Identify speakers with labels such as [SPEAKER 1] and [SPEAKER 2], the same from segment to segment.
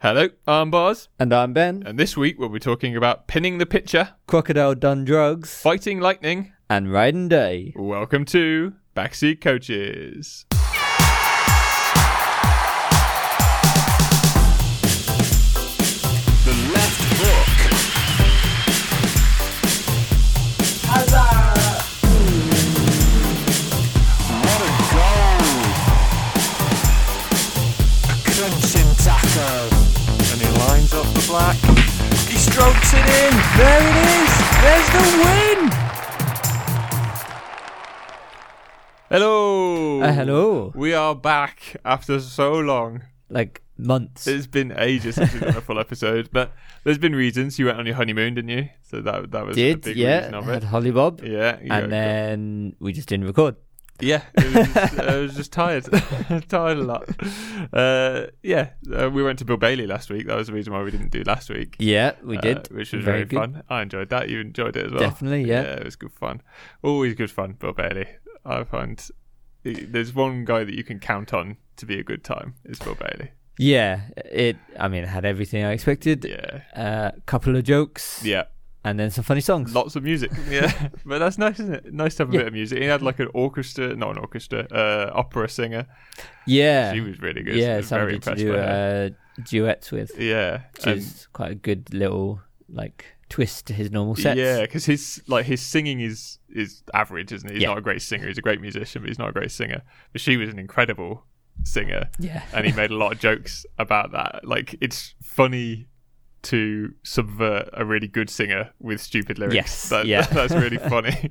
[SPEAKER 1] Hello, I'm Bars,
[SPEAKER 2] And I'm Ben.
[SPEAKER 1] and this week we'll be talking about pinning the picture,
[SPEAKER 2] Crocodile done drugs
[SPEAKER 1] fighting lightning.
[SPEAKER 2] and riding day.
[SPEAKER 1] Welcome to Backseat Coaches.
[SPEAKER 3] The left hook. What a goal! A crunching tackle. And he lines up the black. He strokes it in. There it is. There's the win.
[SPEAKER 1] Hello.
[SPEAKER 2] Uh, hello.
[SPEAKER 1] We are back after so long.
[SPEAKER 2] Like months.
[SPEAKER 1] It's been ages since we've done a full episode, but there's been reasons. You went on your honeymoon, didn't you? So that that was the
[SPEAKER 2] Did,
[SPEAKER 1] big
[SPEAKER 2] yeah.
[SPEAKER 1] reason of
[SPEAKER 2] Had
[SPEAKER 1] it.
[SPEAKER 2] Holly Bob.
[SPEAKER 1] Yeah. you
[SPEAKER 2] and
[SPEAKER 1] got-
[SPEAKER 2] then we just didn't record.
[SPEAKER 1] Yeah, it was just, uh, I was just tired, tired a lot. Uh, yeah, uh, we went to Bill Bailey last week. That was the reason why we didn't do last week.
[SPEAKER 2] Yeah, we
[SPEAKER 1] uh,
[SPEAKER 2] did.
[SPEAKER 1] which was very,
[SPEAKER 2] Very good.
[SPEAKER 1] fun. I enjoyed that. You enjoyed it as well.
[SPEAKER 2] Definitely, yeah.
[SPEAKER 1] it was good fun. Always good fun, Bill Bailey. I find there's one guy that you can count on to be a good time. It's Bill Bailey.
[SPEAKER 2] Yeah, it. I mean, it had everything I expected.
[SPEAKER 1] Yeah,
[SPEAKER 2] A couple of jokes.
[SPEAKER 1] yeah.
[SPEAKER 2] And then some funny songs.
[SPEAKER 1] Lots of music. Yeah, but that's nice, isn't it? Nice to have a
[SPEAKER 2] Yeah.
[SPEAKER 1] bit of music. He had like an orchestra, not an orchestra, uh, opera singer.
[SPEAKER 2] yeah.
[SPEAKER 1] She was really good. I
[SPEAKER 2] yeah,
[SPEAKER 1] was very
[SPEAKER 2] somebody to
[SPEAKER 1] impressed
[SPEAKER 2] do
[SPEAKER 1] by Um, her.
[SPEAKER 2] uh, duets with,
[SPEAKER 1] Yeah,
[SPEAKER 2] which
[SPEAKER 1] and-
[SPEAKER 2] is quite a good little like twist to his normal sets.
[SPEAKER 1] Yeah, because his like his singing is is average, isn't he? He's
[SPEAKER 2] Yeah.
[SPEAKER 1] not a great singer. He's a great musician, but he's not a great singer. But she was an incredible singer,
[SPEAKER 2] Yeah.
[SPEAKER 1] and he made a lot of jokes about that. Like it's funny to subvert a really good singer with stupid lyrics.
[SPEAKER 2] Yes,
[SPEAKER 1] That-
[SPEAKER 2] yeah.
[SPEAKER 1] that's really funny.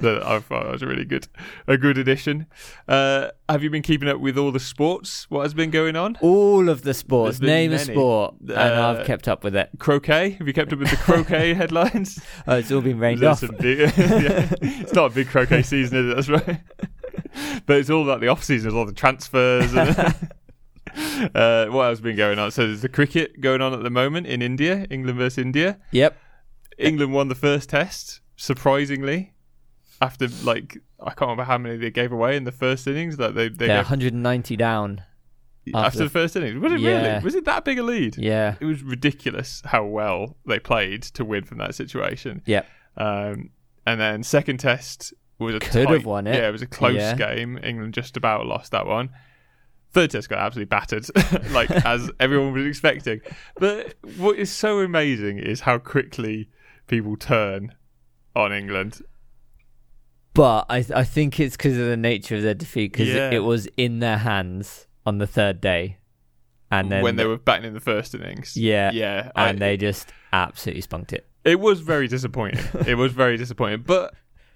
[SPEAKER 1] that I thought that was a really good, a good addition. Uh, have you been keeping up with all the sports? What has been going on?
[SPEAKER 2] All of the sports.
[SPEAKER 1] There's been
[SPEAKER 2] Name a
[SPEAKER 1] many.
[SPEAKER 2] sport. and
[SPEAKER 1] Uh,
[SPEAKER 2] I've kept up with it.
[SPEAKER 1] Croquet? Have you kept up with the croquet headlines?
[SPEAKER 2] Oh, it's all been rained
[SPEAKER 1] There's
[SPEAKER 2] off.
[SPEAKER 1] some big- yeah. It's not a big croquet season, is it? That's right. But it's all about the off season. There's all the transfers. And, uh, what else has been going on? So there's the cricket going on at the moment in India, England versus India.
[SPEAKER 2] Yep.
[SPEAKER 1] England won the first test, surprisingly. After like I can't remember how many they gave away in the first innings. Like they, they
[SPEAKER 2] They're
[SPEAKER 1] gave-
[SPEAKER 2] 190 down.
[SPEAKER 1] after,
[SPEAKER 2] after-
[SPEAKER 1] the first innings. Was it
[SPEAKER 2] Yeah.
[SPEAKER 1] really? Was it that big a lead?
[SPEAKER 2] Yeah.
[SPEAKER 1] It was ridiculous how well they played to win from that situation.
[SPEAKER 2] Yep.
[SPEAKER 1] Um, and then second test was a
[SPEAKER 2] Could
[SPEAKER 1] tight-
[SPEAKER 2] have won it.
[SPEAKER 1] Yeah, it was a close
[SPEAKER 2] Yeah.
[SPEAKER 1] game. England just about lost that one. Third test got absolutely battered, like as everyone was expecting. But what is so amazing is how quickly people turn on England.
[SPEAKER 2] But I I think it's because of the nature of their defeat because
[SPEAKER 1] Yeah.
[SPEAKER 2] it, was in their hands on the third day, and then
[SPEAKER 1] when they were batting in the first innings.
[SPEAKER 2] yeah
[SPEAKER 1] yeah, I-
[SPEAKER 2] and they just absolutely spunked it.
[SPEAKER 1] It was very disappointing. it was very disappointing. But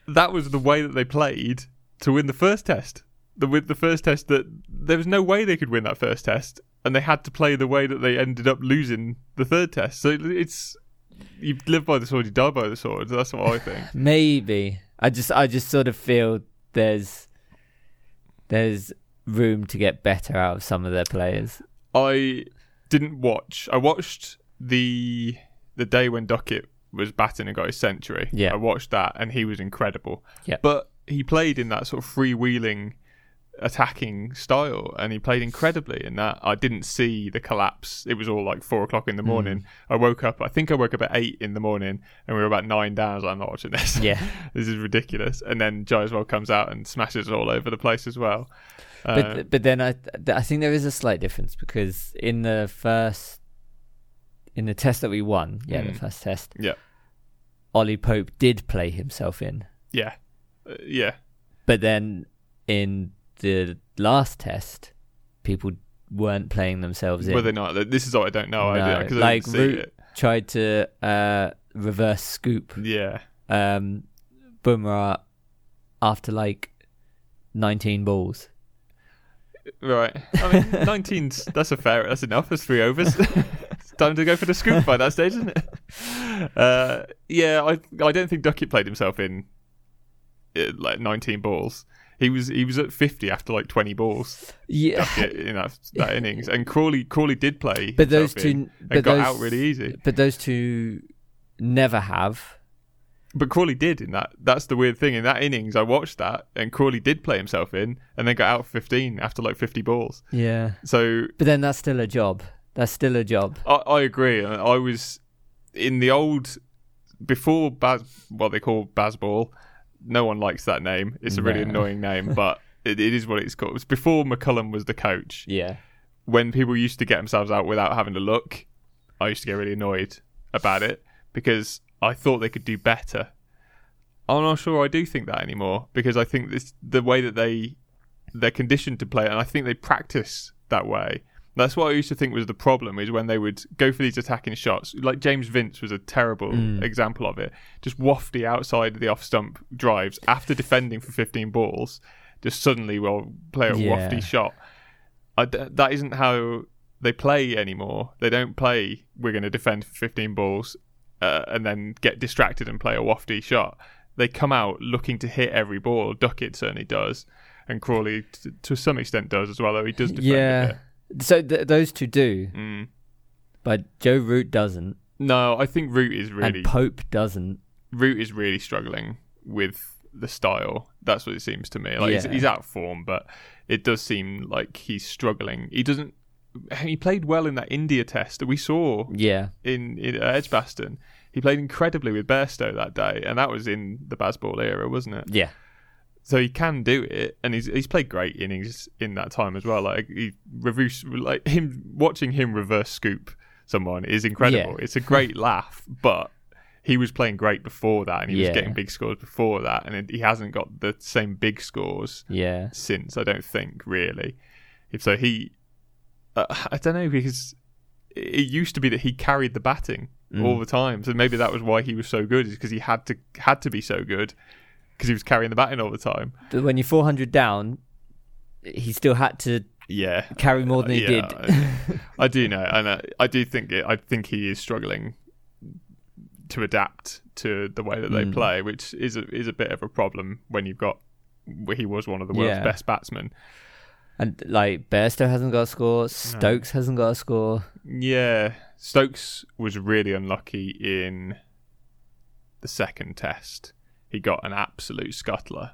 [SPEAKER 1] that was the way that they played to win the first test. The with the first test that there was no way they could win that first test, and they had to play the way that they ended up losing the third test. So it's you live by the sword, you die by the sword. That's what I think.
[SPEAKER 2] Maybe I just I just sort of feel there's there's room to get better out of some of their players.
[SPEAKER 1] I didn't watch. I watched the the day when Duckett was batting and got his century.
[SPEAKER 2] Yeah.
[SPEAKER 1] I watched that and he was incredible.
[SPEAKER 2] Yeah.
[SPEAKER 1] But he played in that sort of freewheeling attacking style and he played incredibly in that. I didn't see the collapse. It was all like four o'clock in
[SPEAKER 2] Mm.
[SPEAKER 1] the morning. I woke up I think I woke up at eight in the morning and we were about nine down. I was like, I'm not watching this.
[SPEAKER 2] Yeah.
[SPEAKER 1] this is ridiculous. And then Jaiswell comes out and smashes it all over the place as well.
[SPEAKER 2] but
[SPEAKER 1] Uh,
[SPEAKER 2] but then I th- I think there is a slight difference because in the first in the test that we won, yeah, the
[SPEAKER 1] Mm.
[SPEAKER 2] first test,
[SPEAKER 1] Yeah.
[SPEAKER 2] Ollie Pope did play himself in,
[SPEAKER 1] yeah. Uh, yeah.
[SPEAKER 2] but then in the last test, people weren't playing themselves in.
[SPEAKER 1] Were they not? Th- This is what I don't know. I,
[SPEAKER 2] No,
[SPEAKER 1] because
[SPEAKER 2] like
[SPEAKER 1] I didn't see
[SPEAKER 2] Root-
[SPEAKER 1] it.
[SPEAKER 2] Tried to uh, reverse scoop
[SPEAKER 1] Yeah,
[SPEAKER 2] um, Boomerang after like nineteen balls.
[SPEAKER 1] right. I mean, 19s, that's a fair, that's enough. That's three overs. it's time to go for the scoop by that stage, isn't it? Uh, yeah, I I don't think Duckett played himself in uh, like 19 balls. He was he was at 50 after like 20 balls
[SPEAKER 2] Yeah,
[SPEAKER 1] Duckett, in that, that innings. And Crawley Crawley did play,
[SPEAKER 2] but those
[SPEAKER 1] himself in
[SPEAKER 2] two,
[SPEAKER 1] and
[SPEAKER 2] but
[SPEAKER 1] got
[SPEAKER 2] those,
[SPEAKER 1] out really easy.
[SPEAKER 2] but those two never have.
[SPEAKER 1] But Crawley did in that. That's the weird thing. In that innings, I watched that, and Crawley did play himself in, and then got out 15 after like 50 balls.
[SPEAKER 2] Yeah.
[SPEAKER 1] So
[SPEAKER 2] But then that's still a job. That's still a job.
[SPEAKER 1] I, I agree. I I was in the old before Baz, what they call Bazball. No one likes that name. It's a really
[SPEAKER 2] No.
[SPEAKER 1] annoying name, but it, it is what it's called. It was before McCullum was the coach.
[SPEAKER 2] Yeah.
[SPEAKER 1] When people used to get themselves out without having to look, I used to get really annoyed about it because I thought they could do better. I'm not sure I do think that anymore because I think this the way that they they're conditioned to play, it, and I think they practice that way. That's what I used to think was the problem is when they would go for these attacking shots. Like James Vince was a terrible example of it. Just wafty outside the off stump drives after defending for 15 balls, just suddenly will play a
[SPEAKER 2] Yeah.
[SPEAKER 1] wafty shot. I d that isn't how they play anymore. They don't play. We're going to defend for 15 balls uh, and then get distracted and play a wafty shot. They come out looking to hit every ball. Duckett certainly does, and Crawley t- to some extent does as well, though he does defend. A
[SPEAKER 2] Yeah.
[SPEAKER 1] bit.
[SPEAKER 2] So th- those two do,
[SPEAKER 1] Mm.
[SPEAKER 2] but Joe Root doesn't,
[SPEAKER 1] No, I think Root is really
[SPEAKER 2] and Pope doesn't.
[SPEAKER 1] Root is really struggling with the style. That's what it seems to me. Like he's,
[SPEAKER 2] Yeah.
[SPEAKER 1] he's out of form, but it does seem like he's struggling. He doesn't. He played well in that India test that we saw
[SPEAKER 2] Yeah.
[SPEAKER 1] in, in uh, Edgbaston. He played incredibly with Bairstow that day, and that was in the Basball era, wasn't it?
[SPEAKER 2] Yeah.
[SPEAKER 1] So he can do it, and he's he's played great innings in that time as well. Like he reverse, like him watching him reverse scoop someone is incredible.
[SPEAKER 2] Yeah.
[SPEAKER 1] It's a great laugh, but he was playing great before that, and he
[SPEAKER 2] Yeah.
[SPEAKER 1] was getting big scores before that, and it, he hasn't got the same big scores
[SPEAKER 2] Yeah.
[SPEAKER 1] since. I don't think really. If so, he uh, I don't know because it used to be that he carried the batting all the time, so maybe that was why he was so good, is because he had to had to be so good because he was carrying the batting all the time.
[SPEAKER 2] But when you're 400 down, he still had to
[SPEAKER 1] Yeah,
[SPEAKER 2] carry more than he
[SPEAKER 1] Yeah,
[SPEAKER 2] did.
[SPEAKER 1] I- I do know, and I, I do think it, I think he is struggling to adapt to the way that they play, which is a, is a bit of a problem when you've got. He was one of the world's
[SPEAKER 2] Yeah.
[SPEAKER 1] best batsmen.
[SPEAKER 2] And like Bairstow hasn't got a score, Stokes hasn't got a score.
[SPEAKER 1] Yeah, Stokes was really unlucky in the second test. He got an absolute scuttler.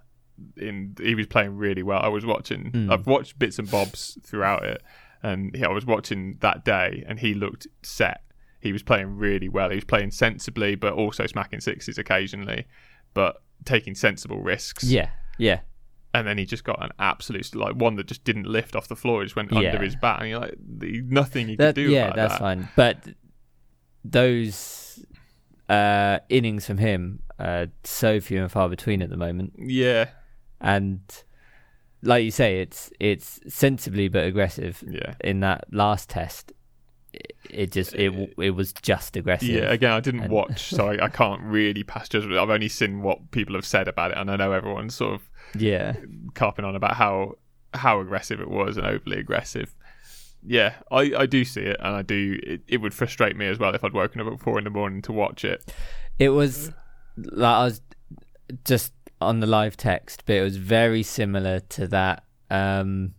[SPEAKER 1] In he was playing really well. I was watching.
[SPEAKER 2] Hmm.
[SPEAKER 1] I've watched bits and bobs throughout it, and yeah, I was watching that day, and he looked set. He was playing really well. He was playing sensibly, but also smacking sixes occasionally, but taking sensible risks
[SPEAKER 2] Yeah. Yeah.
[SPEAKER 1] and then he just got an absolute like one that just didn't lift off the floor. It just went
[SPEAKER 2] Yeah.
[SPEAKER 1] under his bat, and you're like the- nothing he
[SPEAKER 2] That,
[SPEAKER 1] could do.
[SPEAKER 2] yeah,
[SPEAKER 1] about
[SPEAKER 2] that's
[SPEAKER 1] that.
[SPEAKER 2] fine. But those uh, innings from him are so few and far between at the moment.
[SPEAKER 1] Yeah,
[SPEAKER 2] And like you say, it's it's sensibly but aggressive.
[SPEAKER 1] yeah,
[SPEAKER 2] In that last test, it, it just it w- it was just aggressive.
[SPEAKER 1] Uh, yeah. Again, I didn't
[SPEAKER 2] And-
[SPEAKER 1] watch, so I, I can't really pass judgment. I've only seen what people have said about it, and I know everyone's sort of
[SPEAKER 2] yeah.
[SPEAKER 1] carping on about how how aggressive it was and overly aggressive. Yeah, I, I do see it, and I do. It, it would frustrate me as well if I'd woken up at four in the morning to watch it.
[SPEAKER 2] It was like I was just on the live text, but it was very similar to that um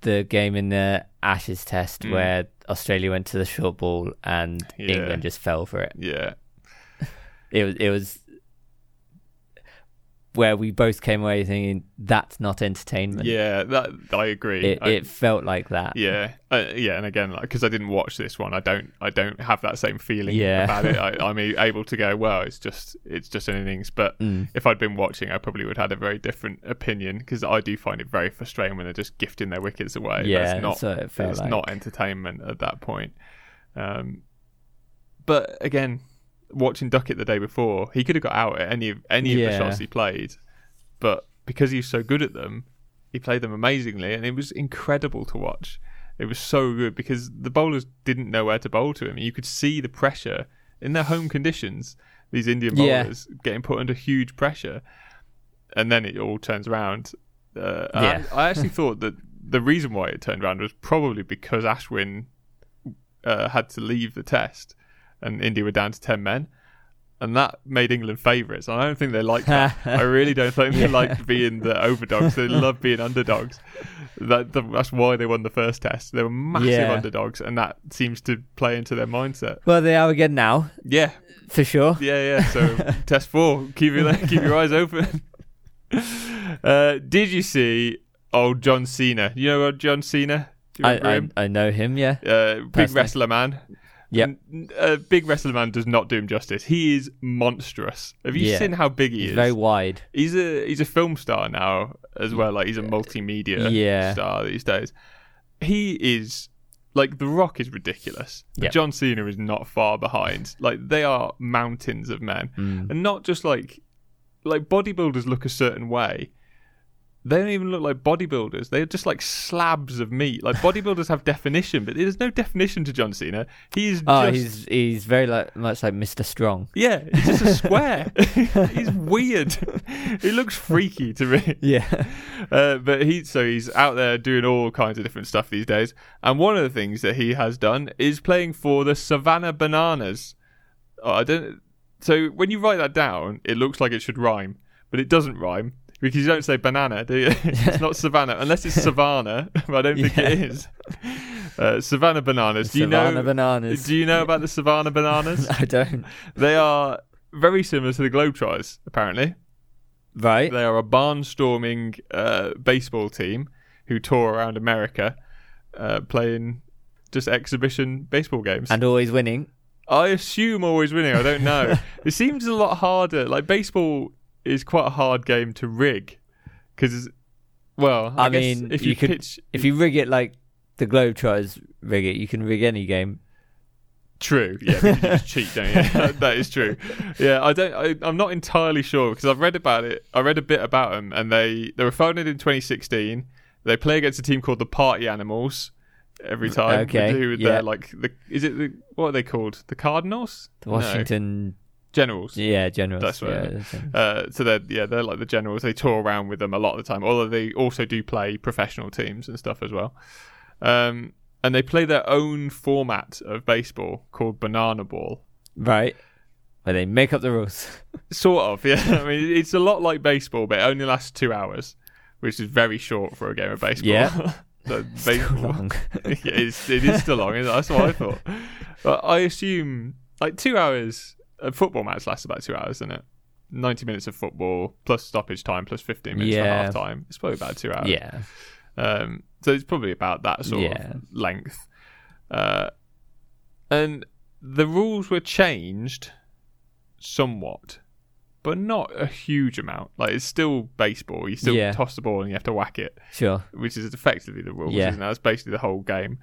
[SPEAKER 2] the game in the Ashes test where Australia went to the short ball and
[SPEAKER 1] Mm. Yeah.
[SPEAKER 2] England just fell for it.
[SPEAKER 1] Yeah,
[SPEAKER 2] It was it was where we both came away thinking that's not entertainment.
[SPEAKER 1] yeah. That I agree.
[SPEAKER 2] It
[SPEAKER 1] I-
[SPEAKER 2] it felt like that.
[SPEAKER 1] Yeah, uh, yeah, and again, because I didn't watch this one, I don't, I don't have that same feeling
[SPEAKER 2] Yeah.
[SPEAKER 1] about it. I, I'm a- able to go, well, it's just, it's just an innings. But
[SPEAKER 2] Mm.
[SPEAKER 1] if I'd been watching, I probably would have had a very different opinion because I do find it very frustrating when they're just gifting their wickets away.
[SPEAKER 2] Yeah,
[SPEAKER 1] that's not,
[SPEAKER 2] that's what it felt
[SPEAKER 1] it's
[SPEAKER 2] like.
[SPEAKER 1] not entertainment at that point. Um, but again, watching Duckett the day before, he could have got out at any of any of the
[SPEAKER 2] Yeah.
[SPEAKER 1] shots he played, but because he was so good at them, he played them amazingly, and it was incredible to watch. It was so good because the bowlers didn't know where to bowl to him. You could see the pressure in their home conditions. These Indian
[SPEAKER 2] Yeah.
[SPEAKER 1] bowlers getting put under huge pressure, and then it all turns around. Uh,
[SPEAKER 2] Yeah.
[SPEAKER 1] I, I actually thought that the reason why it turned around was probably because Ashwin uh, had to leave the test, and India were down to ten men, and that made England favourites. And I don't think they like that. I really don't think they like being the overdogs. They love being underdogs. That, that's why they won the first test. They were massive
[SPEAKER 2] Yeah.
[SPEAKER 1] underdogs, and that seems to play into their mindset.
[SPEAKER 2] Well, they are again now,
[SPEAKER 1] Yeah,
[SPEAKER 2] for sure.
[SPEAKER 1] yeah, yeah. So test four. Keep your keep your eyes open. Uh, did you see old John Cena? You know old John Cena? Do you remember
[SPEAKER 2] I,
[SPEAKER 1] him?
[SPEAKER 2] I I know him. Yeah.
[SPEAKER 1] uh, big
[SPEAKER 2] Personally.
[SPEAKER 1] wrestler man.
[SPEAKER 2] Yep.
[SPEAKER 1] N- n- uh, big wrestler man does not do him justice. He is monstrous. Have you
[SPEAKER 2] Yeah.
[SPEAKER 1] seen how big he
[SPEAKER 2] He's
[SPEAKER 1] is?
[SPEAKER 2] very wide.
[SPEAKER 1] he's a he's a film star now as well. Like he's a multimedia
[SPEAKER 2] Yeah.
[SPEAKER 1] star these days. He is like The Rock is ridiculous. But
[SPEAKER 2] Yep.
[SPEAKER 1] John Cena is not far behind. Like they are mountains of men,
[SPEAKER 2] Mm.
[SPEAKER 1] and not just like like bodybuilders look a certain way. They don't even look like bodybuilders. They're just like slabs of meat. Like bodybuilders have definition, but there's no definition to John Cena. He is
[SPEAKER 2] Oh,
[SPEAKER 1] just
[SPEAKER 2] he's he's very like, much like Mr. Strong.
[SPEAKER 1] yeah, he's just a square. he's weird. he looks freaky to me.
[SPEAKER 2] Yeah.
[SPEAKER 1] Uh, but he so he's out there doing all kinds of different stuff these days. And one of the things that he has done is playing for the Savannah Bananas. Oh, I don't. So when you write that down, it looks like it should rhyme, but it doesn't rhyme because you don't say banana, do you? it's not Savannah unless it's Savannah. But I don't think it is. Uh, Savannah Bananas. do you
[SPEAKER 2] Savannah
[SPEAKER 1] know?
[SPEAKER 2] bananas.
[SPEAKER 1] do you know about the Savannah Bananas?
[SPEAKER 2] I don't.
[SPEAKER 1] They are very similar to the Globetrotters, apparently.
[SPEAKER 2] Right.
[SPEAKER 1] They are a barnstorming uh, baseball team who tour around America uh, playing just exhibition baseball games.
[SPEAKER 2] And always winning.
[SPEAKER 1] I assume always winning, I don't know. it seems a lot harder. Like, baseball is quite a hard game to rig because, well, I,
[SPEAKER 2] I
[SPEAKER 1] guess
[SPEAKER 2] mean,
[SPEAKER 1] if you,
[SPEAKER 2] you could-
[SPEAKER 1] pitch.
[SPEAKER 2] If you rig it like the Globetrotters rig it, you can rig any game.
[SPEAKER 1] True. Yeah, because you just cheat, don't you? that is true. Yeah, I don't. I, I'm not entirely sure because I've read about it. I read a bit about them, and they they were founded in 2016. They play against a team called the Party Animals every time.
[SPEAKER 2] Okay,
[SPEAKER 1] Who are
[SPEAKER 2] yeah.
[SPEAKER 1] their, like the is it the what are they called? The Cardinals?
[SPEAKER 2] The
[SPEAKER 1] No,
[SPEAKER 2] Washington,
[SPEAKER 1] Generals.
[SPEAKER 2] yeah, generals.
[SPEAKER 1] That's right.
[SPEAKER 2] yeah, that's right.
[SPEAKER 1] Uh, so they're yeah they're like the generals. They tour around with them a lot of the time. Although they also do play professional teams and stuff as well. Um, and they play their own format of baseball called banana ball.
[SPEAKER 2] Right. Where they make up the rules.
[SPEAKER 1] Sort of, yeah. I mean, it's a lot like baseball, but it only lasts two hours, which is very short for a game of baseball.
[SPEAKER 2] Yeah.
[SPEAKER 1] So
[SPEAKER 2] Too
[SPEAKER 1] baseball-
[SPEAKER 2] long.
[SPEAKER 1] yeah, it's, it is still long, isn't it? That's what I thought. But I assume, like, two hours, a football match lasts about two hours, doesn't it? 90 minutes of football, plus stoppage time, plus 15 minutes
[SPEAKER 2] Yeah.
[SPEAKER 1] for half time. It's probably about two hours.
[SPEAKER 2] yeah.
[SPEAKER 1] Um, so it's probably about that sort
[SPEAKER 2] Yeah.
[SPEAKER 1] of length. Uh, and the rules were changed somewhat, but not a huge amount. Like it's still baseball. You still
[SPEAKER 2] Yeah.
[SPEAKER 1] toss the ball and you have to whack it,
[SPEAKER 2] Sure.
[SPEAKER 1] which is effectively the rules.
[SPEAKER 2] Yeah.
[SPEAKER 1] Isn't it? That's basically the whole game.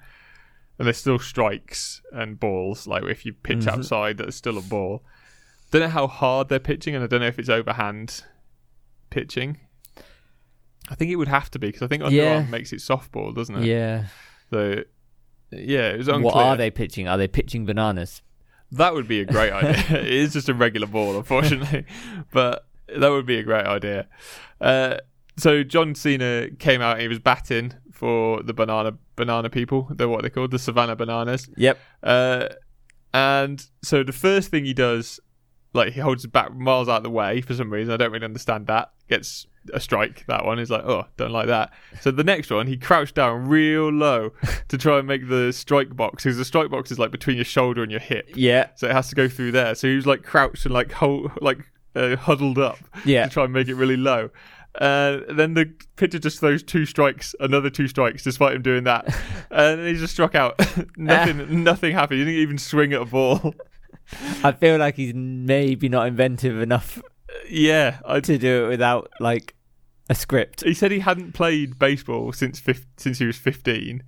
[SPEAKER 1] And there's still strikes and balls. Like if you pitch
[SPEAKER 2] Mm-hmm.
[SPEAKER 1] outside, there's still a ball. Don't know how hard they're pitching, and I don't know if it's overhand pitching. I think it would have to be because I think underarm
[SPEAKER 2] Yeah.
[SPEAKER 1] makes it softball, doesn't it?
[SPEAKER 2] Yeah.
[SPEAKER 1] So yeah, it was unclear.
[SPEAKER 2] What are they pitching? Are they pitching bananas?
[SPEAKER 1] That would be a great idea. it is just a regular ball, unfortunately, but that would be a great idea. Uh, so John Cena came out. He was batting for the banana banana people. They're what they're called, the Savannah Bananas.
[SPEAKER 2] Yep.
[SPEAKER 1] Uh, and so the first thing he does, like he holds his back miles out of the way for some reason. I don't really understand that. Gets a strike. That one is like, oh, don't like that. So the next one, he crouched down real low to try and make the strike box because the strike box is like between your shoulder and your hip,
[SPEAKER 2] Yeah.
[SPEAKER 1] so it has to go through there. So he was like crouched and like hold, like uh, huddled up
[SPEAKER 2] Yeah.
[SPEAKER 1] to try and make it really low. Uh, then the pitcher just throws two strikes, another two strikes, despite him doing that, and he just struck out. nothing, nothing happened. He didn't even swing at a ball.
[SPEAKER 2] I feel like he's maybe not inventive enough
[SPEAKER 1] yeah, I,
[SPEAKER 2] to do it without like a script.
[SPEAKER 1] he said he hadn't played baseball since fif- since he was fifteen.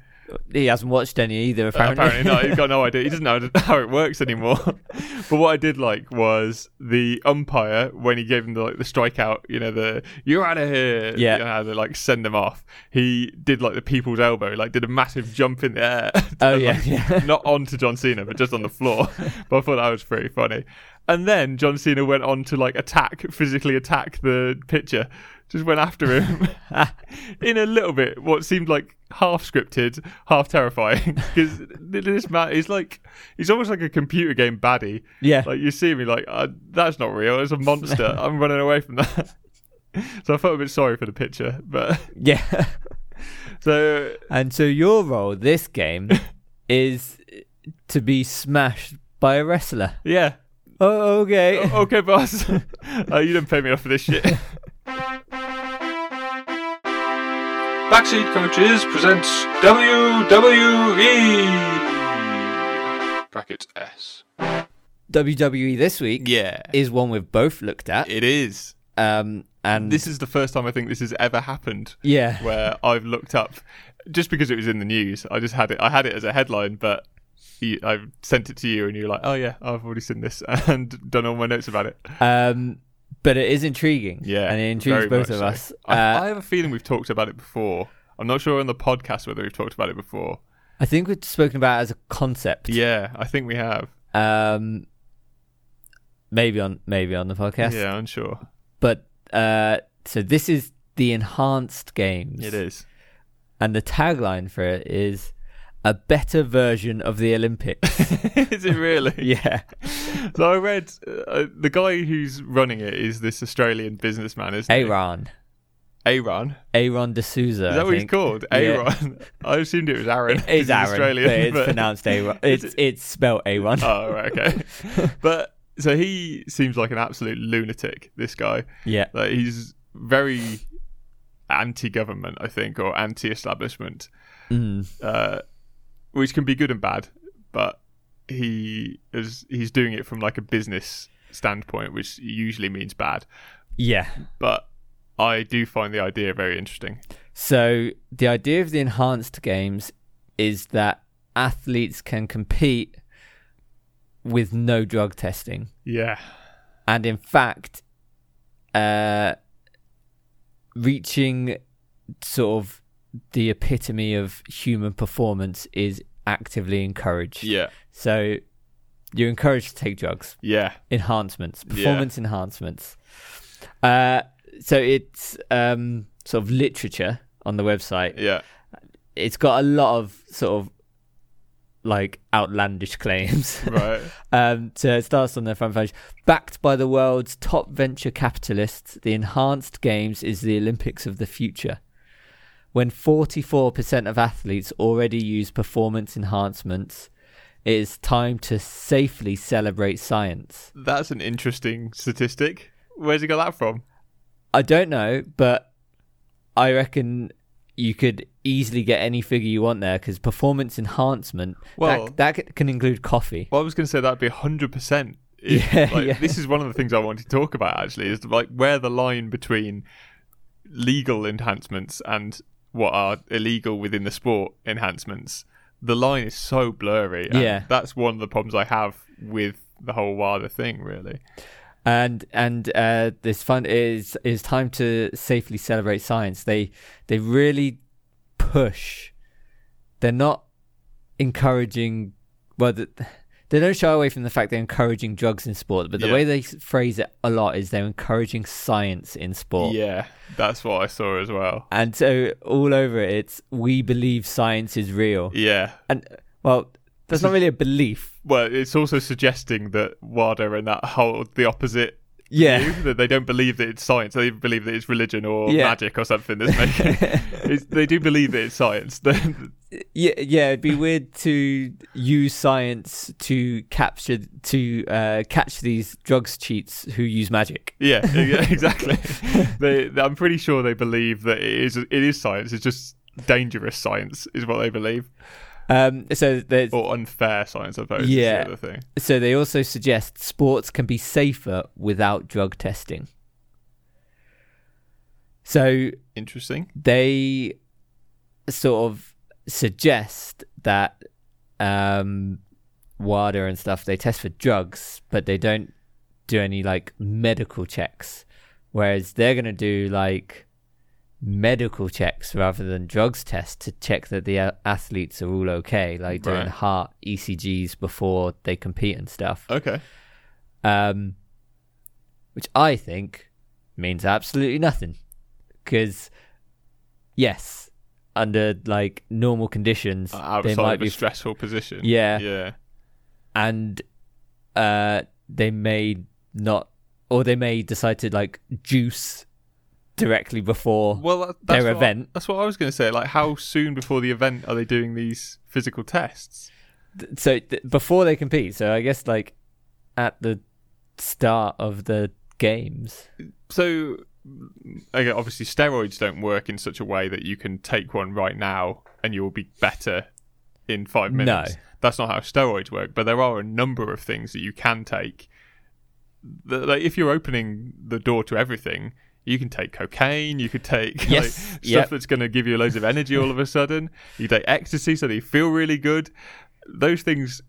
[SPEAKER 2] He hasn't watched any either, apparently.
[SPEAKER 1] Uh, Apparently not. He's got no idea. He doesn't know how it works anymore. but what I did like was the umpire when he gave him the, like the strikeout. You know the you're out of here.
[SPEAKER 2] Yeah.
[SPEAKER 1] You know, how they like send him off. He did like the people's elbow. Like did a massive jump in the air.
[SPEAKER 2] oh
[SPEAKER 1] And,
[SPEAKER 2] yeah,
[SPEAKER 1] like,
[SPEAKER 2] yeah.
[SPEAKER 1] not onto John Cena, but just on the floor. but I thought that was pretty funny. And then John Cena went on to like attack, physically attack the pitcher. Just went after him in a little bit. What seemed like half scripted, half terrifying. Because this man is like, he's almost like a computer game baddie.
[SPEAKER 2] Yeah.
[SPEAKER 1] Like you see me, like uh, that's not real. It's a monster. I'm running away from that. so I felt a bit sorry for the pitcher, but
[SPEAKER 2] yeah.
[SPEAKER 1] so
[SPEAKER 2] And so your role this game is to be smashed by a wrestler.
[SPEAKER 1] yeah.
[SPEAKER 2] Oh okay.
[SPEAKER 1] O- okay, boss. uh, you didn't pay me off for this shit. Backseat Coaches presents WWE brackets S.
[SPEAKER 2] WWE E this week
[SPEAKER 1] Yeah,
[SPEAKER 2] is one we've both looked at.
[SPEAKER 1] it is.
[SPEAKER 2] Um, and
[SPEAKER 1] This is the first time I think this has ever happened
[SPEAKER 2] yeah,
[SPEAKER 1] where I've looked up just because it was in the news. I just had it. I had it as a headline, but you, I sent it to you, and you were like, "Oh yeah, I've already seen this and done all my notes about it."
[SPEAKER 2] um, but it is intriguing.
[SPEAKER 1] Yeah,
[SPEAKER 2] and it
[SPEAKER 1] very
[SPEAKER 2] intrigues both
[SPEAKER 1] much
[SPEAKER 2] of
[SPEAKER 1] so.
[SPEAKER 2] us.
[SPEAKER 1] I,
[SPEAKER 2] uh,
[SPEAKER 1] I have a feeling we've talked about it before. I'm not sure on the podcast whether we've talked about it before.
[SPEAKER 2] I think we've spoken about it as a concept.
[SPEAKER 1] Yeah, I think we have.
[SPEAKER 2] Um, maybe on maybe on the podcast.
[SPEAKER 1] Yeah, I'm sure.
[SPEAKER 2] But uh, so this is the enhanced games.
[SPEAKER 1] It is.
[SPEAKER 2] And the tagline for it is a better version of the Olympics.
[SPEAKER 1] is it really?
[SPEAKER 2] yeah.
[SPEAKER 1] So I read uh, the guy who's running it is this Australian businessman, isn't he?
[SPEAKER 2] Aaron.
[SPEAKER 1] Aaron. Is
[SPEAKER 2] Aaron D'Souza.
[SPEAKER 1] that
[SPEAKER 2] I
[SPEAKER 1] what he's
[SPEAKER 2] think.
[SPEAKER 1] called?
[SPEAKER 2] Yeah.
[SPEAKER 1] Aaron. I assumed it was Aaron. 'cause
[SPEAKER 2] It's
[SPEAKER 1] he's
[SPEAKER 2] Aaron,
[SPEAKER 1] Australian,
[SPEAKER 2] but it's
[SPEAKER 1] but-
[SPEAKER 2] pronounced Aaron. It's it's spelled Aaron.
[SPEAKER 1] Oh, right, okay. but so he seems like an absolute lunatic. This guy,
[SPEAKER 2] yeah.
[SPEAKER 1] like he's very anti-government, I think, or anti-establishment.
[SPEAKER 2] Mm.
[SPEAKER 1] uh, which can be good and bad, but he is he's doing it from like a business standpoint, which usually means bad.
[SPEAKER 2] Yeah.
[SPEAKER 1] But I do find the idea very interesting.
[SPEAKER 2] So the idea of the enhanced games is that athletes can compete with no drug testing,
[SPEAKER 1] Yeah,
[SPEAKER 2] and in fact, uh, reaching sort of the epitome of human performance is actively encouraged.
[SPEAKER 1] yeah,
[SPEAKER 2] So you're encouraged to take drugs,
[SPEAKER 1] yeah,
[SPEAKER 2] enhancements,
[SPEAKER 1] Yeah.
[SPEAKER 2] performance enhancements. Uh, so it's um, sort of literature on the website
[SPEAKER 1] yeah.
[SPEAKER 2] it's got a lot of sort of like outlandish claims.
[SPEAKER 1] Right.
[SPEAKER 2] um, so it starts on the front page. Backed by the world's top venture capitalists, the enhanced games is the Olympics of the future. When 44% of athletes already use performance enhancements, it is time to safely celebrate science.
[SPEAKER 1] That's an interesting statistic. Where's he got that from?
[SPEAKER 2] I don't know, but I reckon you could easily get any figure you want there because performance enhancement
[SPEAKER 1] Well-
[SPEAKER 2] that, that c- can include coffee.
[SPEAKER 1] Well, I was going to say that'd be hundred percent.
[SPEAKER 2] Yeah, yeah.
[SPEAKER 1] This is one of the things I want to talk about actually is like where the line between legal enhancements and what are illegal within the sport enhancements. The line is so blurry. and
[SPEAKER 2] Yeah.
[SPEAKER 1] that's one of the problems I have with the whole WADA thing. Really,
[SPEAKER 2] And and uh, this fund is is time to safely celebrate science. They they really push. They're not encouraging. Well, th- they don't shy away from the fact they're encouraging drugs in sport, but the
[SPEAKER 1] Yeah.
[SPEAKER 2] way they s- phrase it a lot is they're encouraging science in sport.
[SPEAKER 1] yeah, that's what I saw as well.
[SPEAKER 2] And so all over it, it's we believe science is real.
[SPEAKER 1] Yeah.
[SPEAKER 2] And well, that's not really a belief.
[SPEAKER 1] Well, it's also suggesting that WADA and that hold the opposite
[SPEAKER 2] Yeah.
[SPEAKER 1] view, that they don't believe that it's science. They believe that it's religion or
[SPEAKER 2] Yeah.
[SPEAKER 1] magic or something that's making. it's, they do believe that it's science.
[SPEAKER 2] Yeah, yeah, it'd be weird to use science to capture to uh, catch these drugs cheats who use magic.
[SPEAKER 1] yeah, yeah, exactly. they, I'm pretty sure they believe that it is it is science. It's just dangerous science is what they believe,
[SPEAKER 2] Um, so there's,
[SPEAKER 1] or unfair science. I suppose.
[SPEAKER 2] Yeah.
[SPEAKER 1] is the other thing.
[SPEAKER 2] so they also suggest sports can be safer without drug testing. So
[SPEAKER 1] Interesting.
[SPEAKER 2] they sort of suggest that um WADA and stuff they test for drugs, but they don't do any like medical checks. Whereas they're gonna do like medical checks rather than drugs tests to check that the a- athletes are all okay, like doing
[SPEAKER 1] Right.
[SPEAKER 2] heart ECGs before they compete and stuff.
[SPEAKER 1] Okay.
[SPEAKER 2] Um, which I think means absolutely nothing. Because, yes, under like normal conditions,
[SPEAKER 1] Uh,
[SPEAKER 2] they
[SPEAKER 1] Outside
[SPEAKER 2] might
[SPEAKER 1] of a
[SPEAKER 2] be.
[SPEAKER 1] stressful position.
[SPEAKER 2] Yeah.
[SPEAKER 1] Yeah.
[SPEAKER 2] and uh, they may not, or they may decide to like juice directly before.
[SPEAKER 1] Well, that, that's
[SPEAKER 2] Their
[SPEAKER 1] what
[SPEAKER 2] event.
[SPEAKER 1] that's what I was going to say. Like, how soon before the event are they doing these physical tests?
[SPEAKER 2] Th- so th- before they compete. So I guess like at the start of the games.
[SPEAKER 1] so okay, obviously steroids don't work in such a way that you can take one right now and you'll be better in five
[SPEAKER 2] No.
[SPEAKER 1] minutes. That's not how steroids work, but there are a number of things that you can take. Th- Like if you're opening the door to everything, you can take cocaine, you could take like,
[SPEAKER 2] Yes,
[SPEAKER 1] stuff
[SPEAKER 2] yep.
[SPEAKER 1] that's going to give you loads of energy all of a sudden. You take ecstasy so that you feel really good. Those things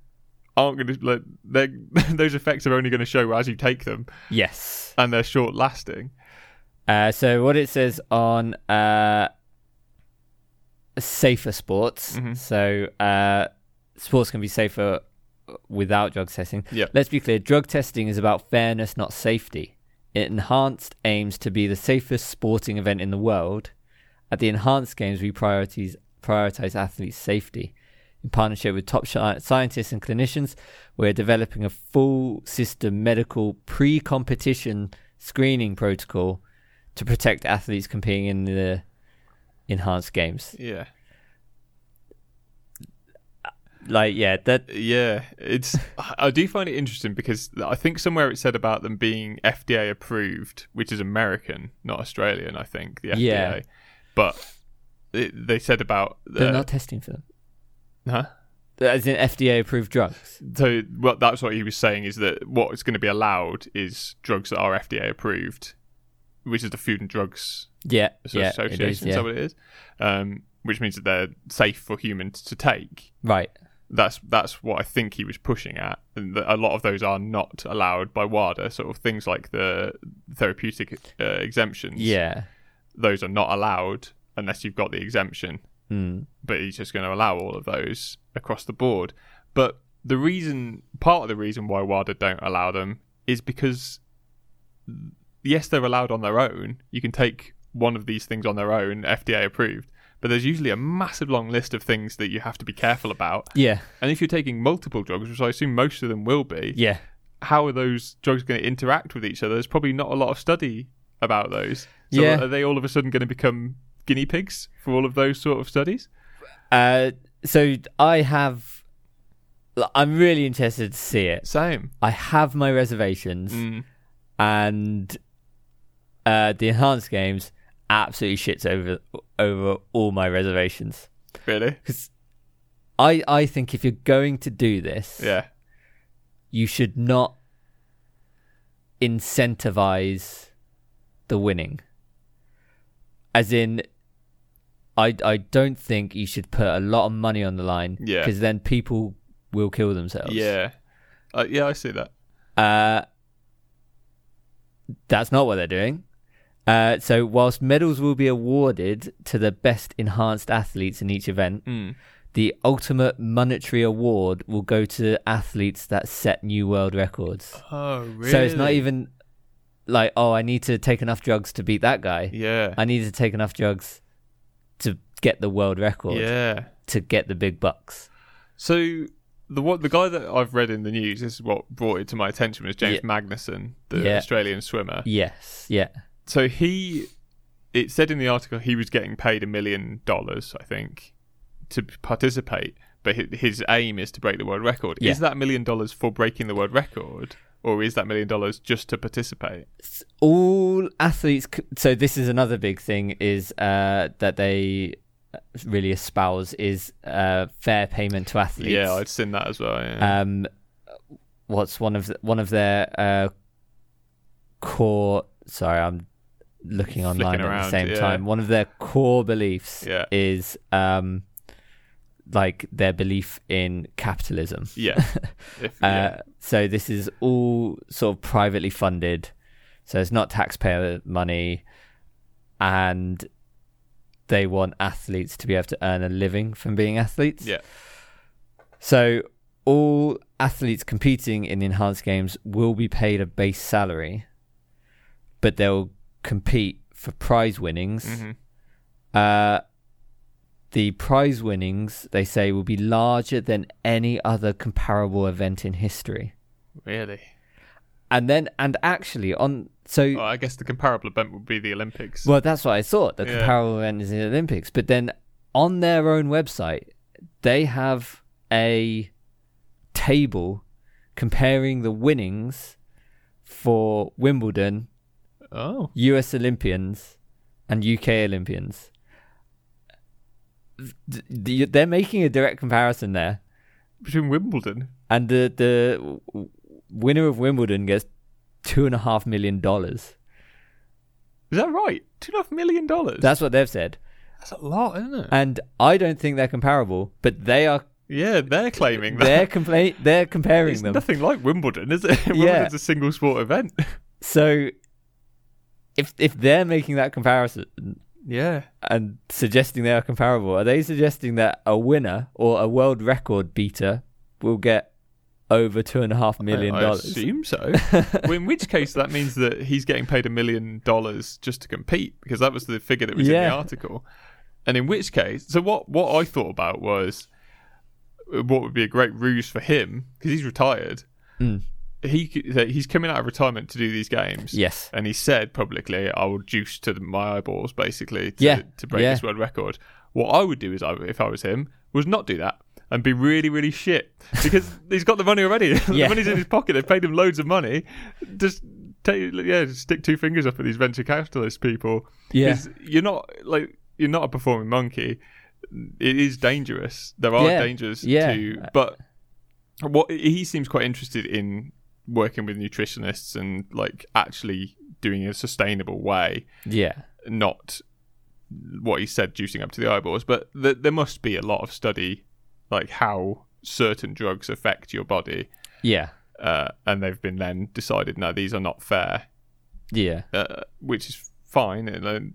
[SPEAKER 1] aren't going to like they're, those effects are only going to show as you take them,
[SPEAKER 2] Yes.
[SPEAKER 1] and they're short lasting.
[SPEAKER 2] Uh, so what it says on uh, safer sports. So uh, sports can be safer without drug testing.
[SPEAKER 1] Yeah.
[SPEAKER 2] Let's be clear. Drug testing is about fairness, not safety. It enhanced aims to be the safest sporting event in the world. At the enhanced games, we priorities prioritize athletes' safety. In partnership with top shi- scientists and clinicians, we're developing a full system medical pre competition screening protocol to protect athletes competing in the enhanced games.
[SPEAKER 1] Yeah.
[SPEAKER 2] Like, yeah, that
[SPEAKER 1] Yeah, it's. I do find it interesting because I think somewhere it said about them being FDA approved, which is American, not Australian. I think the FDA,
[SPEAKER 2] Yeah.
[SPEAKER 1] but it, they said about
[SPEAKER 2] they're
[SPEAKER 1] uh,
[SPEAKER 2] not testing for them.
[SPEAKER 1] huh?
[SPEAKER 2] As in FDA approved drugs.
[SPEAKER 1] So well, that's what he was saying is that what is going to be allowed is drugs that are FDA approved, which is the Food and Drugs
[SPEAKER 2] Yeah,
[SPEAKER 1] Asso-
[SPEAKER 2] yeah, it
[SPEAKER 1] Association.
[SPEAKER 2] is,
[SPEAKER 1] Is
[SPEAKER 2] yeah.
[SPEAKER 1] that what it is? Um, which means that they're safe for humans to take.
[SPEAKER 2] right.
[SPEAKER 1] that's that's what I think he was pushing at, and that a lot of those are not allowed by WADA. Sort of things like the therapeutic uh, exemptions.
[SPEAKER 2] Yeah,
[SPEAKER 1] those are not allowed unless you've got the exemption.
[SPEAKER 2] Hmm,
[SPEAKER 1] But he's just going to allow all of those across the board. But the reason, part of the reason why WADA don't allow them is because, yes, they're allowed on their own. You can take one of these things on their own, FDA approved. But there's usually a massive long list of things that you have to be careful about.
[SPEAKER 2] yeah,
[SPEAKER 1] And if you're taking multiple drugs, which I assume most of them will be,
[SPEAKER 2] yeah.
[SPEAKER 1] how are those drugs going to interact with each other? There's probably not a lot of study about those. So
[SPEAKER 2] Yeah.
[SPEAKER 1] are they all of a sudden going to become guinea pigs for all of those sort of studies?
[SPEAKER 2] Uh, so I have. like, I'm really interested to see it.
[SPEAKER 1] Same.
[SPEAKER 2] I have my reservations,
[SPEAKER 1] Mm,
[SPEAKER 2] and uh, the enhanced games absolutely shits over over all my reservations.
[SPEAKER 1] Really?
[SPEAKER 2] I I think if you're going to do this,
[SPEAKER 1] Yeah.
[SPEAKER 2] you should not incentivize the winning. As in, I I don't think you should put a lot of money on the line
[SPEAKER 1] Yeah.
[SPEAKER 2] because then people will kill themselves.
[SPEAKER 1] Yeah. Uh, yeah, I see that.
[SPEAKER 2] Uh, that's not what they're doing. Uh, so, whilst medals will be awarded to the best enhanced athletes in each event,
[SPEAKER 1] Mm.
[SPEAKER 2] the ultimate monetary award will go to athletes that set new world records.
[SPEAKER 1] Oh, really?
[SPEAKER 2] So, it's not even like, oh, I need to take enough drugs to beat that guy.
[SPEAKER 1] Yeah.
[SPEAKER 2] I need to take enough drugs to get the world record,
[SPEAKER 1] Yeah.
[SPEAKER 2] to get the big bucks.
[SPEAKER 1] So the what the guy that I've read in the news this is what brought it to my attention was James
[SPEAKER 2] Yeah.
[SPEAKER 1] Magnuson, the
[SPEAKER 2] Yeah.
[SPEAKER 1] Australian swimmer.
[SPEAKER 2] Yes. Yeah.
[SPEAKER 1] so he it said in the article he was getting paid a million dollars i think to participate but hi- his aim is to break the world record
[SPEAKER 2] Yeah.
[SPEAKER 1] is that million dollars for breaking the world record or is that million dollars just to participate
[SPEAKER 2] all athletes c- so this is another big thing is uh that they really espouse is uh fair payment to athletes
[SPEAKER 1] yeah i'd seen that as well yeah.
[SPEAKER 2] um what's one of the, one of their uh core sorry i'm looking online at the
[SPEAKER 1] around,
[SPEAKER 2] same
[SPEAKER 1] yeah.
[SPEAKER 2] time one of their core beliefs
[SPEAKER 1] Yeah.
[SPEAKER 2] is um like their belief in capitalism
[SPEAKER 1] yeah, If- yeah.
[SPEAKER 2] uh, so this is all sort of privately funded. So it's not taxpayer money, and they want athletes to be able to earn a living from being athletes.
[SPEAKER 1] Yeah.
[SPEAKER 2] So all athletes competing in the enhanced games will be paid a base salary, but they'll compete for prize winnings.
[SPEAKER 1] Mhm.
[SPEAKER 2] Uh, the prize winnings, they say, will be larger than any other comparable event in history.
[SPEAKER 1] really
[SPEAKER 2] And then, and actually, on so
[SPEAKER 1] well, i guess the comparable event would be the olympics
[SPEAKER 2] well, that's what I thought. The
[SPEAKER 1] Yeah.
[SPEAKER 2] comparable event is in the Olympics, but then on their own website, they have a table comparing the winnings for Wimbledon
[SPEAKER 1] Oh.
[SPEAKER 2] US Olympians and UK Olympians. Th- th- They're making a direct comparison there,
[SPEAKER 1] Between Wimbledon.
[SPEAKER 2] and the the w- w- winner of Wimbledon gets two and a half million dollars.
[SPEAKER 1] Is that right? Two and a half million dollars.
[SPEAKER 2] That's what they've said,
[SPEAKER 1] That's a lot, isn't it?
[SPEAKER 2] and I don't think they're comparable, but they are.
[SPEAKER 1] yeah, they're claiming that.
[SPEAKER 2] They're compla- They're comparing
[SPEAKER 1] It's
[SPEAKER 2] them.
[SPEAKER 1] nothing like Wimbledon, is it? Wimbledon's a single sport event.
[SPEAKER 2] So, if if they're making that comparison
[SPEAKER 1] Yeah.
[SPEAKER 2] and suggesting they are comparable, are they suggesting that a winner or a world record beater will get over two and a half million
[SPEAKER 1] I
[SPEAKER 2] dollars?
[SPEAKER 1] assume so. well, in which case, that means that he's getting paid a million dollars just to compete because that was the figure that was in
[SPEAKER 2] Yeah.
[SPEAKER 1] the article. And in which case, so what? What I thought about was uh, what would be a great ruse for him because he's retired.
[SPEAKER 2] Mm.
[SPEAKER 1] He c- that he's coming out of retirement to do these games.
[SPEAKER 2] Yes.
[SPEAKER 1] and he said publicly, "I will juice to the, my eyeballs, basically, to,
[SPEAKER 2] Yeah,
[SPEAKER 1] to break
[SPEAKER 2] yeah.
[SPEAKER 1] this world record." What I would do is, I, if I was him, was not do that and be really, really shit because he's got the money already. the
[SPEAKER 2] Yeah.
[SPEAKER 1] money's in his pocket. They paid him loads of money. Just take, yeah, just stick two fingers up at these venture capitalist people.
[SPEAKER 2] Yeah.
[SPEAKER 1] 'Cause you're not like you're not a performing monkey. It is dangerous. There are
[SPEAKER 2] Yeah,
[SPEAKER 1] dangers
[SPEAKER 2] yeah.
[SPEAKER 1] to, but what he seems quite interested in working with nutritionists and like actually doing it in a sustainable way,
[SPEAKER 2] Yeah.
[SPEAKER 1] not what he said juicing up to the eyeballs. But th- there must be a lot of study, like how certain drugs affect your body,
[SPEAKER 2] Yeah.
[SPEAKER 1] uh, and they've been then decided no, these are not fair
[SPEAKER 2] Yeah.
[SPEAKER 1] uh, which is fine, and then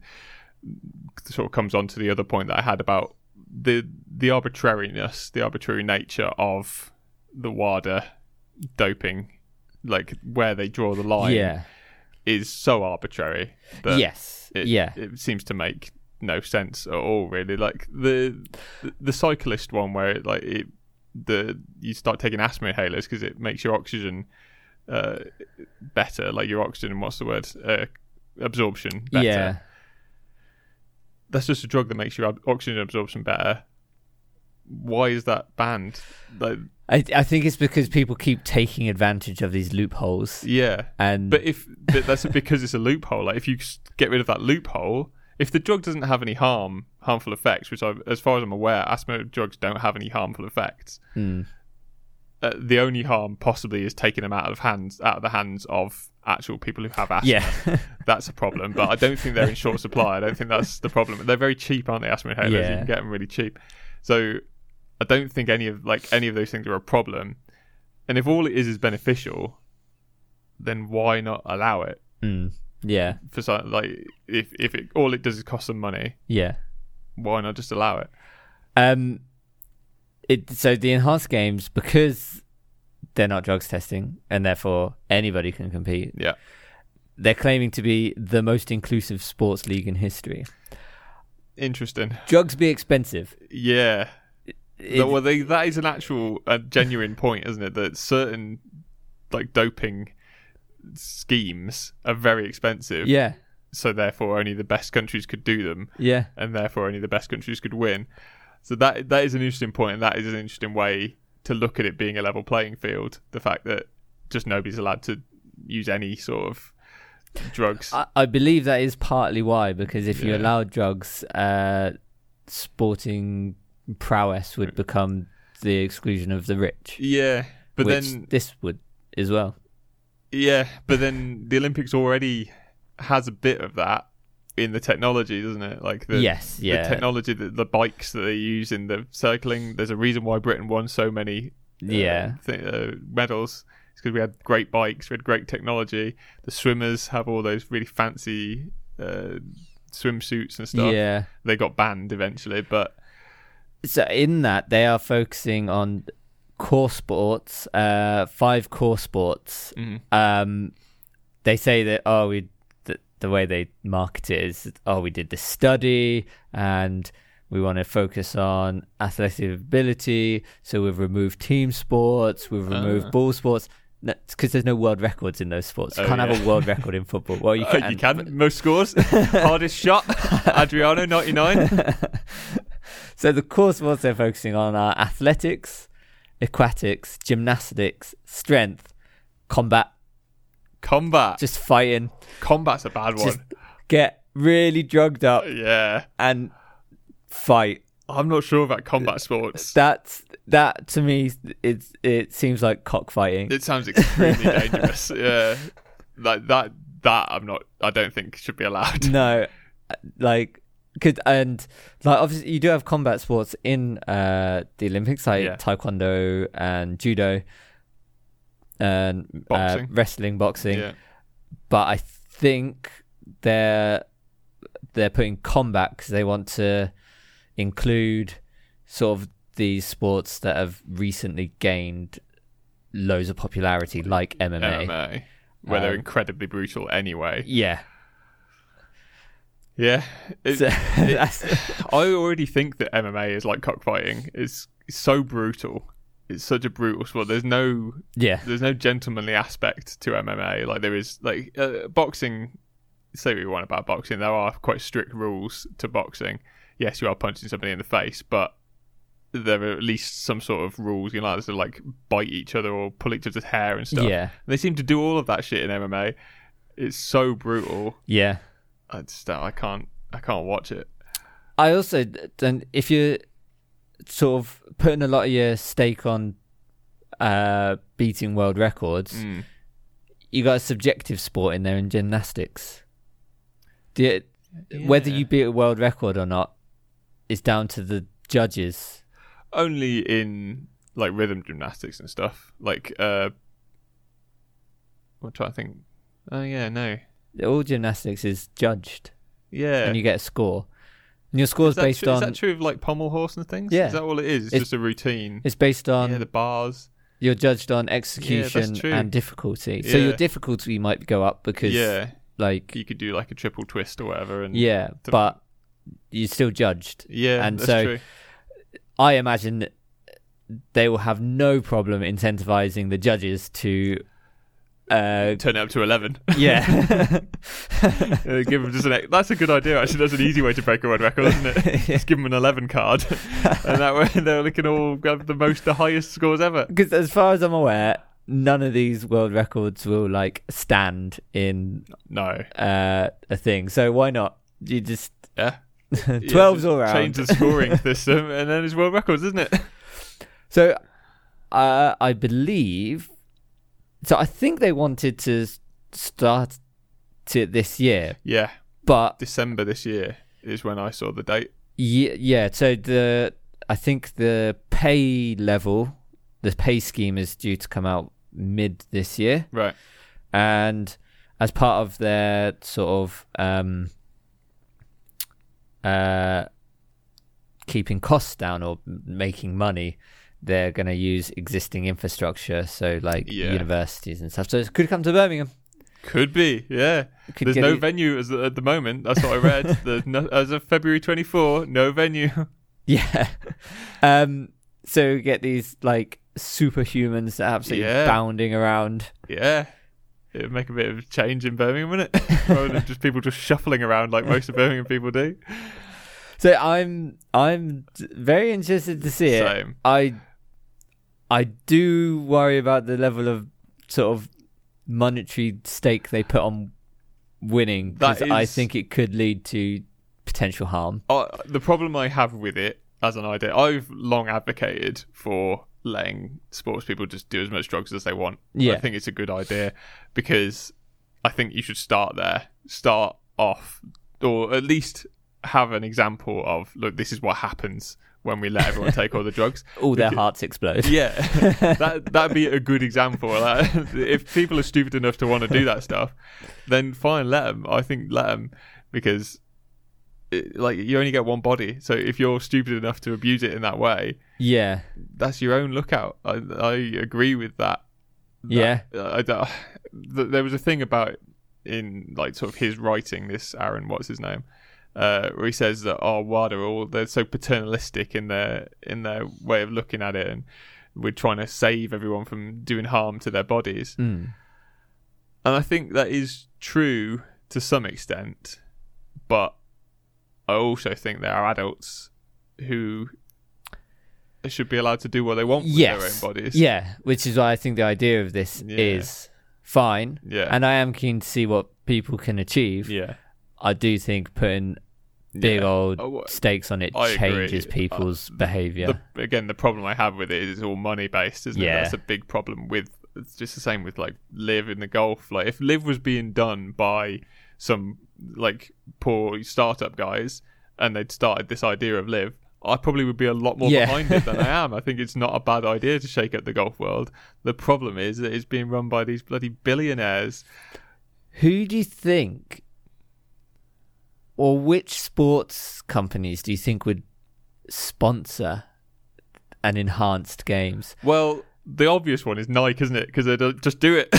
[SPEAKER 1] sort of comes on to the other point that I had about the the arbitrariness, the arbitrary nature of the WADA doping, like where they draw the line,
[SPEAKER 2] Yeah.
[SPEAKER 1] is so arbitrary. That
[SPEAKER 2] Yes.
[SPEAKER 1] it,
[SPEAKER 2] yeah.
[SPEAKER 1] it seems to make no sense at all, really. Like the the, the cyclist one, where it, like it, the you start taking asthma inhalers because it makes your oxygen uh, better, like your oxygen. What's the word? Uh, absorption. Better.
[SPEAKER 2] yeah.
[SPEAKER 1] that's just a drug that makes your ab- oxygen absorption better. Why is that banned? Like,
[SPEAKER 2] I I think it's because people keep taking advantage of these loopholes
[SPEAKER 1] yeah,
[SPEAKER 2] and
[SPEAKER 1] but if but that's because it's a loophole. Like, if you s- get rid of that loophole, if the drug doesn't have any harm, harmful effects, which I, as far as I'm aware, asthma drugs don't have any harmful effects.
[SPEAKER 2] Mm.
[SPEAKER 1] Uh, the only harm possibly is taking them out of hands, out of the hands of actual people who have asthma.
[SPEAKER 2] yeah.
[SPEAKER 1] that's a problem. But I don't think they're in short supply. I don't think that's the problem. They're very cheap, aren't they? Asthma inhalers. You
[SPEAKER 2] Yeah.
[SPEAKER 1] can get them really cheap. So I don't think any of like any of those things are a problem. And if all it is is beneficial, then why not allow it
[SPEAKER 2] mm. Yeah.
[SPEAKER 1] for so, like if if it, all it does is cost some money,
[SPEAKER 2] Yeah.
[SPEAKER 1] why not just allow it?
[SPEAKER 2] Um, it so the enhanced games because they're not drugs testing and therefore anybody can compete.
[SPEAKER 1] Yeah.
[SPEAKER 2] They're claiming to be the most inclusive sports league in history.
[SPEAKER 1] Interesting.
[SPEAKER 2] Drugs be expensive.
[SPEAKER 1] Yeah.
[SPEAKER 2] It-
[SPEAKER 1] well, they, that is an actual, uh, genuine point, isn't it? That certain like doping schemes are very expensive.
[SPEAKER 2] yeah,
[SPEAKER 1] so therefore only the best countries could do them,
[SPEAKER 2] yeah,
[SPEAKER 1] and therefore only the best countries could win. So that that is an interesting point, and that is an interesting way to look at it being a level playing field. The fact that just nobody's allowed to use any sort of drugs.
[SPEAKER 2] I, I believe that is partly why because if you
[SPEAKER 1] Yeah.
[SPEAKER 2] allow drugs, uh, sporting prowess would become the exclusion of the rich.
[SPEAKER 1] yeah, but
[SPEAKER 2] which
[SPEAKER 1] then
[SPEAKER 2] this would as well.
[SPEAKER 1] yeah, but then the Olympics already has a bit of that in the technology, doesn't it? Like the
[SPEAKER 2] yes, yeah,
[SPEAKER 1] The technology, the, the bikes that they use in the cycling. There's a reason why Britain won so many uh,
[SPEAKER 2] yeah,
[SPEAKER 1] th- uh, medals. It's because we had great bikes, we had great technology. The swimmers have all those really fancy uh, swimsuits and stuff.
[SPEAKER 2] yeah.
[SPEAKER 1] They got banned eventually, but
[SPEAKER 2] so in that they are focusing on core sports uh five core sports
[SPEAKER 1] Mm-hmm.
[SPEAKER 2] um they say that oh we the, the way they market it is oh we did this study and we want to focus on athletic ability so we've removed team sports we've removed
[SPEAKER 1] Ah.
[SPEAKER 2] ball sports because there's no world records in those sports you
[SPEAKER 1] Oh,
[SPEAKER 2] can't have
[SPEAKER 1] yeah.
[SPEAKER 2] a world record in football well you
[SPEAKER 1] Uh,
[SPEAKER 2] can,
[SPEAKER 1] you can. Most scores, hardest shot, Adriano ninety nine.
[SPEAKER 2] So the core sports they're focusing on are athletics, aquatics, gymnastics, strength, combat,
[SPEAKER 1] Combat.
[SPEAKER 2] just fighting.
[SPEAKER 1] Combat's a bad one.
[SPEAKER 2] Just get really drugged up
[SPEAKER 1] yeah.
[SPEAKER 2] and fight.
[SPEAKER 1] I'm not sure about
[SPEAKER 2] Uh,
[SPEAKER 1] combat sports.
[SPEAKER 2] That's that to me. It it seems like cockfighting.
[SPEAKER 1] It sounds extremely dangerous. Yeah. Like that that I'm not I don't think should be allowed.
[SPEAKER 2] no, like could and like obviously you do have combat sports in uh the Olympics, like
[SPEAKER 1] Yeah.
[SPEAKER 2] taekwondo and judo and
[SPEAKER 1] Boxing.
[SPEAKER 2] Uh, wrestling, boxing.
[SPEAKER 1] Yeah.
[SPEAKER 2] But I think they're they're putting combat because they want to include sort of these sports that have recently gained loads of popularity, like MMA.
[SPEAKER 1] MMA. Where they're
[SPEAKER 2] Um,
[SPEAKER 1] incredibly brutal anyway.
[SPEAKER 2] Yeah,
[SPEAKER 1] Yeah. It-
[SPEAKER 2] So that's-
[SPEAKER 1] I already think that MMA is like cockfighting. It's so brutal. It's such a brutal sport. There's no
[SPEAKER 2] yeah,
[SPEAKER 1] there's no gentlemanly aspect to MMA. Like there is like uh, boxing. Say what you want about boxing, there are quite strict rules to boxing. Yes, you are punching somebody in the face, but there are at least some sort of rules. You know, like, to like bite each other or pull each other's hair and stuff.
[SPEAKER 2] yeah,
[SPEAKER 1] they seem to do all of that shit in MMA. It's so brutal.
[SPEAKER 2] yeah.
[SPEAKER 1] I just don't- I can't I can't watch it.
[SPEAKER 2] I also d- don't. If you're sort of putting a lot of your stake on uh, beating world records,
[SPEAKER 1] Mm.
[SPEAKER 2] you got a subjective sport in there in gymnastics. Do you- Whether
[SPEAKER 1] Yeah.
[SPEAKER 2] you beat a world record or not is down to the judges.
[SPEAKER 1] only in like rhythm gymnastics and stuff. Like uh I'm trying to think. Oh yeah, no.
[SPEAKER 2] All gymnastics is judged,
[SPEAKER 1] Yeah.
[SPEAKER 2] and you get a score. And your score is,
[SPEAKER 1] is, that
[SPEAKER 2] based
[SPEAKER 1] tru- is
[SPEAKER 2] on
[SPEAKER 1] that true of like pommel horse and things?
[SPEAKER 2] Yeah.
[SPEAKER 1] Is that all it is? It's,
[SPEAKER 2] It's-
[SPEAKER 1] just a routine.
[SPEAKER 2] it's based on
[SPEAKER 1] yeah, the bars.
[SPEAKER 2] you're judged on execution
[SPEAKER 1] true.
[SPEAKER 2] and difficulty. So
[SPEAKER 1] Yeah.
[SPEAKER 2] your difficulty might go up because
[SPEAKER 1] Yeah.
[SPEAKER 2] like
[SPEAKER 1] You could do like a triple twist or whatever and
[SPEAKER 2] Yeah,
[SPEAKER 1] to-
[SPEAKER 2] but you're still judged.
[SPEAKER 1] Yeah,
[SPEAKER 2] and
[SPEAKER 1] that's
[SPEAKER 2] so-
[SPEAKER 1] true.
[SPEAKER 2] I imagine that they will have no problem incentivizing the judges to, uh,
[SPEAKER 1] Turn it up to eleven.
[SPEAKER 2] yeah,
[SPEAKER 1] Uh, give them just an. That's a good idea. Actually, that's an easy way to break a world record, isn't it? Just give them an eleven card, and that way they're looking all have the most, the highest scores ever.
[SPEAKER 2] because as far as I'm aware, none of these world records will like stand in
[SPEAKER 1] No,
[SPEAKER 2] uh, a thing. So why not? You just
[SPEAKER 1] yeah, Yeah,
[SPEAKER 2] twelves
[SPEAKER 1] just
[SPEAKER 2] all around.
[SPEAKER 1] Change the scoring system, and then it's world records, isn't it?
[SPEAKER 2] So, uh, I believe. So I think they wanted to s- start it this year,
[SPEAKER 1] Yeah,
[SPEAKER 2] but
[SPEAKER 1] December this year is when I saw the date.
[SPEAKER 2] Yeah, yeah. So the I think the pay level, the pay scheme is due to come out mid this year,
[SPEAKER 1] Right.
[SPEAKER 2] and as part of their sort of um, uh, keeping costs down or m- making money, they're going to use existing infrastructure, so like
[SPEAKER 1] Yeah.
[SPEAKER 2] universities and stuff. So it could come to Birmingham.
[SPEAKER 1] Could be, yeah.
[SPEAKER 2] It Could
[SPEAKER 1] There's
[SPEAKER 2] get e-,
[SPEAKER 1] no
[SPEAKER 2] it-
[SPEAKER 1] venue as, at the moment. That's what I read. There's no, as of February 24, no venue.
[SPEAKER 2] Yeah. Um. So we get these like superhumans that are absolutely
[SPEAKER 1] Yeah.
[SPEAKER 2] bounding around.
[SPEAKER 1] yeah, it would make a bit of change in Birmingham, wouldn't it? Rather than just people just shuffling around like most of Birmingham people do.
[SPEAKER 2] So I'm I'm d- very interested to see it.
[SPEAKER 1] Same.
[SPEAKER 2] I I do worry about the level of sort of monetary stake they put on winning because
[SPEAKER 1] That
[SPEAKER 2] I
[SPEAKER 1] is-
[SPEAKER 2] think it could lead to potential harm.
[SPEAKER 1] Uh, the problem I have with it as an idea, I've long advocated for letting sports people just do as much drugs as they want.
[SPEAKER 2] Yeah.
[SPEAKER 1] I think it's a good idea because I think you should start there. Start off, or at least have an example of look, this is what happens when we let everyone take all the drugs.
[SPEAKER 2] All their hearts explode.
[SPEAKER 1] Yeah, that that'd be a good example. Like, if people are stupid enough to want to do that stuff, then fine, let them. I think let them because, it, like, you only get one body. So if you're stupid enough to abuse it in that way,
[SPEAKER 2] Yeah.
[SPEAKER 1] that's your own lookout. I, I agree with that.
[SPEAKER 2] Yeah.
[SPEAKER 1] Uh, I don't, th- there was a thing about in like sort of his writing this Aaron what's his name uh, where he says that oh WADA are all they're so paternalistic in their in their way of looking at it and we're trying to save everyone from doing harm to their bodies
[SPEAKER 2] Mm.
[SPEAKER 1] and I think that is true to some extent but I also think there are adults who should be allowed to do what they want with
[SPEAKER 2] Yes.
[SPEAKER 1] their own bodies
[SPEAKER 2] Yeah, which is why I think the idea of this
[SPEAKER 1] Yeah.
[SPEAKER 2] is fine.
[SPEAKER 1] Yeah.
[SPEAKER 2] And I am keen to see what people can achieve.
[SPEAKER 1] Yeah.
[SPEAKER 2] I do think putting big
[SPEAKER 1] Yeah.
[SPEAKER 2] old
[SPEAKER 1] Oh, wha-
[SPEAKER 2] stakes on it
[SPEAKER 1] I agree.
[SPEAKER 2] changes
[SPEAKER 1] Uh,
[SPEAKER 2] people's behavior.
[SPEAKER 1] The, again, the problem I have with it is it's all money based, isn't
[SPEAKER 2] Yeah.
[SPEAKER 1] it? That's a big problem with. It's just the same with like live in the golf. Like if live was being done by some like poor startup guys and they'd started this idea of live, I probably would be a lot more
[SPEAKER 2] Yeah.
[SPEAKER 1] behind it than I am. I think it's not a bad idea to shake up the golf world. The problem is that it's being run by these bloody billionaires.
[SPEAKER 2] Who do you think, or which sports companies do you think would sponsor an enhanced games?
[SPEAKER 1] Well, the obvious one is Nike, isn't it? Because they don't just do it.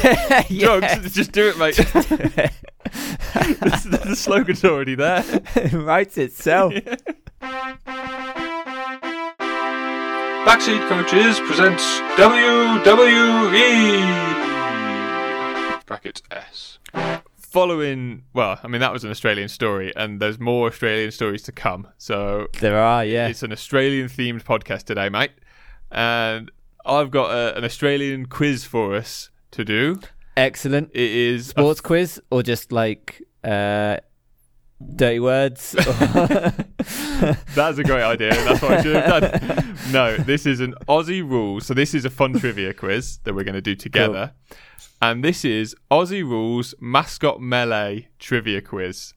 [SPEAKER 2] yeah, yeah.
[SPEAKER 1] Drugs, just do it, mate. the, the slogan's already there.
[SPEAKER 2] it writes itself.
[SPEAKER 3] Backseat Coaches presents WWE. Brackets S.
[SPEAKER 1] following well i mean that was an australian story and there's more australian stories to come so
[SPEAKER 2] There are, yeah.
[SPEAKER 1] it's an australian themed podcast today mate and i've got a, an australian quiz for us to do
[SPEAKER 2] Excellent.
[SPEAKER 1] it is uh, a-
[SPEAKER 2] Sports quiz or just like uh, dirty words? or-
[SPEAKER 1] that's a great idea that's what i should have done no this is an aussie rules so this is a fun trivia quiz that we're going to do together and this is aussie rules mascot melee trivia quiz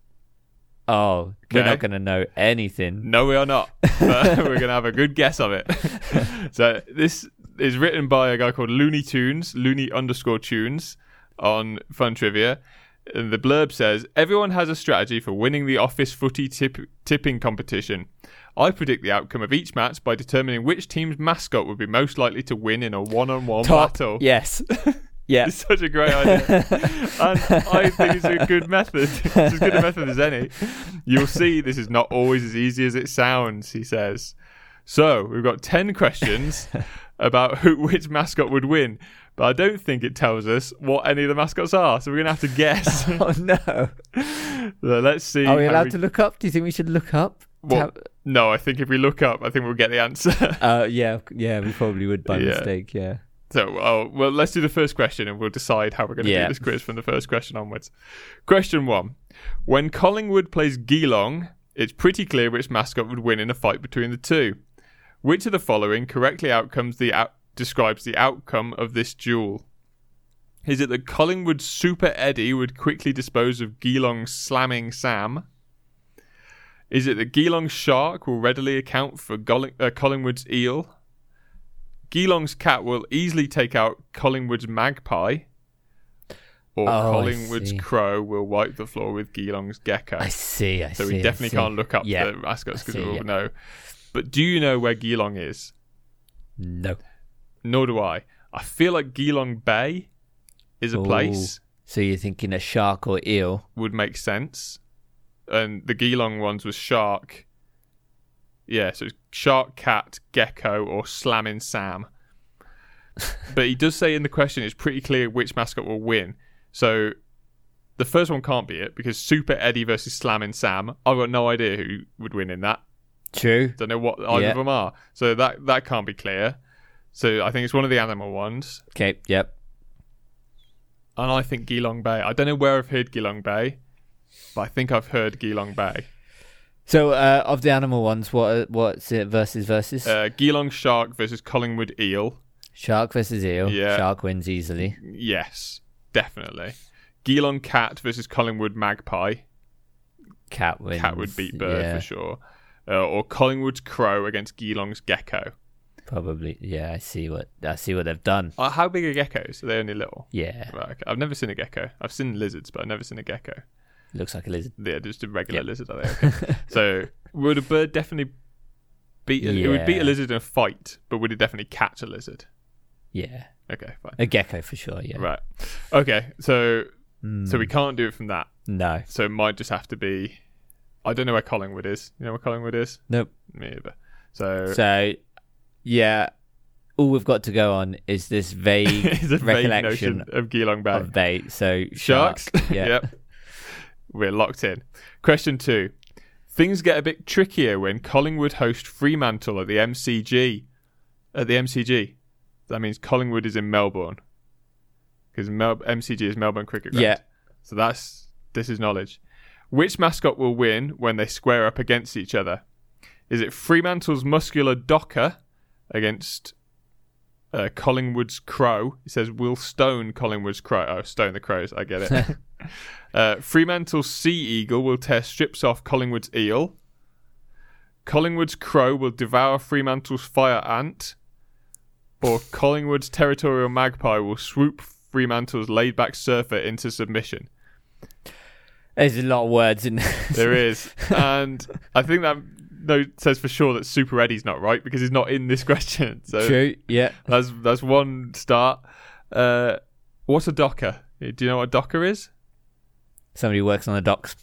[SPEAKER 2] oh, we're
[SPEAKER 1] Okay.
[SPEAKER 2] not going to know anything.
[SPEAKER 1] No, we are not. But we're going to have a good guess of it. so this is written by a guy called Looney Tunes, Looney underscore Tunes, on Fun Trivia. And the blurb says everyone has a strategy for winning the office footy tip- tipping competition. I predict the outcome of each match by determining which team's mascot would be most likely to win in a one-on-one
[SPEAKER 2] Top.
[SPEAKER 1] battle.
[SPEAKER 2] Yes. Yeah.
[SPEAKER 1] It's such a great idea. and I think it's a good method. It's as good a method as any. You'll see this is not always as easy as it sounds, he says. So we've got ten questions about who which mascot would win. But I don't think it tells us what any of the mascots are, so we're gonna have to guess.
[SPEAKER 2] oh, no.
[SPEAKER 1] So let's see.
[SPEAKER 2] Are we
[SPEAKER 1] how
[SPEAKER 2] allowed to look up? Do you think we should look up? to
[SPEAKER 1] Well,
[SPEAKER 2] have-
[SPEAKER 1] No, I think if we look up, I think we'll get the answer.
[SPEAKER 2] Uh, yeah, c- yeah, we probably would by
[SPEAKER 1] Yeah.
[SPEAKER 2] mistake. Yeah.
[SPEAKER 1] So, oh, well, let's do the first question and we'll decide how we're going to
[SPEAKER 2] Yeah.
[SPEAKER 1] do this quiz from the first question onwards. Question one When Collingwood plays Geelong, it's pretty clear which mascot would win in a fight between the two. Which of the following correctly outcomes the out- describes the outcome of this duel? Is it that Collingwood's Super Eddie would quickly dispose of Geelong's Slamming Sam? Is it that Geelong's Shark will readily account for Golling- uh, Collingwood's Eel? Geelong's cat will easily take out Collingwood's magpie, or
[SPEAKER 2] Oh, I
[SPEAKER 1] Collingwood's
[SPEAKER 2] see.
[SPEAKER 1] crow will wipe the floor with Geelong's gecko.
[SPEAKER 2] I see. I
[SPEAKER 1] so
[SPEAKER 2] see.
[SPEAKER 1] we
[SPEAKER 2] I
[SPEAKER 1] definitely
[SPEAKER 2] see.
[SPEAKER 1] can't look up
[SPEAKER 2] Yeah.
[SPEAKER 1] the mascots because
[SPEAKER 2] I see,
[SPEAKER 1] we'll
[SPEAKER 2] yeah.
[SPEAKER 1] know. But do you know where Geelong is?
[SPEAKER 2] No.
[SPEAKER 1] Nor do I. I feel like Geelong Bay is a
[SPEAKER 2] Ooh.
[SPEAKER 1] place
[SPEAKER 2] So you're thinking a shark or eel?
[SPEAKER 1] would make sense, and the Geelong ones was shark. Yeah, so it's shark, cat, gecko, or slamming Sam. but he does say in the question it's pretty clear which mascot will win. So the first one can't be it because Super Eddie versus Slamming Sam. I've got no idea who would win in that.
[SPEAKER 2] True.
[SPEAKER 1] Don't know what either
[SPEAKER 2] Yeah.
[SPEAKER 1] of them are. So that that can't be clear. So I think it's one of the animal ones.
[SPEAKER 2] Okay. Yep.
[SPEAKER 1] And I think Geelong Bay. I don't know where I've heard Geelong Bay, but I think I've heard Geelong Bay.
[SPEAKER 2] So uh, of the animal ones, what are- what's it versus versus?
[SPEAKER 1] Uh, Geelong Shark versus Collingwood Eel.
[SPEAKER 2] shark versus eel.
[SPEAKER 1] yeah.
[SPEAKER 2] Shark wins easily.
[SPEAKER 1] Yes, definitely. Geelong Cat versus Collingwood Magpie.
[SPEAKER 2] Cat wins.
[SPEAKER 1] Cat would beat Bird
[SPEAKER 2] yeah,
[SPEAKER 1] for sure. Uh, or Collingwood's Crow against Geelong's Gecko.
[SPEAKER 2] Probably. Yeah. I see what I see what they've done.
[SPEAKER 1] Uh, how big are geckos? Are they only little?
[SPEAKER 2] Yeah.
[SPEAKER 1] Right, okay. I've never seen a gecko. I've seen lizards, but I've never seen a gecko.
[SPEAKER 2] Looks like a lizard.
[SPEAKER 1] Yeah, just a regular
[SPEAKER 2] Yep.
[SPEAKER 1] lizard, are they? Okay. so would a bird definitely beat a, it would beat
[SPEAKER 2] Yeah.
[SPEAKER 1] a lizard in a fight, but would it definitely catch a lizard?
[SPEAKER 2] Yeah.
[SPEAKER 1] Okay, fine.
[SPEAKER 2] A gecko for sure. Yeah.
[SPEAKER 1] Right. Okay, so
[SPEAKER 2] Mm,
[SPEAKER 1] so we can't do it from that.
[SPEAKER 2] no.
[SPEAKER 1] So it might just have to be. I don't know where Collingwood is. You know where Collingwood is?
[SPEAKER 2] Nope.
[SPEAKER 1] Me either. So,
[SPEAKER 2] So, yeah, all we've got to go on is this vague
[SPEAKER 1] it's a vague
[SPEAKER 2] recollection
[SPEAKER 1] notion of Geelong Bay.
[SPEAKER 2] of bait. So
[SPEAKER 1] Sharks.
[SPEAKER 2] shark, Yeah.
[SPEAKER 1] yep. We're locked in. Question two. Things get a bit trickier when Collingwood host Fremantle at the MCG. At the MCG. That means Collingwood is in Melbourne. because Mel- MCG is Melbourne Cricket Ground.
[SPEAKER 2] Yeah.
[SPEAKER 1] So that's this is knowledge. Which mascot will win when they square up against each other? Is it Fremantle's muscular Docker against uh, Collingwood's Crow? It says will Stone Collingwood's Crow. Oh, Stone the Crows. I get it. uh, Fremantle's Sea Eagle will tear strips off Collingwood's Eel. Collingwood's Crow will devour Fremantle's Fire Ant, or Collingwood's Territorial Magpie will swoop Fremantle's laid back surfer into submission.
[SPEAKER 2] There's a lot of words in there.
[SPEAKER 1] There is. and I think that no says for sure that Super Eddie's not right because he's not in this question. So
[SPEAKER 2] True. Yeah.
[SPEAKER 1] that's that's one start. Uh, what's a docker? Do you know what a docker is?
[SPEAKER 2] Somebody who works on the docks.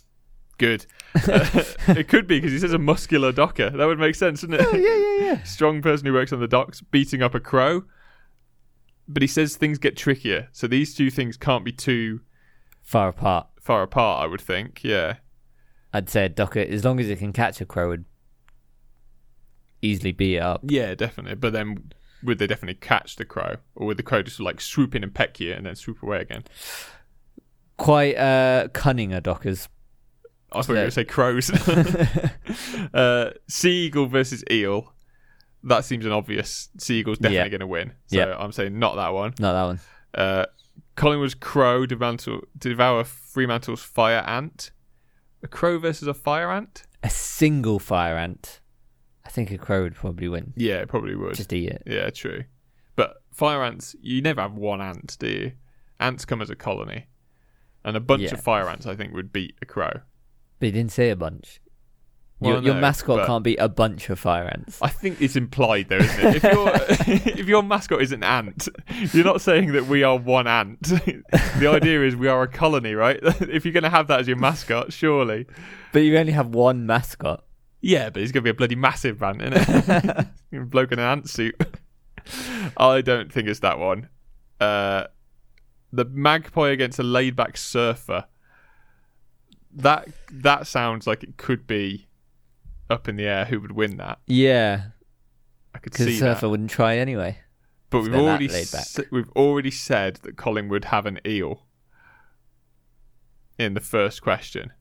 [SPEAKER 1] Good. Uh, it could be because he says a muscular docker. That would make sense, wouldn't it?
[SPEAKER 2] Oh, yeah, yeah.
[SPEAKER 1] strong person who works on the docks beating up a crow. But he says things get trickier, so these two things can't be too
[SPEAKER 2] Far apart.
[SPEAKER 1] far apart. I would think. Yeah,
[SPEAKER 2] I'd say a docker, as long as it can catch a crow, would easily beat it up.
[SPEAKER 1] yeah, definitely. But then, would they definitely catch the crow, or would the crow just like swoop in and peck you and then swoop away again?
[SPEAKER 2] Quite uh, cunning are dockers.
[SPEAKER 1] I thought you were going to say crows. uh, sea eagle versus eel. That seems an obvious. Sea eagle's definitely
[SPEAKER 2] Yeah.
[SPEAKER 1] going to win. So
[SPEAKER 2] Yeah.
[SPEAKER 1] I'm saying not that one.
[SPEAKER 2] Not that one.
[SPEAKER 1] Uh, Collingwood's crow demantle, devour Fremantle's fire ant. A crow versus a fire ant?
[SPEAKER 2] A single fire ant. I think a crow would probably win.
[SPEAKER 1] Yeah, it probably would.
[SPEAKER 2] Just eat it.
[SPEAKER 1] Yeah, true. But fire ants, you never have one ant, do you? Ants come as a colony. And a bunch
[SPEAKER 2] Yeah.
[SPEAKER 1] of fire ants, I think, would beat a crow.
[SPEAKER 2] But he didn't say a bunch.
[SPEAKER 1] Well,
[SPEAKER 2] your, your
[SPEAKER 1] no,
[SPEAKER 2] mascot
[SPEAKER 1] but-
[SPEAKER 2] can't be a bunch of fire ants.
[SPEAKER 1] I think it's implied, though, isn't it? If, your if your mascot is an ant, you're not saying that we are one ant. the idea is we are a colony, right? if you're going to have that as your mascot, surely.
[SPEAKER 2] But you only have one mascot.
[SPEAKER 1] Yeah, but he's going to be a bloody massive man, isn't it? Bloke in an ant suit. I don't think it's that one. Uh, the magpie against a laid-back surfer. That that sounds like it could be up in the air. Who would win that?
[SPEAKER 2] Yeah,
[SPEAKER 1] I could
[SPEAKER 2] because
[SPEAKER 1] see
[SPEAKER 2] surfer
[SPEAKER 1] that.
[SPEAKER 2] wouldn't try anyway.
[SPEAKER 1] But we've
[SPEAKER 2] they're that
[SPEAKER 1] already
[SPEAKER 2] laid back.
[SPEAKER 1] s- we've already said that Collingwood have an eel in the first question.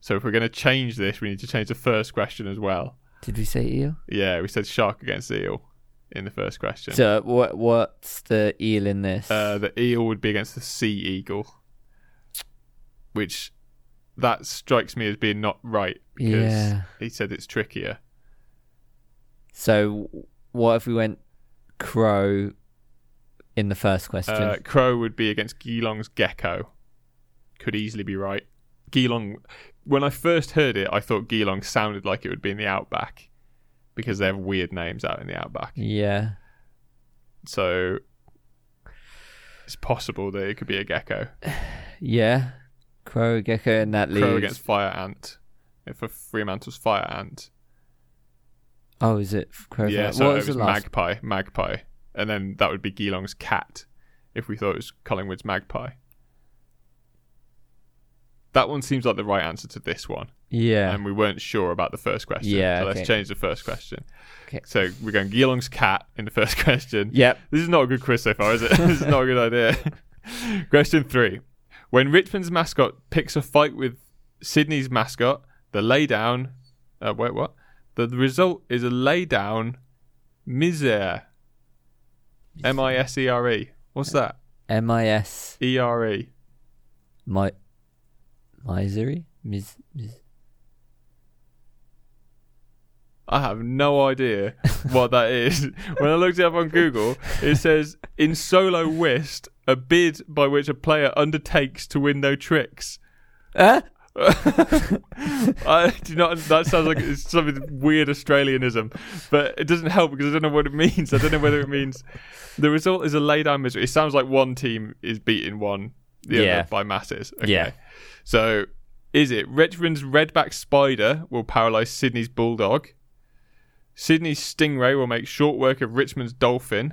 [SPEAKER 1] So if we're going to change this, we need to change the first question as well.
[SPEAKER 2] Did we say eel?
[SPEAKER 1] Yeah, we said shark against eel in the first question.
[SPEAKER 2] So what? What's the eel in this?
[SPEAKER 1] uh, the eel would be against the sea eagle, which that strikes me as being not right because
[SPEAKER 2] Yeah.
[SPEAKER 1] he said it's trickier.
[SPEAKER 2] so what if we went crow in the first question?
[SPEAKER 1] Uh, crow would be against Geelong's gecko. Could easily be right. Geelong. When I first heard it, I thought Geelong sounded like it would be in the outback because they have weird names out in the outback.
[SPEAKER 2] yeah.
[SPEAKER 1] So it's possible that it could be a gecko.
[SPEAKER 2] Yeah. Crow gecko and that leaves.
[SPEAKER 1] Crow against Fire Ant. If a Fremantle's Fire Ant.
[SPEAKER 2] Oh, is it f- crow?
[SPEAKER 1] yeah,
[SPEAKER 2] What
[SPEAKER 1] so
[SPEAKER 2] was
[SPEAKER 1] it
[SPEAKER 2] the
[SPEAKER 1] was
[SPEAKER 2] last?
[SPEAKER 1] Magpie. Magpie. And then that would be Geelong's Cat if we thought it was Collingwood's Magpie. That one seems like the right answer to this one.
[SPEAKER 2] yeah.
[SPEAKER 1] And we weren't sure about the first question.
[SPEAKER 2] Yeah,
[SPEAKER 1] So
[SPEAKER 2] okay.
[SPEAKER 1] let's change the first question.
[SPEAKER 2] Okay.
[SPEAKER 1] So we're going Geelong's Cat in the first question.
[SPEAKER 2] yep.
[SPEAKER 1] This is not a good quiz so far, is it? this is not a good idea. Question three. When Richmond's mascot picks a fight with Sydney's mascot, the laydown. Uh, wait, what? The, the result is a laydown misere. M I S E R E. What's that?
[SPEAKER 2] M I S
[SPEAKER 1] E R E.
[SPEAKER 2] my misery mis, mis-
[SPEAKER 1] I have no idea what that is. when I looked it up on Google, it says in solo whist, a bid by which a player undertakes to win no tricks.
[SPEAKER 2] Huh?
[SPEAKER 1] I do not. That sounds like it's something weird Australianism, but it doesn't help because I don't know what it means. I don't know whether it means the result is a lay down misery. It sounds like one team is beating one the
[SPEAKER 2] Yeah.
[SPEAKER 1] other by masses. Okay.
[SPEAKER 2] Yeah.
[SPEAKER 1] So is it Richmond's redback spider will paralyse Sydney's bulldog? Sydney's stingray will make short work of Richmond's dolphin.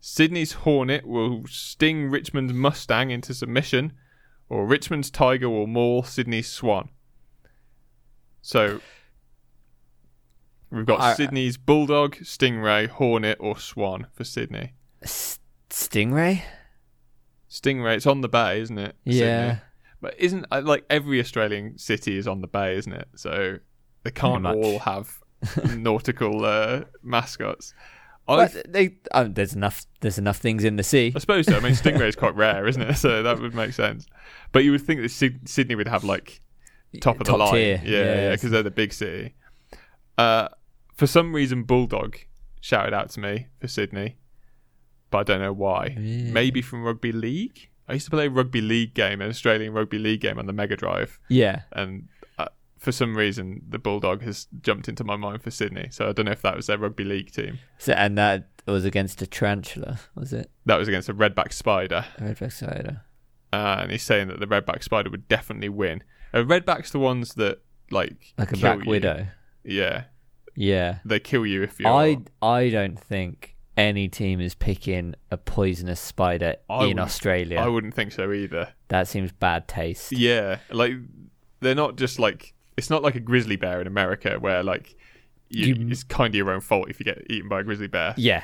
[SPEAKER 1] Sydney's hornet will sting Richmond's mustang into submission, or Richmond's tiger will maul Sydney's swan. So we've got
[SPEAKER 2] I-
[SPEAKER 1] Sydney's bulldog, stingray, hornet, or swan for Sydney.
[SPEAKER 2] S- stingray.
[SPEAKER 1] Stingray. It's on the bay, isn't it?
[SPEAKER 2] Yeah.
[SPEAKER 1] Sydney? But isn't uh, like every Australian city is on the bay, isn't it? So they can't
[SPEAKER 2] much.
[SPEAKER 1] all have nautical uh, mascots. I,
[SPEAKER 2] But they, um, there's enough. There's enough things in the sea.
[SPEAKER 1] I suppose so. I mean, stingray is quite rare, isn't it? So that would make sense. But you would think that Syd- Sydney would have like top of the
[SPEAKER 2] Top
[SPEAKER 1] line,
[SPEAKER 2] tier.
[SPEAKER 1] yeah, yeah,
[SPEAKER 2] Yeah.
[SPEAKER 1] because they're the big city. Uh, for some reason, bulldog shouted out to me for Sydney, but I don't know why. Maybe from rugby league. I used to play a rugby league game, an Australian rugby league game on the Mega Drive,
[SPEAKER 2] Yeah.
[SPEAKER 1] and uh, for some reason, the bulldog has jumped into my mind for Sydney. So I don't know if that was their rugby league team.
[SPEAKER 2] So and that was against a tarantula, was it?
[SPEAKER 1] That was against a redback spider.
[SPEAKER 2] A redback spider.
[SPEAKER 1] uh, and he's saying that the redback spider would definitely win. Uh, redbacks the ones that like
[SPEAKER 2] Like a
[SPEAKER 1] kill
[SPEAKER 2] black
[SPEAKER 1] you.
[SPEAKER 2] widow.
[SPEAKER 1] Yeah,
[SPEAKER 2] Yeah.
[SPEAKER 1] they kill you if you.
[SPEAKER 2] I I don't think any team is picking a poisonous spider
[SPEAKER 1] I
[SPEAKER 2] in
[SPEAKER 1] wouldn't-
[SPEAKER 2] Australia.
[SPEAKER 1] I wouldn't think so either.
[SPEAKER 2] that seems bad taste.
[SPEAKER 1] Yeah, like they're not just like it's not like a grizzly bear in America where like you,
[SPEAKER 2] You-
[SPEAKER 1] it's kind of your own fault if you get eaten by a grizzly bear.
[SPEAKER 2] Yeah.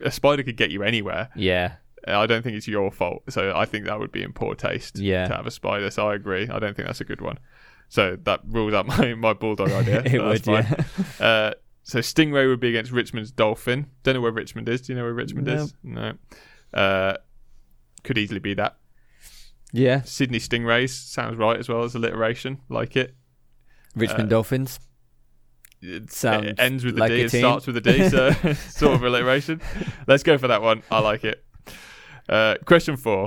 [SPEAKER 1] A spider could get you anywhere.
[SPEAKER 2] Yeah.
[SPEAKER 1] Uh, I don't think it's your fault. So I think that would be in poor taste.
[SPEAKER 2] Yeah.
[SPEAKER 1] to have a spider. So I agree. I don't think that's a good one. So that rules out my my bulldog idea.
[SPEAKER 2] It
[SPEAKER 1] but
[SPEAKER 2] would.
[SPEAKER 1] that's fine.
[SPEAKER 2] Yeah.
[SPEAKER 1] Uh, so Stingray would be against Richmond's Dolphin. Don't know where Richmond is. Do you know where Richmond is? No. Uh, could easily be that.
[SPEAKER 2] yeah.
[SPEAKER 1] Sydney Stingrays sounds right as well as alliteration. Like it.
[SPEAKER 2] Richmond Dolphins.
[SPEAKER 1] It
[SPEAKER 2] Sounds
[SPEAKER 1] it ends with the
[SPEAKER 2] like
[SPEAKER 1] D.
[SPEAKER 2] a
[SPEAKER 1] It
[SPEAKER 2] team.
[SPEAKER 1] starts with a D, so sort of alliteration. Let's go for that one. I like it. Uh, question four.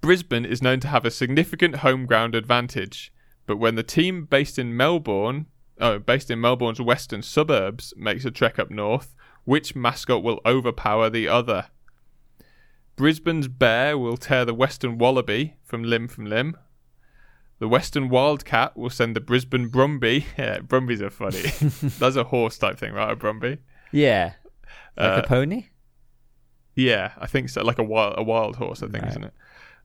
[SPEAKER 1] Brisbane is known to have a significant home ground advantage, but when the team based in Melbourne, oh, based in Melbourne's western suburbs, makes a trek up north, which mascot will overpower the other? Brisbane's bear will tear the western wallaby from limb from limb. The western wildcat will send the Brisbane brumby. Yeah, brumbies are funny. That's a horse type thing, right? A brumby.
[SPEAKER 2] Yeah. Like
[SPEAKER 1] Uh,
[SPEAKER 2] a pony.
[SPEAKER 1] Yeah, I think so. Like a wild, a wild horse, I think,
[SPEAKER 2] Right.
[SPEAKER 1] isn't it?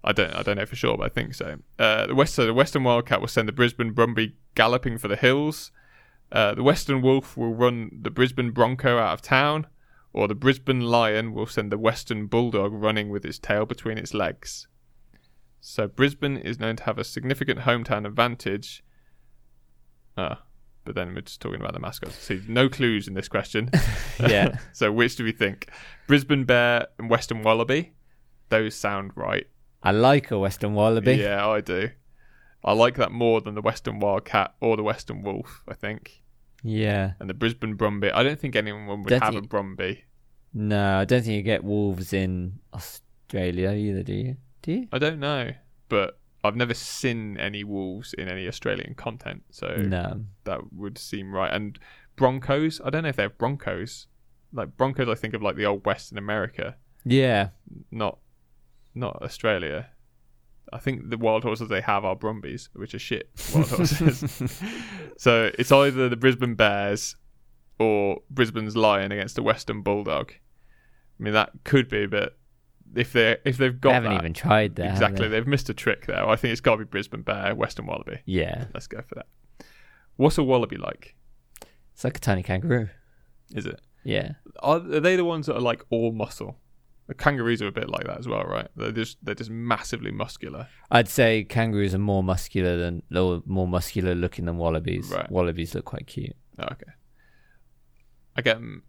[SPEAKER 1] I don't, I don't know for sure, but I think so. Uh, the west, so the Western Wildcat will send the Brisbane Brumby galloping for the hills. Uh, the Western Wolf will run the Brisbane Bronco out of town, or the Brisbane Lion will send the Western Bulldog running with its tail between its legs. So Brisbane is known to have a significant hometown advantage. Uh, but then we're just talking about the mascots. So no clues in this question.
[SPEAKER 2] Yeah.
[SPEAKER 1] so which do we think? Brisbane Bear and Western Wallaby. Those sound right.
[SPEAKER 2] I like a Western Wallaby.
[SPEAKER 1] Yeah, I do. I like that more than the Western Wildcat or the Western Wolf, I think.
[SPEAKER 2] Yeah.
[SPEAKER 1] And the Brisbane Brumby. I don't think anyone would
[SPEAKER 2] Don't
[SPEAKER 1] have
[SPEAKER 2] think-
[SPEAKER 1] a Brumby.
[SPEAKER 2] No, I don't think you get wolves in Australia either, do you? Do you?
[SPEAKER 1] I don't know. But I've never seen any wolves in any Australian content. So
[SPEAKER 2] No.
[SPEAKER 1] that would seem right. And Broncos, I don't know if they have Broncos. Like Broncos I think of like the old West in America.
[SPEAKER 2] Yeah.
[SPEAKER 1] not not Australia. I think the wild horses they have are Brumbies, which are shit wild horses. so it's either the Brisbane Bears or Brisbane's Lion against the Western Bulldog. I mean that could be, but if they if they've got
[SPEAKER 2] they haven't
[SPEAKER 1] that-
[SPEAKER 2] even tried that. have
[SPEAKER 1] exactly,
[SPEAKER 2] they?
[SPEAKER 1] they've missed a trick there. I think it's got to be Brisbane Bear, Western Wallaby.
[SPEAKER 2] Yeah.
[SPEAKER 1] Let's go for that. What's a wallaby like?
[SPEAKER 2] It's like a tiny kangaroo.
[SPEAKER 1] Is it?
[SPEAKER 2] Yeah.
[SPEAKER 1] Are, are they the ones that are like all muscle? The kangaroos are a bit like that as well, right? They're just they're just massively muscular.
[SPEAKER 2] I'd say kangaroos are more muscular than or more muscular looking than wallabies.
[SPEAKER 1] Right.
[SPEAKER 2] Wallabies look quite cute.
[SPEAKER 1] Oh, okay. I get. mm,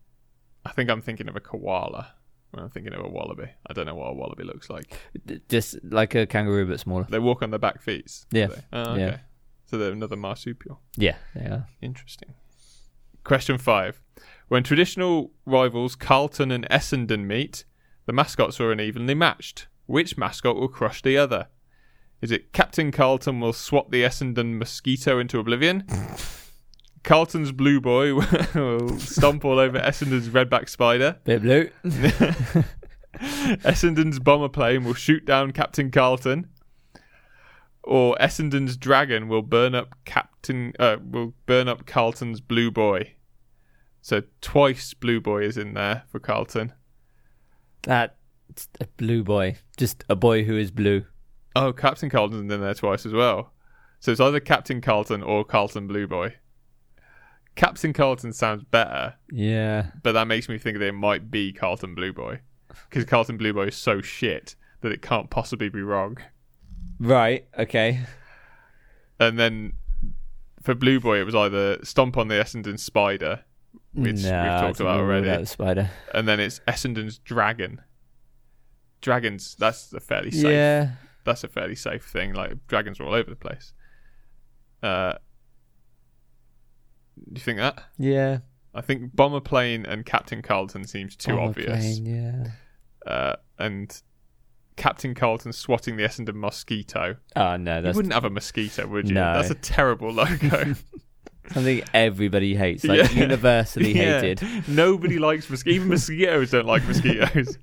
[SPEAKER 1] I think I'm thinking of a koala when I'm thinking of a wallaby. I don't know what a wallaby looks like.
[SPEAKER 2] D- Just like a kangaroo but smaller.
[SPEAKER 1] They walk on their back feet. do
[SPEAKER 2] Yeah.
[SPEAKER 1] they? Oh, okay.
[SPEAKER 2] Yeah.
[SPEAKER 1] So they're another marsupial.
[SPEAKER 2] Yeah, they are.
[SPEAKER 1] Interesting. Question five: When traditional rivals Carlton and Essendon meet, the mascots are unevenly matched. Which mascot will crush the other? Is it Captain Carlton will swat the Essendon mosquito into oblivion? Carlton's blue boy will stomp all over Essendon's redback spider.
[SPEAKER 2] Bit blue.
[SPEAKER 1] Essendon's bomber plane will shoot down Captain Carlton. Or Essendon's dragon will burn up Captain uh, will burn up Carlton's blue boy. So twice blue boy is in there for Carlton.
[SPEAKER 2] That it's a blue boy. Just a boy who is blue.
[SPEAKER 1] Oh, Captain Carlton's in there twice as well. So it's either Captain Carlton or Carlton Blue Boy. Captain Carlton sounds better,
[SPEAKER 2] Yeah.
[SPEAKER 1] but that makes me think that it might be Carlton Blue Boy. Because Carlton Blue Boy is so shit that it can't possibly be wrong.
[SPEAKER 2] Right. Okay.
[SPEAKER 1] And then for Blue Boy, it was either Stomp on the Essendon Spider, which
[SPEAKER 2] No,
[SPEAKER 1] we've
[SPEAKER 2] I
[SPEAKER 1] talked
[SPEAKER 2] don't
[SPEAKER 1] about
[SPEAKER 2] know
[SPEAKER 1] already,
[SPEAKER 2] about the spider.
[SPEAKER 1] and then it's Essendon's Dragon. Dragons, that's a fairly safe.
[SPEAKER 2] Yeah.
[SPEAKER 1] That's a fairly safe thing. Like dragons are all over the place. Uh, do you think that?
[SPEAKER 2] Yeah.
[SPEAKER 1] I think bomber plane and Captain Carlton seems too
[SPEAKER 2] Bomber
[SPEAKER 1] obvious.
[SPEAKER 2] plane, yeah.
[SPEAKER 1] Uh, and Captain Carlton swatting the Essendon mosquito.
[SPEAKER 2] Oh no,
[SPEAKER 1] You
[SPEAKER 2] that's
[SPEAKER 1] wouldn't have a mosquito, would you?
[SPEAKER 2] No.
[SPEAKER 1] That's a terrible logo.
[SPEAKER 2] something everybody hates, like
[SPEAKER 1] Yeah.
[SPEAKER 2] universally
[SPEAKER 1] Yeah.
[SPEAKER 2] hated.
[SPEAKER 1] Nobody likes mosquitoes. Even mosquitoes don't like mosquitoes.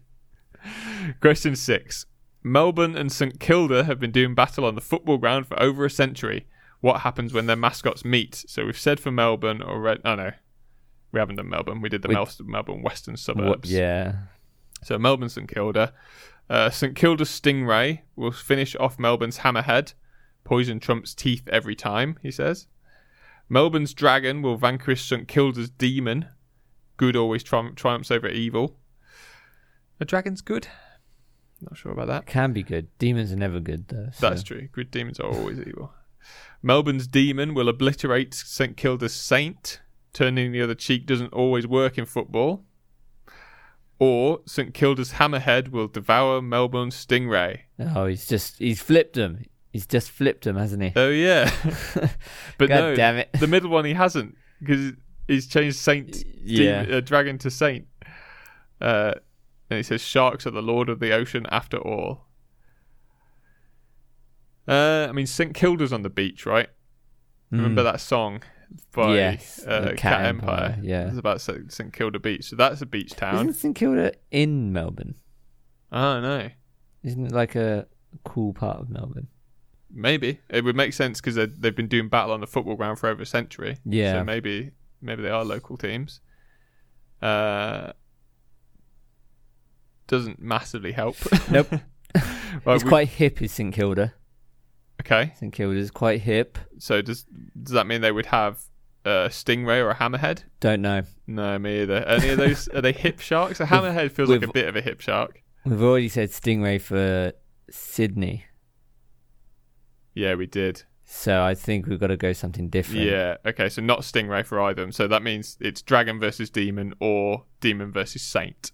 [SPEAKER 1] Question six. Melbourne and St Kilda have been doing battle on the football ground for over a century. What happens when their mascots meet? So we've said for Melbourne already. Oh no, we haven't done Melbourne. We did the
[SPEAKER 2] We-
[SPEAKER 1] Mel- Melbourne Western
[SPEAKER 2] What-
[SPEAKER 1] Suburbs.
[SPEAKER 2] yeah.
[SPEAKER 1] So Melbourne St Kilda. Uh, St Kilda Stingray will finish off Melbourne's Hammerhead. Poison trumps teeth every time, he says. Melbourne's Dragon will vanquish St Kilda's Demon. Good always tri- triumphs over evil. The dragon's good? Not sure about that.
[SPEAKER 2] Can be good. Demons are never good though. so-
[SPEAKER 1] That's true. Good demons are always evil. Melbourne's Demon will obliterate St Kilda's Saint. Turning the other cheek doesn't always work in football. Or St Kilda's Hammerhead will devour Melbourne's Stingray.
[SPEAKER 2] Oh, he's just he's flipped him. He's just flipped him, hasn't he?
[SPEAKER 1] Oh, yeah. but
[SPEAKER 2] God
[SPEAKER 1] no,
[SPEAKER 2] damn it.
[SPEAKER 1] the middle one he hasn't because he's changed Saint
[SPEAKER 2] Yeah.
[SPEAKER 1] demon, uh, Dragon to Saint. Uh, and he says, Sharks are the lord of the ocean after all. Uh, I mean, St. Kilda's on the beach, right?
[SPEAKER 2] Hmm.
[SPEAKER 1] Remember that song by
[SPEAKER 2] Mm. Yes,
[SPEAKER 1] uh,
[SPEAKER 2] the
[SPEAKER 1] Cat,
[SPEAKER 2] Cat
[SPEAKER 1] Empire?
[SPEAKER 2] Empire, yeah.
[SPEAKER 1] It's about St. St. Kilda Beach. So that's a beach
[SPEAKER 2] Isn't
[SPEAKER 1] town.
[SPEAKER 2] St Kilda in Melbourne?
[SPEAKER 1] Oh, no.
[SPEAKER 2] Isn't it like a cool part of Melbourne?
[SPEAKER 1] Maybe. It would make sense because they've been doing battle on the football ground for over a century.
[SPEAKER 2] Yeah.
[SPEAKER 1] So maybe maybe they are local teams. Uh, doesn't massively help.
[SPEAKER 2] Nope.
[SPEAKER 1] Right,
[SPEAKER 2] it's
[SPEAKER 1] we-
[SPEAKER 2] quite hip, is St Kilda.
[SPEAKER 1] okay.
[SPEAKER 2] St Kilda's quite hip.
[SPEAKER 1] So does does that mean they would have a stingray or a hammerhead?
[SPEAKER 2] Don't know.
[SPEAKER 1] No, me either. Any of those are they hip sharks? A hammerhead feels like a
[SPEAKER 2] with-
[SPEAKER 1] bit of a hip shark.
[SPEAKER 2] We've already said Stingray for Sydney,
[SPEAKER 1] Yeah, we did.
[SPEAKER 2] so I think we've got to go something different.
[SPEAKER 1] Yeah. Okay. So not stingray for either. of them. So that means it's dragon versus demon or demon versus saint.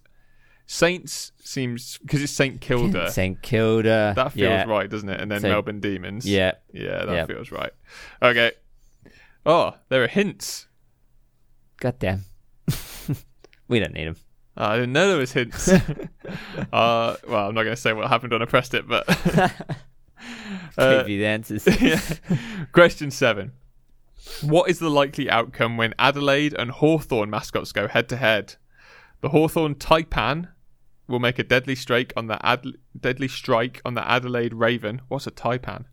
[SPEAKER 1] Saints seems because it's Saint Kilda.
[SPEAKER 2] St Kilda.
[SPEAKER 1] That feels
[SPEAKER 2] yeah.
[SPEAKER 1] right, doesn't it? And then
[SPEAKER 2] Saint-
[SPEAKER 1] Melbourne Demons.
[SPEAKER 2] Yeah.
[SPEAKER 1] Yeah, that
[SPEAKER 2] Yeah.
[SPEAKER 1] feels right. Okay. Oh, there are hints.
[SPEAKER 2] Goddamn. we don't need him.
[SPEAKER 1] Uh, I didn't know there was hints. uh, well, I'm not going to say what happened when I pressed it, but Uh,
[SPEAKER 2] Give you the answers.
[SPEAKER 1] yeah. question seven: What is the likely outcome when Adelaide and Hawthorn mascots go head to head? The Hawthorn Taipan will make a deadly strike on the Ad- deadly strike on the Adelaide Raven. What's a Taipan?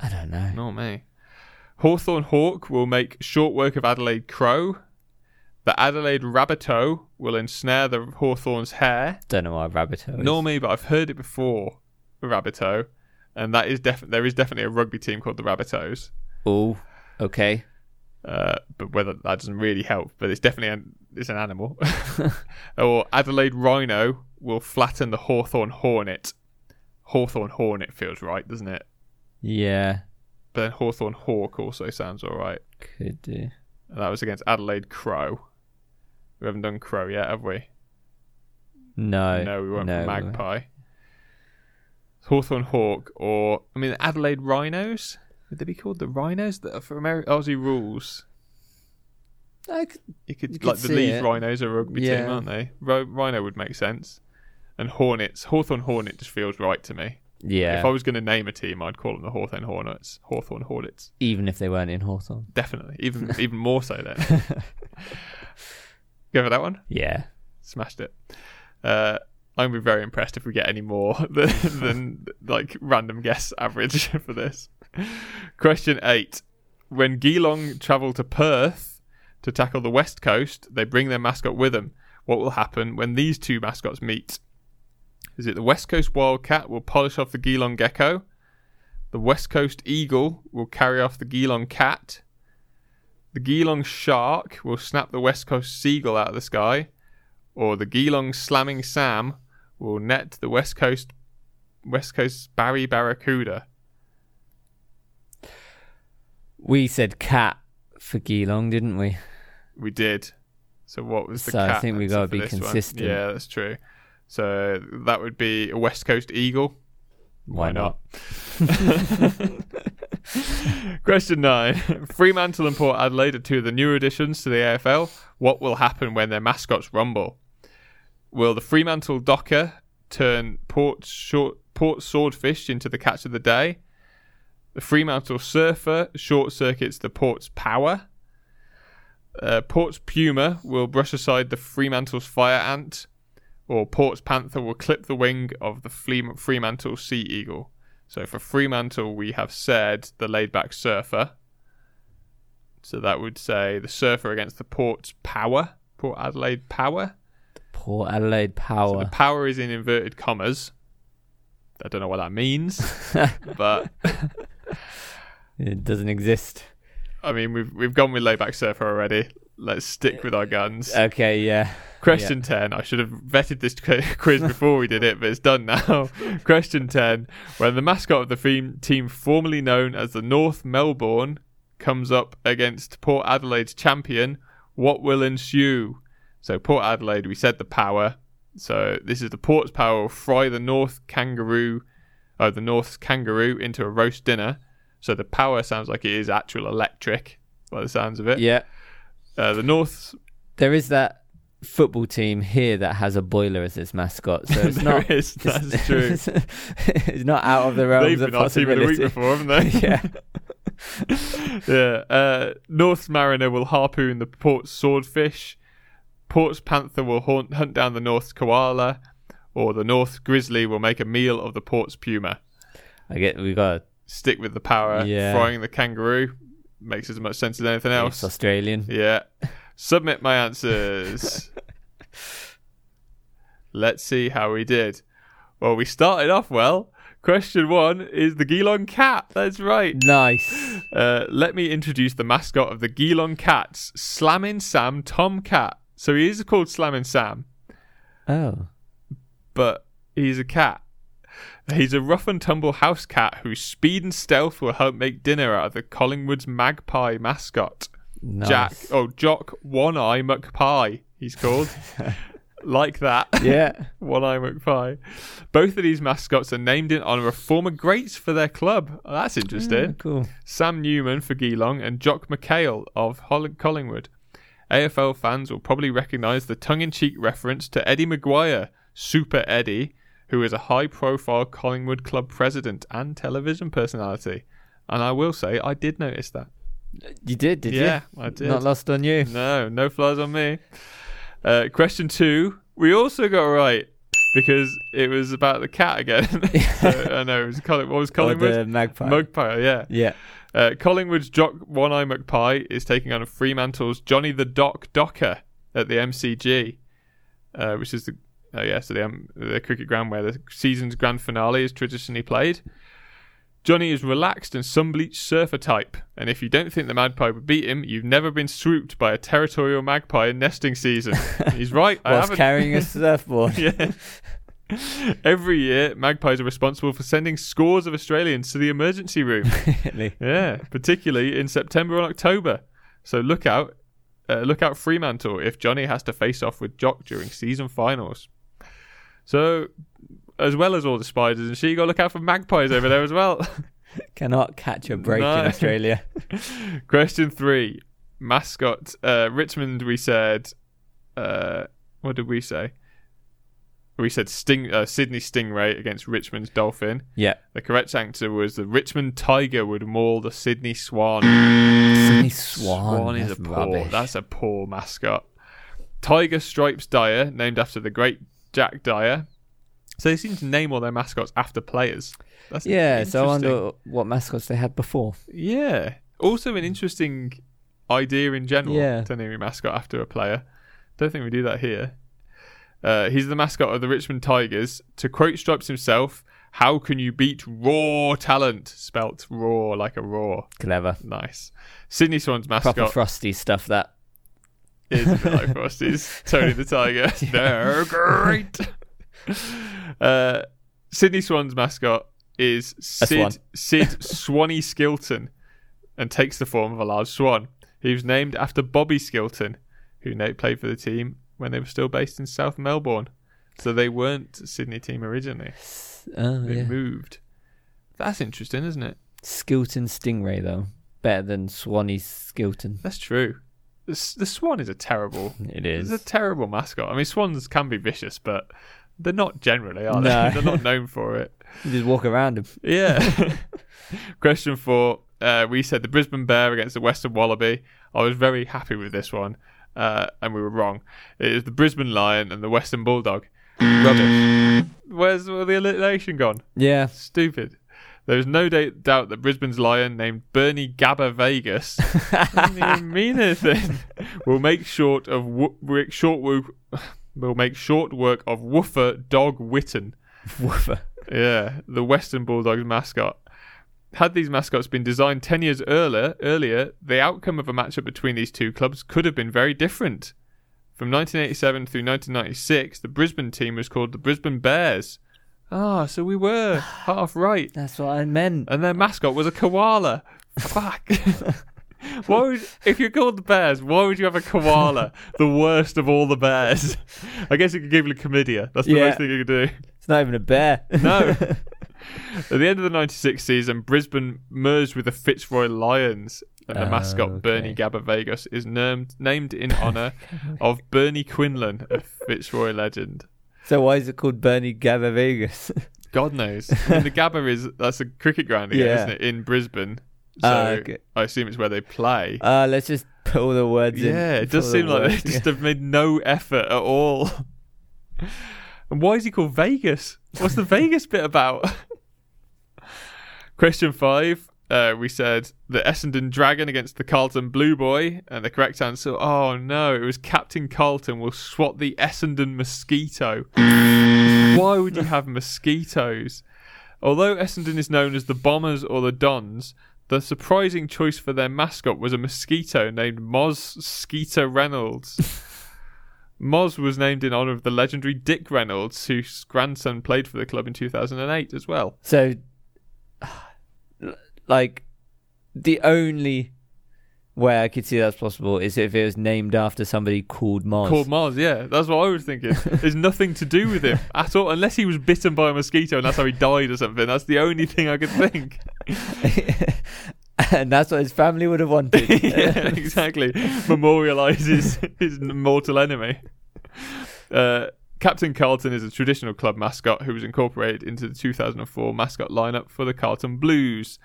[SPEAKER 2] I don't know.
[SPEAKER 1] Not me. Hawthorn Hawk will make short work of Adelaide Crow. The Adelaide Rabbitoh will ensnare the Hawthorn's hare.
[SPEAKER 2] Don't know why Rabbitoh. is.
[SPEAKER 1] Nor me, but I've heard it before, Rabbitoh. And that is definitely there is definitely a rugby team called the Rabbitohs.
[SPEAKER 2] Oh, okay.
[SPEAKER 1] Uh, but whether that doesn't really help, but it's definitely an, it's an animal. or Adelaide Rhino will flatten the Hawthorn Hornet. Hawthorn Hornet feels right, doesn't it?
[SPEAKER 2] Yeah,
[SPEAKER 1] But then Hawthorn Hawk also sounds all right.
[SPEAKER 2] could do.
[SPEAKER 1] And that was against Adelaide Crow. We haven't done Crow yet, have we?
[SPEAKER 2] No.
[SPEAKER 1] no, we won't
[SPEAKER 2] no, we won't.
[SPEAKER 1] Magpie. Hawthorn Hawk or, I mean, Adelaide Rhinos? Would they be called the Rhinos? That are for Ameri- Aussie rules.
[SPEAKER 2] I could-
[SPEAKER 1] You could,
[SPEAKER 2] You could
[SPEAKER 1] like, the
[SPEAKER 2] see
[SPEAKER 1] Leeds
[SPEAKER 2] it.
[SPEAKER 1] Rhinos are a rugby
[SPEAKER 2] Yeah.
[SPEAKER 1] team, aren't they? Ro- Rhino would make sense. And Hornets. Hawthorn Hornet just feels right to me.
[SPEAKER 2] yeah.
[SPEAKER 1] If I was going to name a team, I'd call them the Hawthorn Hornets. Hawthorn Hornets.
[SPEAKER 2] Even if they weren't in Hawthorn.
[SPEAKER 1] Definitely. Even, even more so then. Go for that one?
[SPEAKER 2] Yeah.
[SPEAKER 1] smashed it. Uh, I'm gonna be very impressed if we get any more than, than like random guess average for this. Question eight: When Geelong travel to Perth to tackle the West Coast, they bring their mascot with them. What will happen when these two mascots meet? Is it the West Coast Wildcat will polish off the Geelong Gecko? The West Coast Eagle will carry off the Geelong Cat. The Geelong Shark will snap the West Coast Seagull out of the sky or the Geelong slamming Sam will net the West Coast West Coast Barry Barracuda.
[SPEAKER 2] We said cat for Geelong, didn't we?
[SPEAKER 1] We did. So what was the
[SPEAKER 2] So I
[SPEAKER 1] cat?
[SPEAKER 2] think we
[SPEAKER 1] answer
[SPEAKER 2] gotta
[SPEAKER 1] for
[SPEAKER 2] be
[SPEAKER 1] this one?
[SPEAKER 2] consistent.
[SPEAKER 1] Yeah, that's true. So that would be a West Coast Eagle.
[SPEAKER 2] Why not?
[SPEAKER 1] Question nine: Fremantle and Port Adelaide are two of the newer additions to the AFL. What will happen when their mascots rumble? Will the Fremantle Docker turn Port short, Port Swordfish into the catch of the day? The Fremantle Surfer short circuits the Port's power. Uh, Port's Puma will brush aside the Fremantle's Fire Ant, or Port's Panther will clip the wing of the Fle- Fremantle Sea Eagle. So for Fremantle, we have said the laid back surfer. So that would say the surfer against the Port's power, Port Adelaide power.
[SPEAKER 2] Port Adelaide
[SPEAKER 1] So the
[SPEAKER 2] Power.
[SPEAKER 1] power is in inverted commas. I don't know what that means, but
[SPEAKER 2] it doesn't exist.
[SPEAKER 1] I mean we've we've gone with laid back surfer already. Let's stick with our guns.
[SPEAKER 2] Okay, yeah.
[SPEAKER 1] Question 10. I should have vetted this qu- quiz before we did it, but it's done now. Question 10. When the mascot of the theme- team formerly known as the North Melbourne comes up against Port Adelaide's champion, what will ensue? So, Port Adelaide, we said the power. So, this is the Port's power will fry the North kangaroo, oh, the North's kangaroo into a roast dinner. So, the power sounds like it is actual electric by the sounds of it.
[SPEAKER 2] Yeah.
[SPEAKER 1] Uh, the North's
[SPEAKER 2] There is that football team here that has a boiler as its mascot, so it's
[SPEAKER 1] There
[SPEAKER 2] not.
[SPEAKER 1] is,
[SPEAKER 2] it's-
[SPEAKER 1] that's true.
[SPEAKER 2] It's, not out of the realms
[SPEAKER 1] They've
[SPEAKER 2] of
[SPEAKER 1] been our team of the week before,
[SPEAKER 2] possibility.
[SPEAKER 1] haven't they? yeah.
[SPEAKER 2] yeah.
[SPEAKER 1] Uh, North Mariner will harpoon the port's swordfish. Port's panther will haunt, hunt down the North's koala, or the North grizzly will make a meal of the port's puma.
[SPEAKER 2] I get we got
[SPEAKER 1] Stick with the power.
[SPEAKER 2] Yeah.
[SPEAKER 1] Frying the kangaroo makes as much sense as anything
[SPEAKER 2] it's
[SPEAKER 1] else.
[SPEAKER 2] Australian.
[SPEAKER 1] Yeah. Submit my answers. Let's see how we did. Well, we started off well. Question one is the Geelong cat. That's right.
[SPEAKER 2] Nice.
[SPEAKER 1] Uh, let me introduce the mascot of the Geelong Cats, Slammin' Sam Tomcat. So he is called Slammin' Sam,
[SPEAKER 2] Oh.
[SPEAKER 1] but he's a cat. He's a rough and tumble house cat whose speed and stealth will help make dinner out of the Collingwood's magpie mascot,
[SPEAKER 2] Nice.
[SPEAKER 1] Jack. Oh, Jock One Eye McPie, he's called. like that.
[SPEAKER 2] Yeah.
[SPEAKER 1] One Eye McPie. Both of these mascots are named in honor of former greats for their club. Oh, that's interesting.
[SPEAKER 2] Oh, cool.
[SPEAKER 1] Sam Newman for Geelong and Jock McHale of Hol- Collingwood. AFL fans will probably recognise the tongue in cheek reference to Eddie Maguire, Super Eddie, who is a high profile Collingwood club president and television personality. And I will say, I did notice that.
[SPEAKER 2] You did, did you?
[SPEAKER 1] Yeah, I did.
[SPEAKER 2] Not lost on you.
[SPEAKER 1] No, no flies on me. Uh, question two, we also got right because it was about the cat again. so, I know, it was Colling- what was
[SPEAKER 2] Or
[SPEAKER 1] Collingwood?
[SPEAKER 2] the magpie.
[SPEAKER 1] Mugpie, yeah.
[SPEAKER 2] yeah.
[SPEAKER 1] Uh, Collingwood's Jock One Eye McPie is taking on Fremantle's Johnny the Doc Docker at the MCG, uh, which is the oh yeah, so the, um, the cricket ground where the season's grand finale is traditionally played. Johnny is relaxed and sun-bleached surfer type, and if you don't think the magpie would beat him, you've never been swooped by a territorial magpie in nesting season. He's right. I
[SPEAKER 2] Whilst
[SPEAKER 1] haven't.
[SPEAKER 2] carrying a surfboard.
[SPEAKER 1] Yeah. Every year, magpies are responsible for sending scores of Australians to the emergency room.
[SPEAKER 2] Really.
[SPEAKER 1] Yeah, particularly in September and October. So look out, uh, look out Fremantle if Johnny has to face off with Jock during season finals. So, as well as all the spiders and shit, you got to look out for magpies over there as well.
[SPEAKER 2] Cannot catch a break
[SPEAKER 1] No.
[SPEAKER 2] in Australia.
[SPEAKER 1] Question three, mascot uh, Richmond. We said, uh, what did we say? We said Sting uh, Sydney Stingray against Richmond's Dolphin.
[SPEAKER 2] Yeah.
[SPEAKER 1] The correct answer was the Richmond Tiger would maul the Sydney Swan.
[SPEAKER 2] Sydney Swan.
[SPEAKER 1] is a
[SPEAKER 2] That's
[SPEAKER 1] poor.
[SPEAKER 2] rubbish.
[SPEAKER 1] That's a poor mascot. Tiger Stripes Dyer, named after the great Jack Dyer. So they seem to name all their mascots after players. That's
[SPEAKER 2] Yeah, so I
[SPEAKER 1] interesting.
[SPEAKER 2] wonder what mascots they had before.
[SPEAKER 1] Yeah. Also, an interesting idea in general
[SPEAKER 2] Yeah.
[SPEAKER 1] to name your mascot after a player. Don't think we do that here. Uh, he's the mascot of the Richmond Tigers. To quote Stripes himself, "How can you beat raw talent?" Spelt raw like a roar.
[SPEAKER 2] Clever.
[SPEAKER 1] Nice. Sydney Swans mascot.
[SPEAKER 2] Proper frosty stuff that.
[SPEAKER 1] is a bit like Frosty's Tony the Tiger. They're great. Uh, Sydney Swans mascot is
[SPEAKER 2] swan.
[SPEAKER 1] Sid Sid Swanee Skilton, and takes the form of a large swan. He was named after Bobby Skilton, who na- played for the team when they were still based in South Melbourne. So they weren't a Sydney team originally.
[SPEAKER 2] Oh
[SPEAKER 1] They
[SPEAKER 2] yeah.
[SPEAKER 1] moved. That's interesting, isn't it?
[SPEAKER 2] Skilton Stingray though, better than Swanee Skilton.
[SPEAKER 1] That's true. The, s- the swan is a terrible.
[SPEAKER 2] It
[SPEAKER 1] It's
[SPEAKER 2] is.
[SPEAKER 1] a terrible mascot. I mean, swans can be vicious, but they're not generally, are they?
[SPEAKER 2] No.
[SPEAKER 1] they're not known for it.
[SPEAKER 2] You just walk around him.
[SPEAKER 1] Yeah. Question four. Uh, we said the Brisbane Bear against the Western Wallaby. I was very happy with this one, uh, and we were wrong. It is the Brisbane Lion and the Western Bulldog. Rubbish. Where's all the alliteration gone?
[SPEAKER 2] Yeah.
[SPEAKER 1] Stupid. There is no da- doubt that Brisbane's lion, named Bernie Gabba Vegas, doesn't even mean anything. will make short of wo- make short wo- will make short work of Woofer Dog Witten.
[SPEAKER 2] Woofer.
[SPEAKER 1] Yeah, the Western Bulldogs mascot. Had these mascots been designed 10 years earlier, earlier, the outcome of a matchup between these two clubs could have been very different. From 1987 through 1996, the Brisbane team was called the Brisbane Bears. Ah, so we were half right.
[SPEAKER 2] That's what I meant.
[SPEAKER 1] And their mascot was a koala. Fuck. why would, if you're called the Bears, why would you have a koala? the worst of all the bears. I guess you could give it a chlamydia. That's the
[SPEAKER 2] Yeah.
[SPEAKER 1] worst thing you could do.
[SPEAKER 2] It's not even a bear.
[SPEAKER 1] No. At the end of the 96 season, Brisbane merged with the Fitzroy Lions, and the
[SPEAKER 2] Oh,
[SPEAKER 1] mascot Bernie
[SPEAKER 2] okay.
[SPEAKER 1] Gabba Vegas is named, named in honour of Bernie Quinlan, a Fitzroy legend.
[SPEAKER 2] so why is it called Bernie Gabba Vegas?
[SPEAKER 1] God knows. I mean, the Gabba is that's a cricket ground again,
[SPEAKER 2] Yeah.
[SPEAKER 1] isn't it? In Brisbane. So
[SPEAKER 2] Ah, okay.
[SPEAKER 1] I assume it's where they play.
[SPEAKER 2] Uh, let's just put all the words in.
[SPEAKER 1] yeah, it
[SPEAKER 2] put all
[SPEAKER 1] does
[SPEAKER 2] the
[SPEAKER 1] seem like they
[SPEAKER 2] words
[SPEAKER 1] just
[SPEAKER 2] together.
[SPEAKER 1] have made no effort at all. and why is he called Vegas? What's the Vegas bit about? Question five. Uh, we said the Essendon Dragon against the Carlton Blue Boy, and the correct answer, oh no, it was Captain Carlton will swat the Essendon Mosquito. Why would you have mosquitoes? Although Essendon is known as the Bombers or the Dons, the surprising choice for their mascot was a mosquito named Moz Skeeter Reynolds. Moz was named in honour of the legendary Dick Reynolds, whose grandson played for the club in 2008 as well.
[SPEAKER 2] So, like, the only way I could see that's possible is if it was named after somebody called Mars.
[SPEAKER 1] Called Moz, yeah, that's what I was thinking. There's nothing to do with him at all, unless he was bitten by a mosquito and that's how he died or something. That's the only thing I could think.
[SPEAKER 2] and that's what his family would have wanted.
[SPEAKER 1] yeah, exactly. Memorializes his mortal enemy. Uh, Captain Carlton is a traditional club mascot who was incorporated into the 2004 mascot lineup for the Carlton Blues.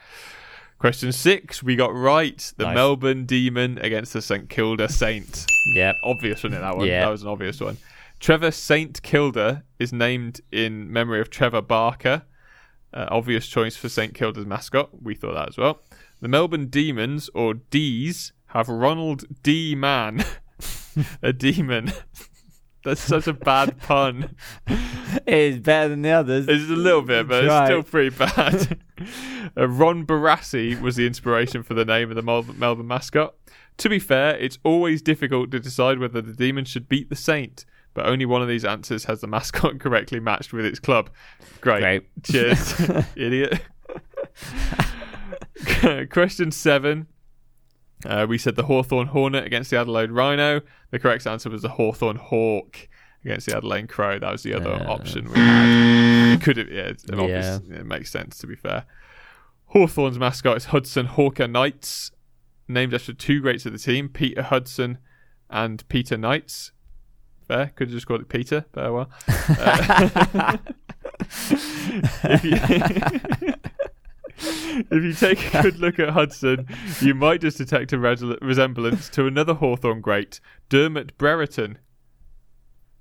[SPEAKER 1] Question six, we got right. The
[SPEAKER 2] Nice.
[SPEAKER 1] Melbourne Demon against the St Kilda Saint.
[SPEAKER 2] yep.
[SPEAKER 1] Obvious one in that one.
[SPEAKER 2] Yeah.
[SPEAKER 1] That was an obvious one. Trevor St Kilda is named in memory of Trevor Barker. Uh, obvious choice for St Kilda's mascot. We thought that as well. The Melbourne Demons, or D's, have Ronald D Man, a demon. That's such a bad pun.
[SPEAKER 2] It is better than the others.
[SPEAKER 1] It's a little bit, but
[SPEAKER 2] Right.
[SPEAKER 1] it's still pretty bad. uh, Ron Barassi was the inspiration for the name of the Mel- Melbourne mascot. To be fair, it's always difficult to decide whether the demon should beat the saint, but only one of these answers has the mascot correctly matched with its club. Great.
[SPEAKER 2] Great.
[SPEAKER 1] Cheers, idiot. Question seven. Uh, we said the Hawthorn Hornet against the Adelaide Rhino. The correct answer was the Hawthorn Hawk against the Adelaide Crow. That was the other
[SPEAKER 2] Uh,
[SPEAKER 1] option we had. It could have, yeah, it's an obvious- it makes sense to be fair. Hawthorn's mascot is Hudson Hawker Knights, named after two greats of the team, Peter Hudson and Peter Knights. Fair, could have just called it Peter, but oh well. Uh, if, you, if you take a good look at Hudson, you might just detect a res- resemblance to another Hawthorn great, Dermot Brereton.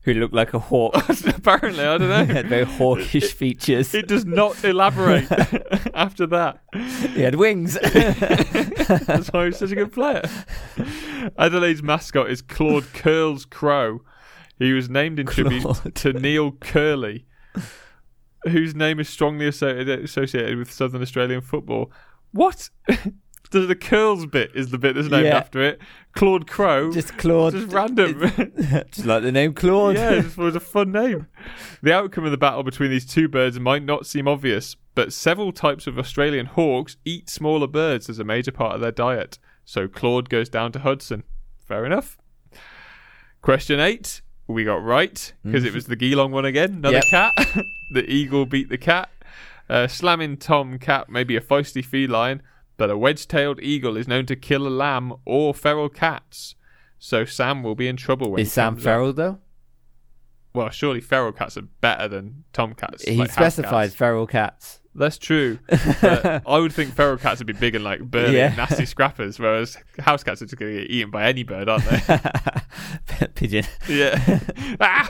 [SPEAKER 2] Who looked like a hawk.
[SPEAKER 1] Apparently, I don't know.
[SPEAKER 2] He had very hawkish features.
[SPEAKER 1] It does not elaborate after that.
[SPEAKER 2] He had wings.
[SPEAKER 1] That's why he's such a good player. Adelaide's mascot is Claude Curls Crow. He was named in tribute
[SPEAKER 2] Claude.
[SPEAKER 1] to Neil Curley, whose name is strongly asso- associated with Southern Australian football. What? The, the curls bit is the bit that's named
[SPEAKER 2] Yeah.
[SPEAKER 1] after it. Claude Crow. Just,
[SPEAKER 2] Just Claude.
[SPEAKER 1] random.
[SPEAKER 2] Just like the name Claude.
[SPEAKER 1] yeah, it was a fun name. The outcome of the battle between these two birds might not seem obvious, but several types of Australian hawks eat smaller birds as a major part of their diet. So Claude goes down to Hudson. Fair enough. Question eight, we got right because it was the Geelong one again. Another
[SPEAKER 2] Yep.
[SPEAKER 1] cat. the eagle beat the cat. Uh, slamming Tom Cat may be a feisty feline, but a wedge-tailed eagle is known to kill a lamb or feral cats. So Sam will be in trouble when he
[SPEAKER 2] Is Sam
[SPEAKER 1] comes up.
[SPEAKER 2] Ferrell though?
[SPEAKER 1] Well, surely feral cats are better than tomcats.
[SPEAKER 2] He
[SPEAKER 1] like house
[SPEAKER 2] specifies
[SPEAKER 1] cats.
[SPEAKER 2] feral cats.
[SPEAKER 1] That's true. But I would think feral cats would be big and like burly,
[SPEAKER 2] Yeah.
[SPEAKER 1] and nasty scrappers, whereas house cats are just going to get eaten by any bird, aren't they?
[SPEAKER 2] Pigeon.
[SPEAKER 1] yeah. Ah!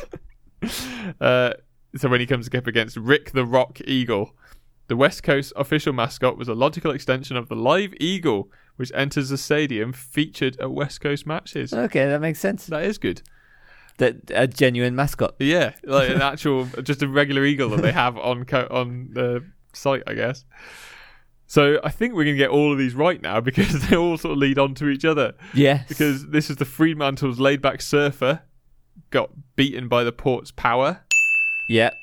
[SPEAKER 1] Uh, so when he comes up against Rick the Rock Eagle, the West Coast official mascot was a logical extension of the live eagle, which enters the stadium featured at West Coast matches.
[SPEAKER 2] Okay, that makes sense.
[SPEAKER 1] That is good.
[SPEAKER 2] That a genuine mascot.
[SPEAKER 1] Yeah, like an actual, just a regular eagle that they have on co- on the site, I guess. So I think we're gonna get all of these right now because they all sort of lead on to each other.
[SPEAKER 2] Yes.
[SPEAKER 1] Because this is the Freemantle's laid-back surfer got beaten by the port's power.
[SPEAKER 2] Yep.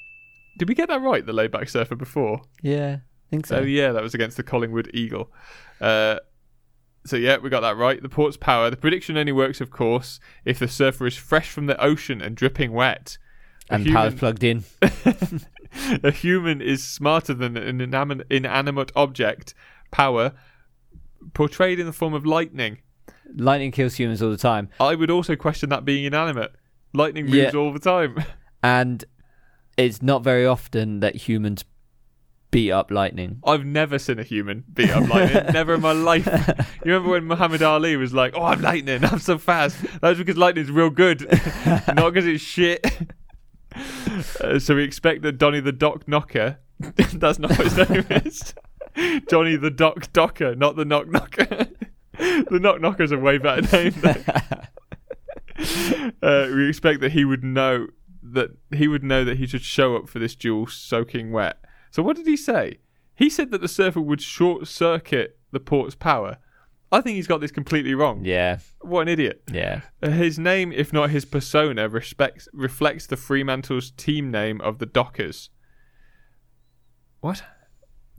[SPEAKER 1] Did we get that right? The laid-back surfer before.
[SPEAKER 2] Yeah. I think so.
[SPEAKER 1] Oh yeah, that was against the Collingwood Eagle. Uh, so yeah, we got that right. The port's power. The prediction only works, of course, if the surfer is fresh from the ocean and dripping wet. A
[SPEAKER 2] and power's
[SPEAKER 1] human-
[SPEAKER 2] plugged in.
[SPEAKER 1] a human is smarter than an inanimate, inanimate object power portrayed in the form of lightning
[SPEAKER 2] Lightning kills humans all the time.
[SPEAKER 1] i would also question that being inanimate lightning moves
[SPEAKER 2] Yeah.
[SPEAKER 1] all the time
[SPEAKER 2] And it's not very often that humans beat up lightning.
[SPEAKER 1] i've never seen a human beat up lightning never in my life you remember when muhammad ali was like oh i'm lightning i'm so fast that was because lightning's real good not because it's shit Uh, so we expect that donny the dock knocker that's not what his name is johnny the dock docker not the knock knocker the knock knockers are way better name though. uh, we expect that he would know that he would know that he should show up for this duel soaking wet. So what did he say? He said that the surfer would short circuit the port's power. I think he's got this completely wrong.
[SPEAKER 2] Yeah.
[SPEAKER 1] What an idiot.
[SPEAKER 2] Yeah.
[SPEAKER 1] Uh, His name, if not his persona, respects, reflects the Fremantle's team name of the Dockers. What?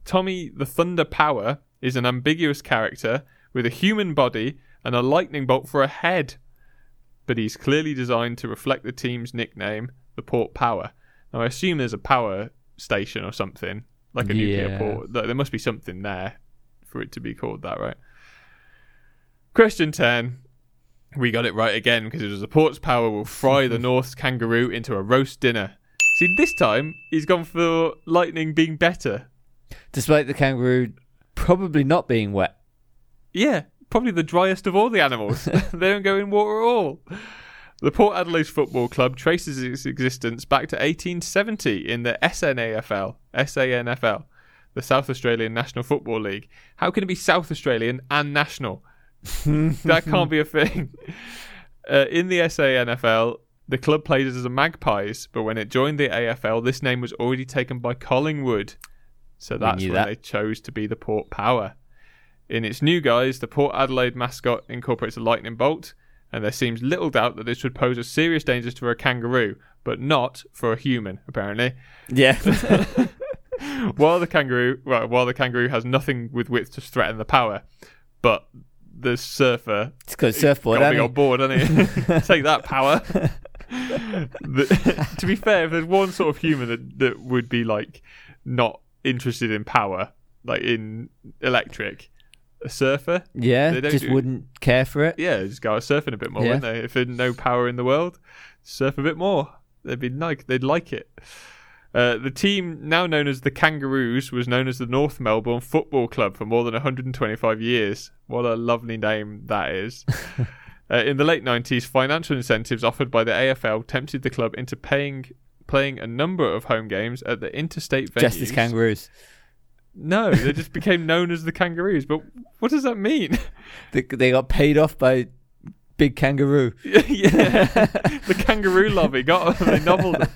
[SPEAKER 1] Tommy the Thunder Power is an ambiguous character with a human body and a lightning bolt for a head, but he's clearly designed to reflect the team's nickname, the Port Power. Now, I assume there's a power station or something, like a nuclear
[SPEAKER 2] Yeah.
[SPEAKER 1] port. Th- There must be something there for it to be called that, right? Question 10. We got it right again because it was the port's power will fry the North's kangaroo into a roast dinner. See, this time he's gone for lightning being better.
[SPEAKER 2] Despite the kangaroo probably not being wet.
[SPEAKER 1] Yeah, probably the driest of all the animals. they don't go in water at all. The Port Adelaide Football Club traces its existence back to 1870 in the SNAFL, SANFL, the South Australian National Football League. How can it be South Australian and national? that can't be a thing. Uh, in the SANFL, the club played as the Magpies, but when it joined the AFL, this name was already taken by Collingwood. So that's
[SPEAKER 2] knew
[SPEAKER 1] when
[SPEAKER 2] that.
[SPEAKER 1] they chose to be the Port Power. In its new guise, the Port Adelaide mascot incorporates a lightning bolt, and there seems little doubt that this would pose a serious danger to a kangaroo, but not for a human, apparently.
[SPEAKER 2] Yeah.
[SPEAKER 1] While the kangaroo, well, while the kangaroo has nothing with which to threaten the power, but the surfer
[SPEAKER 2] it's called surfboard,
[SPEAKER 1] got a big
[SPEAKER 2] hasn't
[SPEAKER 1] old
[SPEAKER 2] it?
[SPEAKER 1] board, hasn't he? Take that power. The- to be fair, if there's one sort of human that, that would be like not interested in power, like in electric, a surfer,
[SPEAKER 2] Yeah.
[SPEAKER 1] They don't
[SPEAKER 2] Just
[SPEAKER 1] do-
[SPEAKER 2] wouldn't care for it.
[SPEAKER 1] yeah, just go out surfing a bit more,
[SPEAKER 2] Yeah.
[SPEAKER 1] wouldn't they? If there'd no power in the world, surf a bit more. They'd be like they'd like it. Uh, the team, now known as the Kangaroos, was known as the North Melbourne Football Club for more than 125 years. What a lovely name that is. uh, in the late 90s, financial incentives offered by the AFL tempted the club into paying playing a number of home games at the interstate venues.
[SPEAKER 2] Just as kangaroos.
[SPEAKER 1] No, they just became known as the Kangaroos. But what does that mean?
[SPEAKER 2] They, they got paid off by big kangaroo.
[SPEAKER 1] yeah, the kangaroo lobby got them. They nobbled them.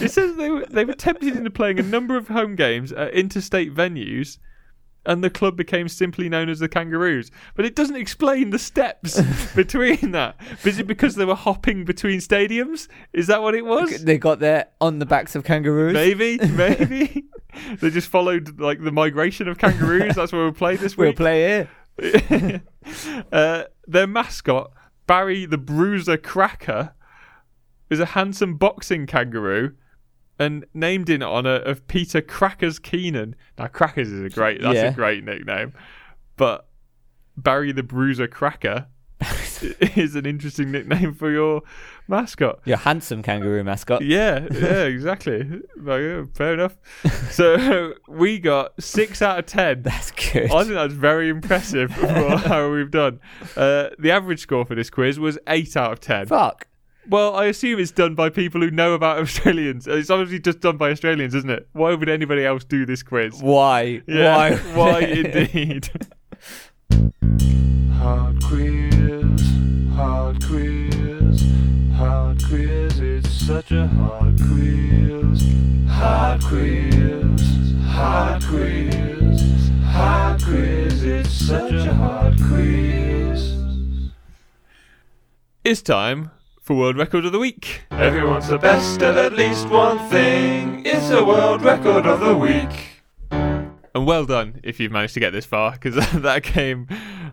[SPEAKER 1] It says they were, they were tempted into playing a number of home games at interstate venues, and the club became simply known as the Kangaroos. But it doesn't explain the steps between that. Is it because they were hopping between stadiums? Is that what it was?
[SPEAKER 2] They got there on the backs of kangaroos.
[SPEAKER 1] Maybe, maybe. they just followed like the migration of kangaroos. That's where we'll play this
[SPEAKER 2] We'll
[SPEAKER 1] week.
[SPEAKER 2] play here.
[SPEAKER 1] uh, their mascot, Barry the Bruiser Cracker, is a handsome boxing kangaroo and named in honor of Peter Crackers Keenan. Now, Crackers is a great, that's
[SPEAKER 2] Yeah.
[SPEAKER 1] a great nickname, but Barry the Bruiser Cracker is an interesting nickname for your mascot.
[SPEAKER 2] Your handsome kangaroo mascot.
[SPEAKER 1] Yeah, yeah, exactly. Like, yeah, fair enough. So we got six out of ten.
[SPEAKER 2] That's good.
[SPEAKER 1] I think that's very impressive for how we've done. Uh, the average score for this quiz was 8 out of 10.
[SPEAKER 2] Fuck.
[SPEAKER 1] Well, I assume it's done by people who know about Australians. It's obviously just done by Australians, isn't it? Why would anybody else do this quiz?
[SPEAKER 2] Why?
[SPEAKER 1] Yeah,
[SPEAKER 2] Why?
[SPEAKER 1] Why indeed?
[SPEAKER 3] Hard quiz, hard quiz, hard quiz. It's such a hard quiz. Hard quiz, hard quiz, hard quiz. It's such a hard quiz.
[SPEAKER 1] it's time for World Record of the Week.
[SPEAKER 3] Everyone's the best at at least one thing. It's a world record of the week.
[SPEAKER 1] And well done if you've managed to get this far, because that game,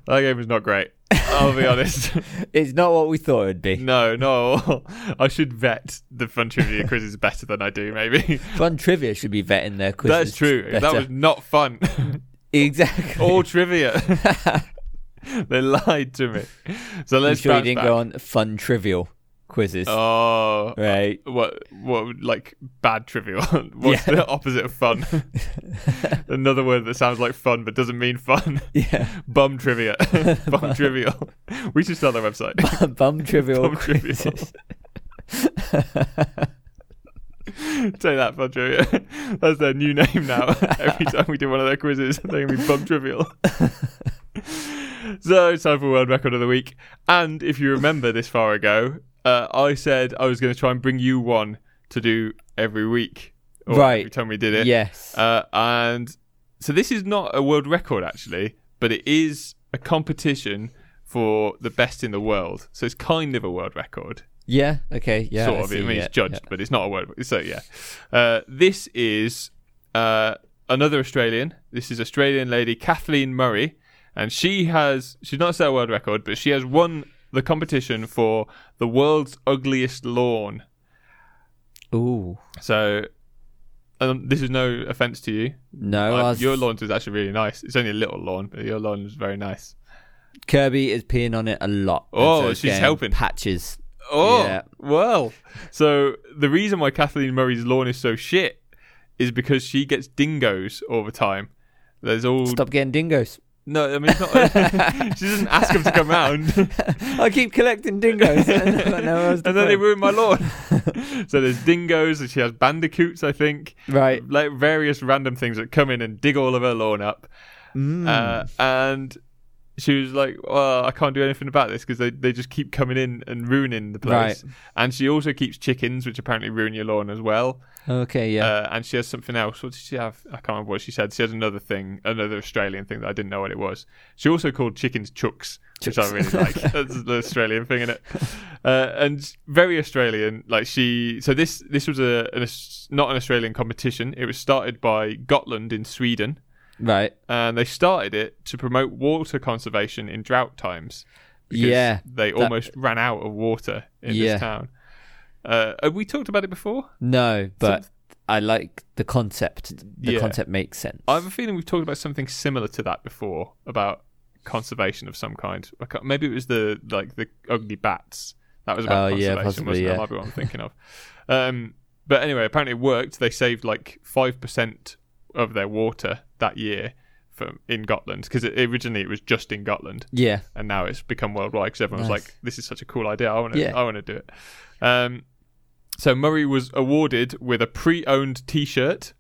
[SPEAKER 1] that game was not great. I'll be honest.
[SPEAKER 2] It's not what we thought it'd be.
[SPEAKER 1] No, no. I should vet the fun trivia quizzes better than I do, maybe.
[SPEAKER 2] Fun trivia should be vetting their quizzes.
[SPEAKER 1] That's true. That
[SPEAKER 2] better.
[SPEAKER 1] was not fun.
[SPEAKER 2] exactly.
[SPEAKER 1] All trivia. they lied to me. So
[SPEAKER 2] You
[SPEAKER 1] let's
[SPEAKER 2] sure you
[SPEAKER 1] bounce
[SPEAKER 2] didn't
[SPEAKER 1] back.
[SPEAKER 2] go on fun trivial quizzes,
[SPEAKER 1] Oh,
[SPEAKER 2] right?
[SPEAKER 1] what? What? Like bad trivia? What's
[SPEAKER 2] Yeah.
[SPEAKER 1] the opposite of fun? Another word that sounds like fun but doesn't mean fun.
[SPEAKER 2] Yeah,
[SPEAKER 1] Bum trivia. Bum trivial. We should start our website.
[SPEAKER 2] bum trivial
[SPEAKER 1] Bum trivial.
[SPEAKER 2] quizzes.
[SPEAKER 1] Take that, Bum Trivia. That's their new name now. Every time we do one of their quizzes, they're going to be Bum Trivial. so it's time for World Record of the Week. And if you remember this far ago, uh, I said I was going to try and bring you one to do every week. Or
[SPEAKER 2] Right.
[SPEAKER 1] Every time we did it.
[SPEAKER 2] Yes.
[SPEAKER 1] Uh, and so this is not a world record, actually, but it is a competition for the best in the world. So it's kind of a world record
[SPEAKER 2] yeah. Okay. Yeah.
[SPEAKER 1] sort
[SPEAKER 2] I
[SPEAKER 1] of.
[SPEAKER 2] see,
[SPEAKER 1] It means
[SPEAKER 2] yeah,
[SPEAKER 1] judged, but it's not a word. So yeah, uh, this is uh, another Australian. This is Australian lady Kathleen Murray, and she has she's not set a world record, but she has won the competition for the world's ugliest lawn.
[SPEAKER 2] yeah. Ooh.
[SPEAKER 1] So. Um, this is no offense to you.
[SPEAKER 2] No.
[SPEAKER 1] Uh,
[SPEAKER 2] I was-
[SPEAKER 1] your lawn is actually really nice. It's only a little lawn, but your lawn is very nice.
[SPEAKER 2] Kirby is peeing on it a lot. and
[SPEAKER 1] Oh,
[SPEAKER 2] so it's
[SPEAKER 1] she's
[SPEAKER 2] getting
[SPEAKER 1] helping.
[SPEAKER 2] Patches.
[SPEAKER 1] Oh,
[SPEAKER 2] Yeah.
[SPEAKER 1] well. So the reason why Kathleen Murray's lawn is so shit is because she gets dingoes all the time. There's all
[SPEAKER 2] Stop getting dingoes.
[SPEAKER 1] no. I mean, it's not, she doesn't ask them to come round,
[SPEAKER 2] I keep collecting dingoes. and I've got nowhere else to
[SPEAKER 1] and then they
[SPEAKER 2] put
[SPEAKER 1] ruin
[SPEAKER 2] 'em.
[SPEAKER 1] my lawn. so there's dingoes, and she has bandicoots, I think,
[SPEAKER 2] right.
[SPEAKER 1] Mm. like various random things that come in and dig all of her lawn up.
[SPEAKER 2] Mm.
[SPEAKER 1] Uh, and she was like, "Well, I can't do anything about this because they, they just keep coming in and ruining the place." And she also keeps chickens, which apparently ruin your lawn as well.
[SPEAKER 2] okay. Yeah.
[SPEAKER 1] Uh, and she has something else. What did she have? I can't remember what she said. She has another thing, another Australian thing that I didn't know what it was. She also called chickens chooks, which I really like. That's the Australian thing in it. Uh, and very Australian. Like she. So this this was a an, Aus- not an Australian competition. It was started by Gotland in Sweden
[SPEAKER 2] right.
[SPEAKER 1] and they started it to promote water conservation in drought times.
[SPEAKER 2] Yeah.
[SPEAKER 1] they almost ran out of water in
[SPEAKER 2] Yeah.
[SPEAKER 1] this town. Uh, have we talked about it before?
[SPEAKER 2] No, but I like the concept. The
[SPEAKER 1] Yeah.
[SPEAKER 2] concept makes sense.
[SPEAKER 1] I have a feeling we've talked about something similar to that before about conservation of some kind. I can't- Maybe it was the like the ugly bats. That was about
[SPEAKER 2] Oh, yeah,
[SPEAKER 1] conservation,
[SPEAKER 2] possibly,
[SPEAKER 1] wasn't it?
[SPEAKER 2] yeah.
[SPEAKER 1] That might be what I'm thinking of. Um, but anyway, apparently it worked. They saved like five percent of their water that year from in Gotland because originally it was just in Gotland.
[SPEAKER 2] yeah.
[SPEAKER 1] and now it's become worldwide because everyone's
[SPEAKER 2] Nice.
[SPEAKER 1] like, "This is such a cool idea. I want to.
[SPEAKER 2] Yeah.
[SPEAKER 1] I want to do it." Um, so Murray was awarded with a pre-owned T-shirt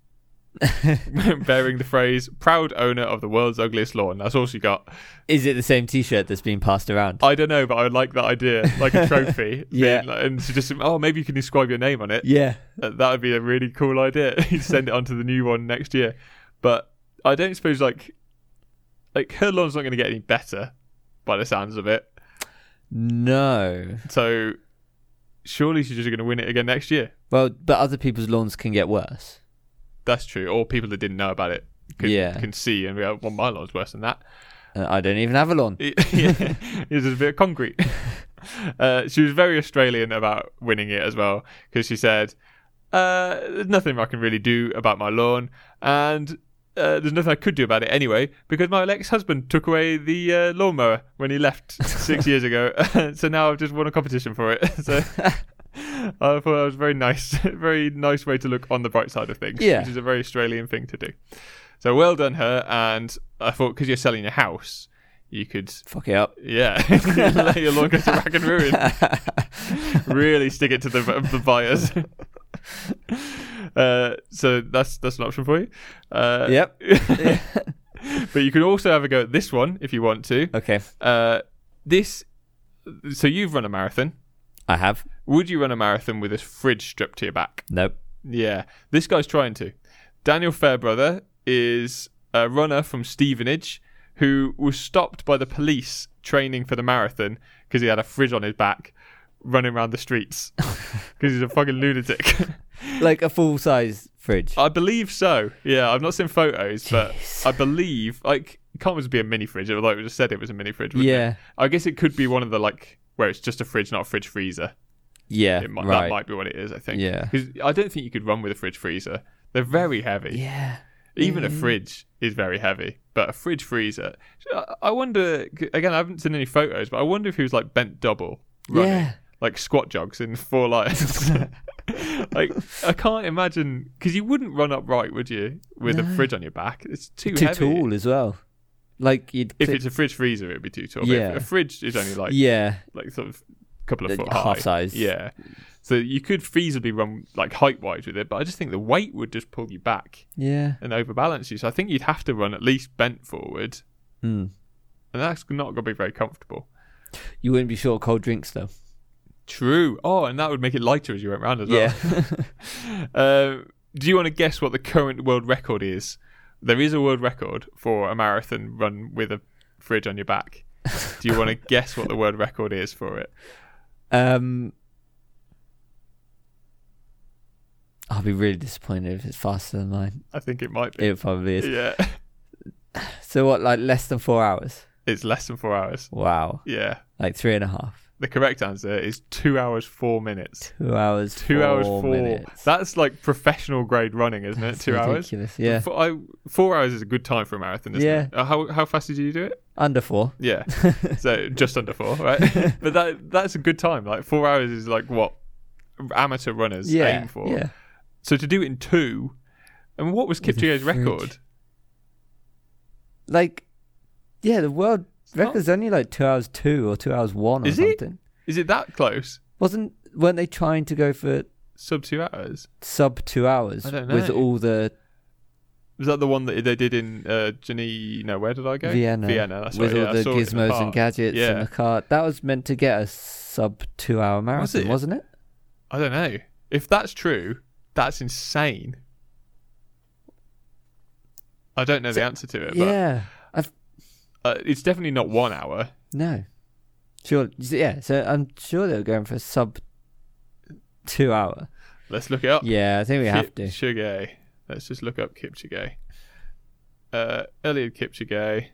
[SPEAKER 1] bearing the phrase "Proud owner of the world's ugliest lawn." That's all she got.
[SPEAKER 2] Is it the same T-shirt that's being passed around?
[SPEAKER 1] I don't know, but I like that idea, like a trophy.
[SPEAKER 2] Yeah.
[SPEAKER 1] being like- and to just oh, maybe you can inscribe your name on it.
[SPEAKER 2] yeah.
[SPEAKER 1] Uh, That would be a really cool idea. You'd Send it on to the new one next year. But I don't suppose like like her lawn's not going to get any better by the sounds of it.
[SPEAKER 2] No.
[SPEAKER 1] So surely she's just going to win it again next year.
[SPEAKER 2] Well, but other people's lawns can get worse.
[SPEAKER 1] That's true. Or people that didn't know about it can,
[SPEAKER 2] Yeah.
[SPEAKER 1] can see and go, well, my lawn's worse than that.
[SPEAKER 2] Uh, I don't even have a lawn.
[SPEAKER 1] yeah, it was just a bit of concrete. Uh, she was very Australian about winning it as well because she said, uh, "There's nothing I can really do about my lawn, and uh, there's nothing I could do about it anyway because my ex-husband took away the uh, lawnmower when he left six years ago. so now I've just won a competition for it. so." I thought that was very nice, very nice way to look on the bright side of things,
[SPEAKER 2] Yeah.
[SPEAKER 1] which is a very Australian thing to do. So well done her, and I thought because you're selling your house, you could
[SPEAKER 2] Fuck it up.
[SPEAKER 1] yeah, let your lawn go to rack and ruin. really stick it to the, the buyers. uh, so that's that's an option for you. Uh,
[SPEAKER 2] Yep.
[SPEAKER 1] but you can also have a go at this one if you want to.
[SPEAKER 2] Okay.
[SPEAKER 1] Uh, this. So you've run a marathon.
[SPEAKER 2] I have.
[SPEAKER 1] Would you run a marathon with a fridge stripped to your back?
[SPEAKER 2] Nope.
[SPEAKER 1] Yeah, this guy's trying to. Daniel Fairbrother is a runner from Stevenage who was stopped by the police training for the marathon because he had a fridge on his back running around the streets because he's a fucking lunatic.
[SPEAKER 2] Like a full size fridge.
[SPEAKER 1] I believe so. Yeah, I've not seen photos, but
[SPEAKER 2] Jeez.
[SPEAKER 1] I believe like it can't just be a mini fridge. Although it just said it was a mini fridge. wouldn't
[SPEAKER 2] Yeah.
[SPEAKER 1] it? I guess it could be one of the like where it's just a fridge, not a fridge freezer.
[SPEAKER 2] yeah.
[SPEAKER 1] It might,
[SPEAKER 2] right.
[SPEAKER 1] That might be what it is. I think.
[SPEAKER 2] Yeah.
[SPEAKER 1] because I don't think you could run with a fridge freezer. They're very heavy.
[SPEAKER 2] Yeah.
[SPEAKER 1] Even
[SPEAKER 2] Mm-hmm.
[SPEAKER 1] a fridge is very heavy, but a fridge freezer. I- I wonder. Again, I haven't seen any photos, but I wonder if he was like bent double, running,
[SPEAKER 2] Yeah.
[SPEAKER 1] like squat jogs in four lines. like I can't imagine because you wouldn't run upright, would you, with a fridge on your back? It's too,
[SPEAKER 2] Too
[SPEAKER 1] heavy.
[SPEAKER 2] tall as well. Like you'd.
[SPEAKER 1] If
[SPEAKER 2] clip-
[SPEAKER 1] it's a fridge freezer, it'd be too tall. But if
[SPEAKER 2] Yeah.
[SPEAKER 1] a fridge is only like
[SPEAKER 2] yeah.
[SPEAKER 1] like sort of couple of
[SPEAKER 2] Like
[SPEAKER 1] foot
[SPEAKER 2] half
[SPEAKER 1] high.
[SPEAKER 2] size.
[SPEAKER 1] Yeah, so you could feasibly run like height wise with it, but I just think the weight would just pull you back
[SPEAKER 2] Yeah.
[SPEAKER 1] and overbalance you. So I think you'd have to run at least bent forward,
[SPEAKER 2] Mm.
[SPEAKER 1] and that's not going to be very comfortable.
[SPEAKER 2] You wouldn't be sure of cold drinks though.
[SPEAKER 1] True. Oh, and that would make it lighter as you went round as well.
[SPEAKER 2] Yeah.
[SPEAKER 1] Uh, do you want to guess what the current world record is? There is a world record for a marathon run with a fridge on your back. Do you want to guess what the world record is for it?
[SPEAKER 2] um. I'll be really disappointed if it's faster than mine.
[SPEAKER 1] I think it might be.
[SPEAKER 2] It probably is.
[SPEAKER 1] Yeah,
[SPEAKER 2] So what? Like less than four hours?
[SPEAKER 1] it's less than four hours.
[SPEAKER 2] Wow.
[SPEAKER 1] Yeah,
[SPEAKER 2] Like three and a half.
[SPEAKER 1] the correct answer is two hours four minutes.
[SPEAKER 2] Two hours.
[SPEAKER 1] Two
[SPEAKER 2] four
[SPEAKER 1] hours four.
[SPEAKER 2] Minutes.
[SPEAKER 1] That's like professional grade running, isn't it?
[SPEAKER 2] That's
[SPEAKER 1] Two hours.
[SPEAKER 2] ridiculous. Yeah.
[SPEAKER 1] Four, I, four hours is a good time for a marathon, isn't
[SPEAKER 2] Yeah.
[SPEAKER 1] it? Uh, How how fast did you do it?
[SPEAKER 2] Under four.
[SPEAKER 1] Yeah, so just under four, right? but that that's a good time. Like four hours is like what amateur runners
[SPEAKER 2] Yeah.
[SPEAKER 1] aim for.
[SPEAKER 2] Yeah.
[SPEAKER 1] So to do it in two, and what was
[SPEAKER 2] With a
[SPEAKER 1] Kipchoge's
[SPEAKER 2] fridge.
[SPEAKER 1] record?
[SPEAKER 2] Like, yeah, the world record's only like two hours two or two hours one or
[SPEAKER 1] Oh. Is it?
[SPEAKER 2] something.
[SPEAKER 1] Is it that close?
[SPEAKER 2] Wasn't weren't they trying to go for
[SPEAKER 1] Sub two hours?
[SPEAKER 2] sub two hours
[SPEAKER 1] I don't
[SPEAKER 2] with
[SPEAKER 1] know.
[SPEAKER 2] all the
[SPEAKER 1] Was that the one that they did in uh, Geneva? Where did I go?
[SPEAKER 2] Vienna,
[SPEAKER 1] Vienna. That's
[SPEAKER 2] with
[SPEAKER 1] right, yeah,
[SPEAKER 2] all
[SPEAKER 1] I
[SPEAKER 2] the
[SPEAKER 1] saw it in the
[SPEAKER 2] gizmos and
[SPEAKER 1] park.
[SPEAKER 2] gadgets
[SPEAKER 1] Yeah.
[SPEAKER 2] in the car? That was meant to get a sub two hour marathon,
[SPEAKER 1] it?
[SPEAKER 2] wasn't it?
[SPEAKER 1] I don't know. If that's true, that's insane. I don't know the answer to it,
[SPEAKER 2] yeah. I've,
[SPEAKER 1] but uh, it's definitely not one hour.
[SPEAKER 2] no. Sure. Yeah. So I'm sure they were going for a sub two hour.
[SPEAKER 1] Let's look it up.
[SPEAKER 2] Yeah, I think we have to.
[SPEAKER 1] Kipchoge. Let's just look up Kipchoge. Uh, Elliot Kipchoge.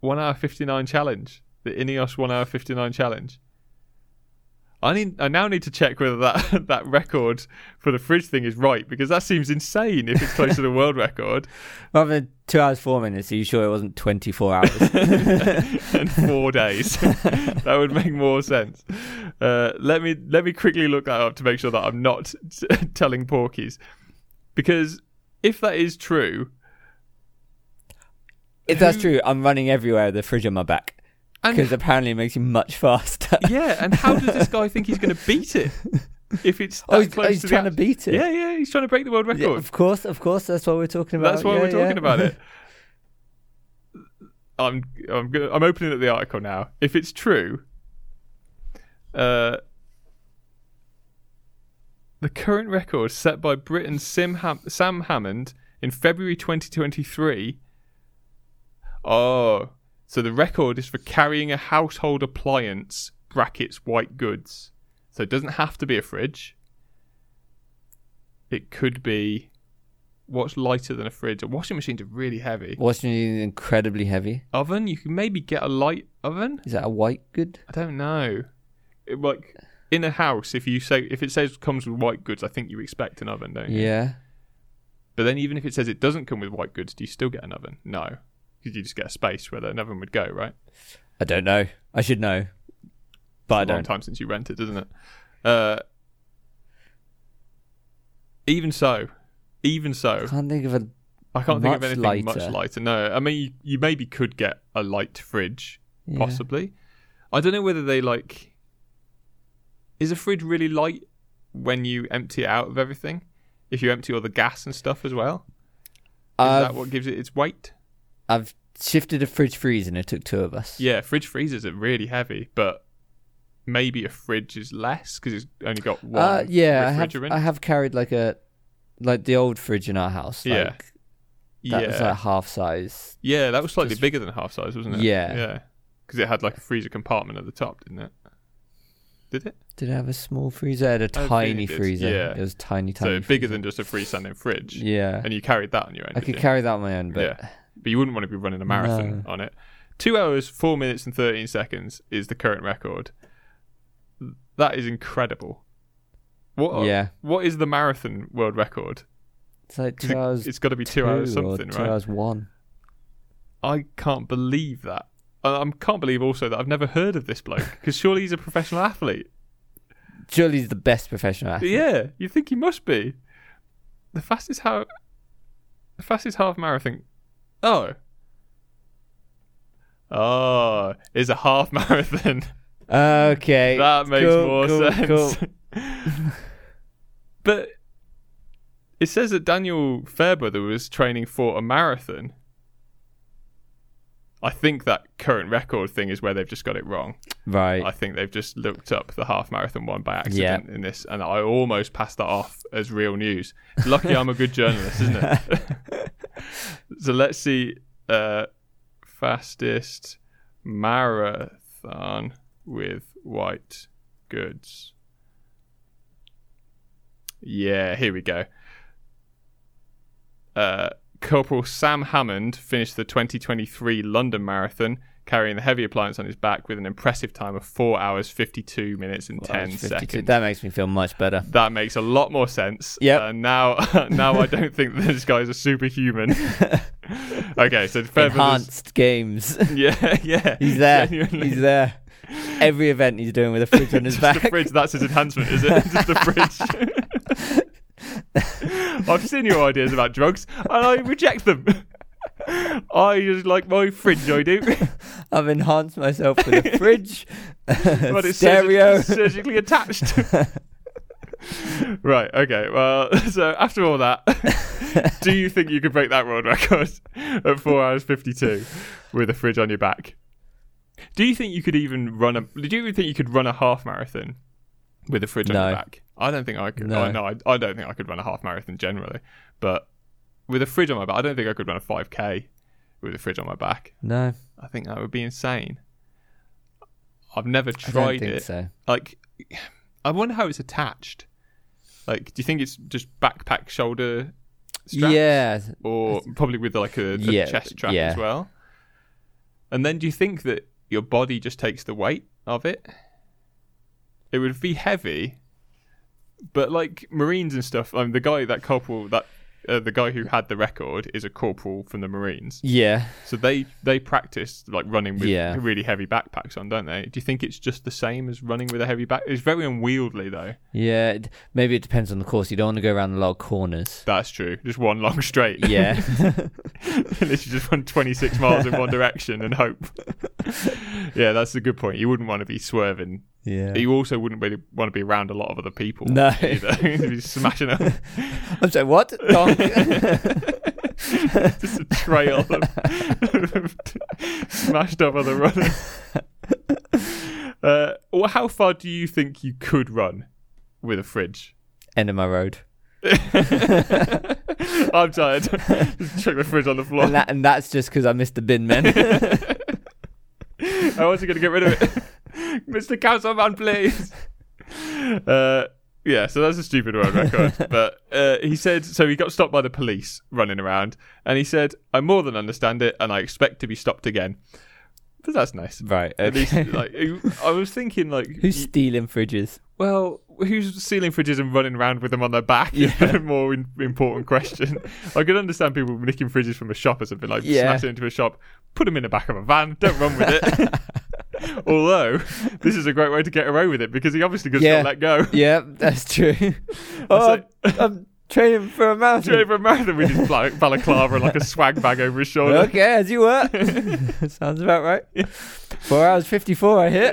[SPEAKER 1] One hour fifty nine challenge. The Ineos one hour fifty nine challenge. I need. I now need to check whether that that record for the fridge thing is right because that seems insane if it's close to the world record
[SPEAKER 2] Rather than two hours four minutes, are you sure it wasn't twenty four hours?
[SPEAKER 1] and four days. that would make more sense. Uh, let me let me quickly look that up to make sure that I'm not telling porkies, because if that is true,
[SPEAKER 2] If that's
[SPEAKER 1] Who-
[SPEAKER 2] true, I'm running everywhere with a fridge on my back
[SPEAKER 1] and
[SPEAKER 2] because apparently it makes you much faster.
[SPEAKER 1] Yeah, and how does this guy think he's going to beat it if it's that
[SPEAKER 2] oh, he's, oh,
[SPEAKER 1] close
[SPEAKER 2] he's
[SPEAKER 1] to the
[SPEAKER 2] trying to
[SPEAKER 1] act-
[SPEAKER 2] beat it.
[SPEAKER 1] Yeah, yeah, he's trying to break the world record.
[SPEAKER 2] Yeah, of course, of course. That's what we're talking about.
[SPEAKER 1] That's why
[SPEAKER 2] Yeah,
[SPEAKER 1] we're talking
[SPEAKER 2] yeah.
[SPEAKER 1] about it. I'm I'm go- I'm opening up the article now. If it's true, uh, the current record set by Britain's Sim Ham- Sam Hammond in February 2023. Oh, so the record is for carrying a household appliance brackets white goods. So it doesn't have to be a fridge. It could be what's lighter than a fridge. A washing machine's really heavy.
[SPEAKER 2] Washing machine is incredibly heavy.
[SPEAKER 1] Oven, you can maybe get a light oven.
[SPEAKER 2] Is that a white good?
[SPEAKER 1] I don't know. It, like in a house, if you say if it says comes with white goods, I think you expect an oven, don't you?
[SPEAKER 2] Yeah.
[SPEAKER 1] But then even if it says it doesn't come with white goods, do you still get an oven? No, because you just get a space where an oven would go, right?
[SPEAKER 2] I don't know. I should know, but I
[SPEAKER 1] a long
[SPEAKER 2] don't.
[SPEAKER 1] time since you rented, isn't it? Uh, even so, even so,
[SPEAKER 2] I can't think of a.
[SPEAKER 1] I can't think of
[SPEAKER 2] Much
[SPEAKER 1] anything much
[SPEAKER 2] lighter.
[SPEAKER 1] lighter. No, I mean you, you maybe could get a light fridge,
[SPEAKER 2] Yeah.
[SPEAKER 1] possibly. I don't know whether they like. Is a fridge really light when you empty it out of everything? If you empty all the gas and stuff as well, is
[SPEAKER 2] I've,
[SPEAKER 1] that what gives it its weight?
[SPEAKER 2] I've shifted a fridge freezer and it took two of us.
[SPEAKER 1] Yeah, fridge freezers are really heavy, but maybe a fridge is less because it's only got one
[SPEAKER 2] Uh, yeah, I have,
[SPEAKER 1] refrigerant.
[SPEAKER 2] I have carried like a, like the old fridge in our house.
[SPEAKER 1] Yeah.
[SPEAKER 2] Like, that
[SPEAKER 1] yeah,
[SPEAKER 2] was like half size.
[SPEAKER 1] yeah, that was slightly
[SPEAKER 2] just-
[SPEAKER 1] bigger than half size, wasn't it?
[SPEAKER 2] Yeah.
[SPEAKER 1] yeah, because it had like a freezer compartment at the top, didn't it? Did it?
[SPEAKER 2] Did I have a small freezer? I had a
[SPEAKER 1] I think
[SPEAKER 2] tiny
[SPEAKER 1] it did,
[SPEAKER 2] freezer.
[SPEAKER 1] yeah.
[SPEAKER 2] It was tiny,
[SPEAKER 1] So
[SPEAKER 2] tiny.
[SPEAKER 1] bigger than just a freestanding fridge.
[SPEAKER 2] yeah.
[SPEAKER 1] And you carried that on your own.
[SPEAKER 2] I
[SPEAKER 1] did
[SPEAKER 2] could
[SPEAKER 1] you?
[SPEAKER 2] carry that on my own, but
[SPEAKER 1] Yeah. but you wouldn't want to be running a marathon on it. Two hours, four minutes, and 13 seconds is the current record. That is incredible. What,
[SPEAKER 2] Yeah.
[SPEAKER 1] What is the marathon world record?
[SPEAKER 2] it's like
[SPEAKER 1] 'Cause
[SPEAKER 2] two
[SPEAKER 1] it-
[SPEAKER 2] hours.
[SPEAKER 1] it's got to be two, hours
[SPEAKER 2] two or
[SPEAKER 1] something,
[SPEAKER 2] two
[SPEAKER 1] right?
[SPEAKER 2] hours one.
[SPEAKER 1] I can't believe that. I, I can't believe also that I've never heard of this bloke because surely he's a professional athlete.
[SPEAKER 2] Surely he's the best professional athlete.
[SPEAKER 1] yeah, you think he must be. The fastest how the fastest half marathon. Oh. Oh, is a half marathon.
[SPEAKER 2] Okay.
[SPEAKER 1] that makes
[SPEAKER 2] cool,
[SPEAKER 1] more
[SPEAKER 2] cool,
[SPEAKER 1] sense.
[SPEAKER 2] cool.
[SPEAKER 1] but it says that Daniel Fairbrother was training for a marathon. I think that current record thing is where they've just got it wrong.
[SPEAKER 2] Right.
[SPEAKER 1] I think they've just looked up the half marathon one by accident in this, and I almost passed that off as real news. Lucky I'm a good journalist, isn't it? so let's see uh, fastest marathon with white goods. Yeah, here we go. Uh, Corporal Sam Hammond finished the 2023 London Marathon carrying the heavy appliance on his back with an impressive time of 4 hours 52 minutes and
[SPEAKER 2] Well,
[SPEAKER 1] 10
[SPEAKER 2] it's 52.
[SPEAKER 1] seconds.
[SPEAKER 2] That makes me feel much better.
[SPEAKER 1] That makes a lot more sense.
[SPEAKER 2] Yep.
[SPEAKER 1] And now, now I don't think this guy's a superhuman. okay, so Fairbrother's-
[SPEAKER 2] Enhanced games.
[SPEAKER 1] Yeah, yeah.
[SPEAKER 2] He's there.
[SPEAKER 1] Genuinely.
[SPEAKER 2] He's there. Every event he's doing with a fridge on his
[SPEAKER 1] Just
[SPEAKER 2] back.
[SPEAKER 1] the fridge. That's his enhancement, is it? Just the fridge. I've seen your ideas about drugs, and I reject them. I just like my fridge. I do,
[SPEAKER 2] I've enhanced myself with a fridge,
[SPEAKER 1] but it's
[SPEAKER 2] stereo.
[SPEAKER 1] surgi- surgically attached. right. Okay. Well, so after all that, do you think you could break that world record at four hours fifty-two with a fridge on your back? Do you think you could even run a? Do you even think you could run a half marathon with a fridge on
[SPEAKER 2] No.
[SPEAKER 1] your back? I don't think I could.
[SPEAKER 2] No.
[SPEAKER 1] No, no I, I don't think I could run a half marathon generally, but with a fridge on my back, I don't think I could run a five k with a fridge on my back.
[SPEAKER 2] no,
[SPEAKER 1] I think that would be insane. I've never
[SPEAKER 2] I don't
[SPEAKER 1] tried
[SPEAKER 2] think
[SPEAKER 1] it.
[SPEAKER 2] so.
[SPEAKER 1] Like, I wonder how it's attached. Like, do you think it's just backpack shoulder straps?
[SPEAKER 2] Yeah,
[SPEAKER 1] or probably with like a, a
[SPEAKER 2] Yeah,
[SPEAKER 1] chest strap
[SPEAKER 2] yeah.
[SPEAKER 1] as well. And then do you think that your body just takes the weight of it? It would be heavy, but like Marines and stuff. I mean, the guy that corporal that uh, the guy who had the record is a corporal from the Marines,
[SPEAKER 2] yeah.
[SPEAKER 1] so they they practice like running with
[SPEAKER 2] Yeah.
[SPEAKER 1] really heavy backpacks on, don't they? Do you think it's just the same as running with a heavy back? It's very unwieldy though.
[SPEAKER 2] Yeah, it- maybe it depends on the course. You don't want to go around a lot of corners.
[SPEAKER 1] That's true. Just one long straight.
[SPEAKER 2] Yeah,
[SPEAKER 1] Literally just run 26 miles in one direction and hope. yeah, that's a good point. You wouldn't want to be swerving.
[SPEAKER 2] yeah.
[SPEAKER 1] You also wouldn't really want to be around a lot of other people.
[SPEAKER 2] No.
[SPEAKER 1] Either. You'd be smashing up
[SPEAKER 2] I'm sorry, what? Donk.
[SPEAKER 1] just a trail of smashed up other runners. Uh, well, how far do you think you could run with a fridge?
[SPEAKER 2] End of my road.
[SPEAKER 1] I I'm tired. Just chuck the fridge on the floor.
[SPEAKER 2] and, that, and that's just because I missed the bin, man.
[SPEAKER 1] I wasn't going to get rid of it. Mr. Councilman, please. Uh, yeah, so that's a stupid world record. but uh, he said, so he got stopped by the police running around, and he said, I more than understand it, and I expect to be stopped again. But that's nice.
[SPEAKER 2] right.
[SPEAKER 1] At least,
[SPEAKER 2] okay.
[SPEAKER 1] like, I was thinking, like,
[SPEAKER 2] Who's stealing fridges?
[SPEAKER 1] well, who's sealing fridges and running around with them on their back is the more in- important question. I could understand people nicking fridges from a shop or something like
[SPEAKER 2] Yeah.
[SPEAKER 1] smash it into a shop, put them in the back of a van, don't run with it. Although this is a great way to get away with it because he obviously just
[SPEAKER 2] Yeah.
[SPEAKER 1] got let go.
[SPEAKER 2] yeah, that's true. oh, I'm, I'm training for a
[SPEAKER 1] Straight
[SPEAKER 2] marathon.
[SPEAKER 1] over a marathon with his bla- balaclava and like a swag bag over his shoulder.
[SPEAKER 2] okay, as you were. Sounds about right. Four hours fifty-four. I hit.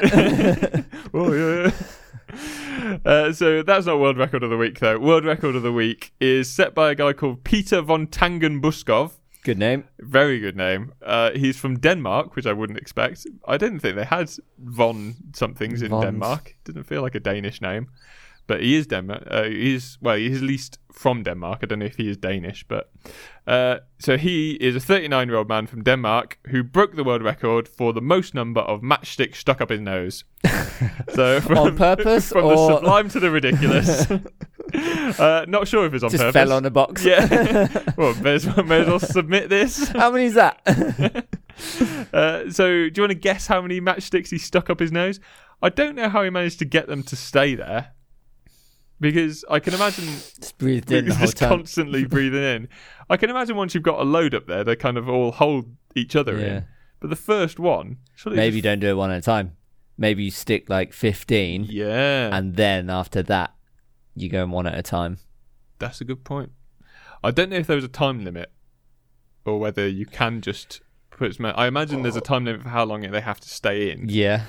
[SPEAKER 1] oh yeah. yeah. Uh, so that's not world record of the week though. World record of the week is set by a guy called Peter von Tangenbuskov.
[SPEAKER 2] Good name.
[SPEAKER 1] Very good name. Uh, he's from Denmark, which I wouldn't expect. I didn't think they had von somethings in
[SPEAKER 2] Vons.
[SPEAKER 1] Denmark. Didn't feel like a Danish name, but he is Denmark. Uh, he is well, he's at least from Denmark. I don't know if he is Danish, but uh, so he is a 39 year old man from Denmark who broke the world record for the most number of matchsticks stuck up his nose. so from,
[SPEAKER 2] On purpose
[SPEAKER 1] from the
[SPEAKER 2] or-
[SPEAKER 1] sublime to the ridiculous. uh, not sure if it's on
[SPEAKER 2] Just
[SPEAKER 1] purpose.
[SPEAKER 2] fell on a box.
[SPEAKER 1] Yeah. well, may as well, may as well submit this.
[SPEAKER 2] How many's that?
[SPEAKER 1] Uh, so, do you want to guess how many matchsticks he stuck up his nose? I don't know how he managed to get them to stay there because I can imagine
[SPEAKER 2] Just breathed in the
[SPEAKER 1] because
[SPEAKER 2] whole
[SPEAKER 1] just
[SPEAKER 2] time.
[SPEAKER 1] constantly breathing in. I can imagine once you've got a load up there, they kind of all hold each other
[SPEAKER 2] Yeah.
[SPEAKER 1] in. But the first one, surely
[SPEAKER 2] Maybe
[SPEAKER 1] just-
[SPEAKER 2] don't do it one at a time. Maybe you stick like fifteen,
[SPEAKER 1] yeah,
[SPEAKER 2] and then after that, you go in one at a time.
[SPEAKER 1] that's a good point. I don't know if there was a time limit or whether you can just put. as ma- I imagine there's a time limit for how long they have to stay in,
[SPEAKER 2] Yeah.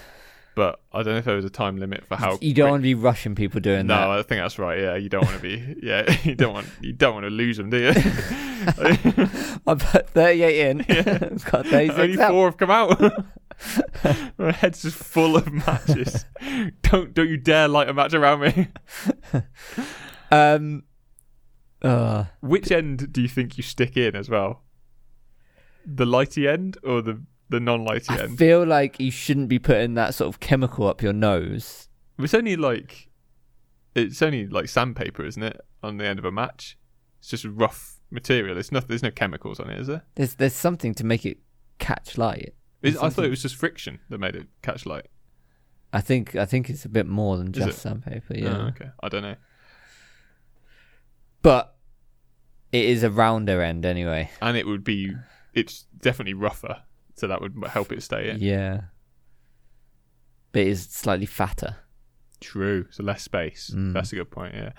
[SPEAKER 1] but I don't know if there was a time limit for how
[SPEAKER 2] You
[SPEAKER 1] quick-
[SPEAKER 2] don't want to be rushing people doing
[SPEAKER 1] No,
[SPEAKER 2] that.
[SPEAKER 1] I think that's right. Yeah, you don't want to be. Yeah, you don't want you don't want to lose them, do you?
[SPEAKER 2] I put 38 in. Got 36
[SPEAKER 1] Only
[SPEAKER 2] out.
[SPEAKER 1] four have come out. My head's just full of matches. don't don't you dare light a match around me.
[SPEAKER 2] Um, uh,
[SPEAKER 1] Which end do you think you stick in as well? The lighty end or the the non-lighty
[SPEAKER 2] I
[SPEAKER 1] end?
[SPEAKER 2] feel like you shouldn't be putting that sort of chemical up your nose.
[SPEAKER 1] It's only like it's only like sandpaper, isn't it? On the end of a match, it's just rough material. It's not. There's no chemicals on it, is there?
[SPEAKER 2] There's there's something to make it catch light.
[SPEAKER 1] Is, I thought it was just friction that made it catch light.
[SPEAKER 2] I think I think it's a bit more than
[SPEAKER 1] it?
[SPEAKER 2] just sandpaper. Yeah,
[SPEAKER 1] Oh, okay. I don't know.
[SPEAKER 2] but it is a rounder end anyway.
[SPEAKER 1] And it would be, it's definitely rougher. So that would help it stay
[SPEAKER 2] Yeah.
[SPEAKER 1] in.
[SPEAKER 2] But it is slightly fatter.
[SPEAKER 1] True. So less space.
[SPEAKER 2] Mm.
[SPEAKER 1] That's a good point. Yeah.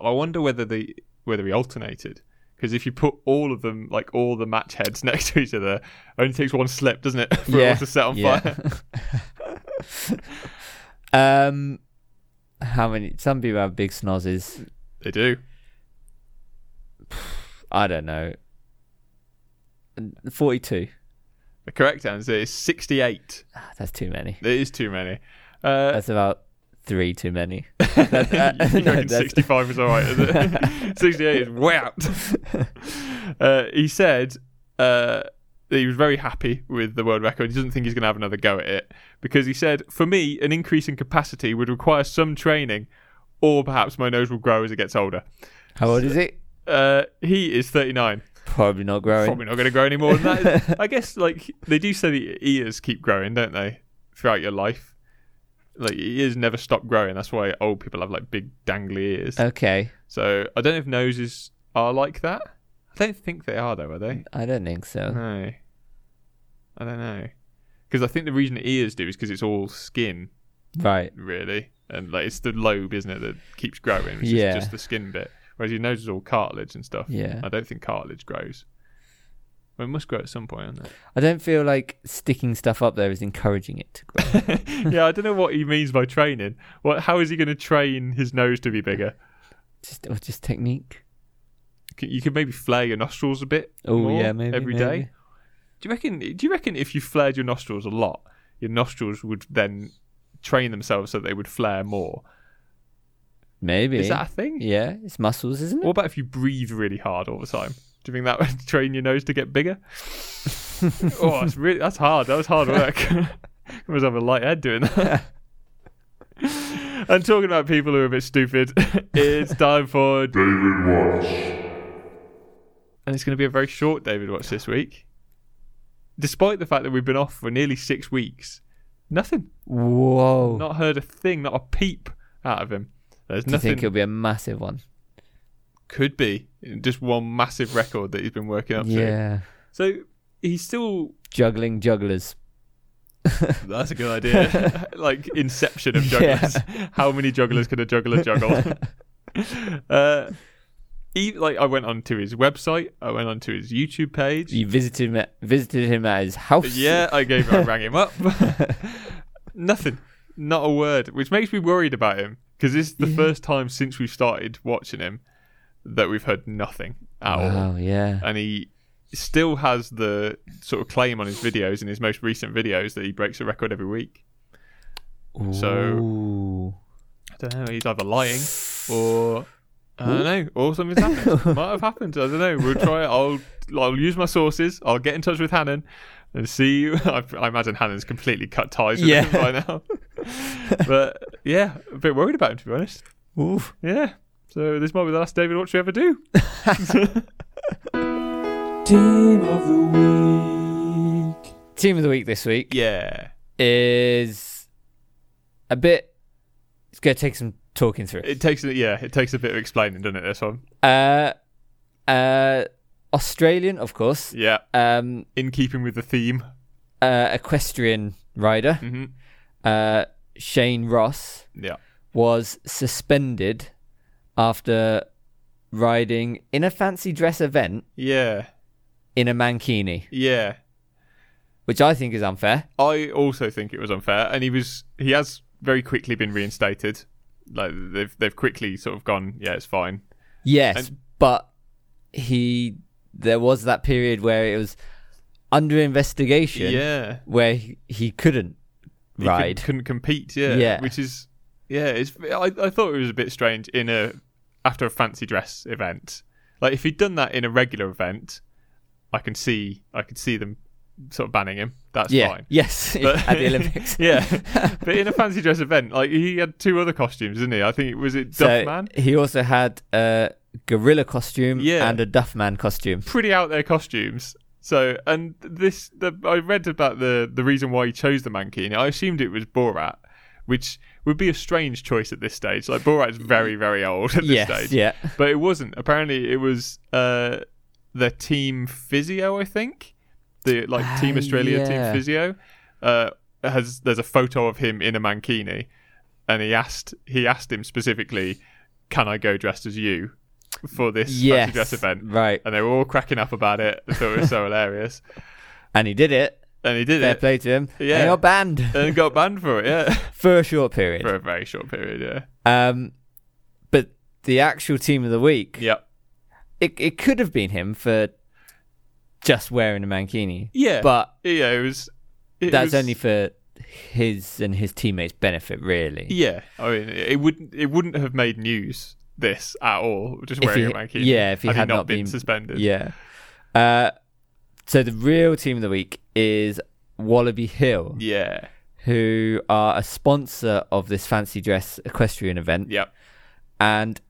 [SPEAKER 1] I wonder whether the whether he alternated because if you put all of them like all the match heads next to each other, only takes one slip, doesn't it, for it all
[SPEAKER 2] Yeah.
[SPEAKER 1] to set on
[SPEAKER 2] Yeah.
[SPEAKER 1] fire?
[SPEAKER 2] Um, how many? Some people have big snozzes.
[SPEAKER 1] they do.
[SPEAKER 2] I don't know. Forty-two.
[SPEAKER 1] The correct answer is sixty-eight.
[SPEAKER 2] Ah, That's too many.
[SPEAKER 1] There is too many. Uh,
[SPEAKER 2] That's about three too many.
[SPEAKER 1] you think
[SPEAKER 2] no,
[SPEAKER 1] I reckon
[SPEAKER 2] that's-
[SPEAKER 1] 65 is all right, is it? 68 is way out. Uh, he said uh, that he was very happy with the world record. He doesn't think he's going to have another go at it because he said, for me, an increase in capacity would require some training or perhaps my nose will grow as it gets older.
[SPEAKER 2] How old is it?
[SPEAKER 1] Uh, he is 39.
[SPEAKER 2] Probably not growing.
[SPEAKER 1] Probably not going to grow any more than that. I guess, like, they do say that your ears keep growing, don't they, throughout your life? Like, your ears never stop growing. That's why old people have, like, big dangly ears.
[SPEAKER 2] Okay.
[SPEAKER 1] So I don't know if noses are like that. I don't think they are, though, are they?
[SPEAKER 2] I don't think so.
[SPEAKER 1] No. I don't know. Because I think the reason ears do is because it's all skin,
[SPEAKER 2] Right.
[SPEAKER 1] really. And like it's the lobe, isn't it, that keeps growing, which
[SPEAKER 2] Yeah.
[SPEAKER 1] is just the skin bit. Whereas your nose is all cartilage and stuff.
[SPEAKER 2] Yeah.
[SPEAKER 1] I don't think cartilage grows. Well, it must grow at some point, isn't
[SPEAKER 2] I don't feel like sticking stuff up there is encouraging it to grow.
[SPEAKER 1] it? yeah, I don't know what he means by training. What? How is he going to train his nose to be bigger?
[SPEAKER 2] just or just technique.
[SPEAKER 1] C- You could maybe flare your nostrils a bit.
[SPEAKER 2] Oh
[SPEAKER 1] more
[SPEAKER 2] yeah, maybe
[SPEAKER 1] every day.
[SPEAKER 2] maybe.
[SPEAKER 1] Do you reckon? Do you reckon if you flared your nostrils a lot, your nostrils would then train themselves so they would flare more?
[SPEAKER 2] Maybe.
[SPEAKER 1] Is that a thing?
[SPEAKER 2] Yeah, it's muscles, isn't it?
[SPEAKER 1] What about if you breathe really hard all the time? Do you think that would train your nose to get bigger? oh, that's really that's hard. That was hard work. I was having a light head doing that. and talking about people who are a bit stupid, it's time for David Watch. And it's going to be a very short David Watch this week. Despite the fact that we've been off for nearly six weeks, nothing.
[SPEAKER 2] Whoa.
[SPEAKER 1] Not heard a thing, not a peep out of him. There's
[SPEAKER 2] Do you
[SPEAKER 1] nothing.
[SPEAKER 2] think it'll be a massive one?
[SPEAKER 1] could be just one massive record that he's been working up to.
[SPEAKER 2] Yeah.
[SPEAKER 1] So he's still
[SPEAKER 2] Juggling jugglers.
[SPEAKER 1] that's a good idea. like inception of jugglers. How many jugglers can a juggler juggle? uh he, like I went onto his website, I went onto his YouTube page. Uh,
[SPEAKER 2] You visited him at, visited him at his house.
[SPEAKER 1] Yeah, I gave I rang him up. Nothing. Not a word, which makes me worried about him because this is the first time since we started watching him that we've heard nothing at all.
[SPEAKER 2] Wow, yeah.
[SPEAKER 1] and he still has the sort of claim on his videos and his most recent videos that he breaks a record every week. so-
[SPEAKER 2] Ooh.
[SPEAKER 1] I don't know. He's either lying or I don't know, or something's happened. Might have happened. I don't know. We'll try. it. I'll I'll use my sources. I'll get in touch with Hannon and see. I, I imagine Hannon's completely cut ties with
[SPEAKER 2] Yeah.
[SPEAKER 1] him by now. but yeah, a bit worried about him to be honest.
[SPEAKER 2] Ooh.
[SPEAKER 1] Yeah. So this might be the last David Watch we ever do.
[SPEAKER 3] Team of the week.
[SPEAKER 2] Team of the week this week
[SPEAKER 1] Yeah.
[SPEAKER 2] is a bit. It's going to take some talking through.
[SPEAKER 1] It takes a- yeah, it takes a bit of explaining, doesn't it? This one.
[SPEAKER 2] Uh, uh, Australian, of course.
[SPEAKER 1] Yeah.
[SPEAKER 2] Um,
[SPEAKER 1] In keeping with the theme.
[SPEAKER 2] uh, equestrian rider
[SPEAKER 1] hmm
[SPEAKER 2] uh, Shane Ross
[SPEAKER 1] Yeah.
[SPEAKER 2] was suspended after riding in a fancy dress event
[SPEAKER 1] Yeah,
[SPEAKER 2] in a mankini,
[SPEAKER 1] yeah.
[SPEAKER 2] which I think is unfair.
[SPEAKER 1] I also think it was unfair, and he was he has very quickly been reinstated. Like they've they've quickly sort of gone, yeah, it's fine.
[SPEAKER 2] Yes,
[SPEAKER 1] And-
[SPEAKER 2] but he there was that period where it was under investigation
[SPEAKER 1] Yeah,
[SPEAKER 2] where he, he couldn't
[SPEAKER 1] He
[SPEAKER 2] ride.
[SPEAKER 1] could, couldn't compete. Yeah,
[SPEAKER 2] Yeah.
[SPEAKER 1] which is yeah. It's I I thought it was a bit strange in a after a fancy dress event. Like if he'd done that in a regular event, I can see I could see them sort of banning him. That's
[SPEAKER 2] yeah.
[SPEAKER 1] fine.
[SPEAKER 2] Yes.
[SPEAKER 1] But-
[SPEAKER 2] at the Olympics.
[SPEAKER 1] yeah, but in a fancy dress event, like he had two other costumes, didn't he? I think it was it
[SPEAKER 2] So
[SPEAKER 1] Duffman.
[SPEAKER 2] he also had a gorilla costume
[SPEAKER 1] Yeah.
[SPEAKER 2] and a Duffman costume.
[SPEAKER 1] pretty out there costumes. So, and this, the, I read about the the reason why he chose the mankini. I assumed it was Borat, which would be a strange choice at this stage. Like Borat's very, very old at this
[SPEAKER 2] yes.
[SPEAKER 1] stage.
[SPEAKER 2] Yeah.
[SPEAKER 1] But it wasn't. Apparently, it was uh, the team physio. I think the like
[SPEAKER 2] Ah,
[SPEAKER 1] Team Australia
[SPEAKER 2] yeah.
[SPEAKER 1] team physio uh, has. There's a photo of him in a mankini, and he asked he asked him specifically, "Can I go dressed as you?" For this fancy
[SPEAKER 2] Yes.
[SPEAKER 1] dress event,
[SPEAKER 2] Right.
[SPEAKER 1] and they were all cracking up about it. I thought it was so hilarious.
[SPEAKER 2] And he did it.
[SPEAKER 1] And he did
[SPEAKER 2] Fair
[SPEAKER 1] it
[SPEAKER 2] play to him. And
[SPEAKER 1] Yeah.
[SPEAKER 2] he got banned
[SPEAKER 1] and got banned for it, yeah,
[SPEAKER 2] for a short period.
[SPEAKER 1] for a very short period, yeah.
[SPEAKER 2] Um, but the actual team of the week,
[SPEAKER 1] Yeah,
[SPEAKER 2] it, it could have been him for just wearing a mankini.
[SPEAKER 1] yeah,
[SPEAKER 2] But
[SPEAKER 1] yeah, it was. It
[SPEAKER 2] that's
[SPEAKER 1] was-
[SPEAKER 2] only for his and his teammates' benefit, really.
[SPEAKER 1] Yeah, I mean, it wouldn't it wouldn't have made news this at all. Just
[SPEAKER 2] If
[SPEAKER 1] wearing
[SPEAKER 2] he-
[SPEAKER 1] a mankini.
[SPEAKER 2] yeah, if he had
[SPEAKER 1] not,
[SPEAKER 2] not
[SPEAKER 1] been,
[SPEAKER 2] been-
[SPEAKER 1] suspended.
[SPEAKER 2] Yeah. Uh, so the real team of the week is Wallaby Hill,
[SPEAKER 1] yeah,
[SPEAKER 2] who are a sponsor of this fancy dress equestrian event.
[SPEAKER 1] yep,
[SPEAKER 2] and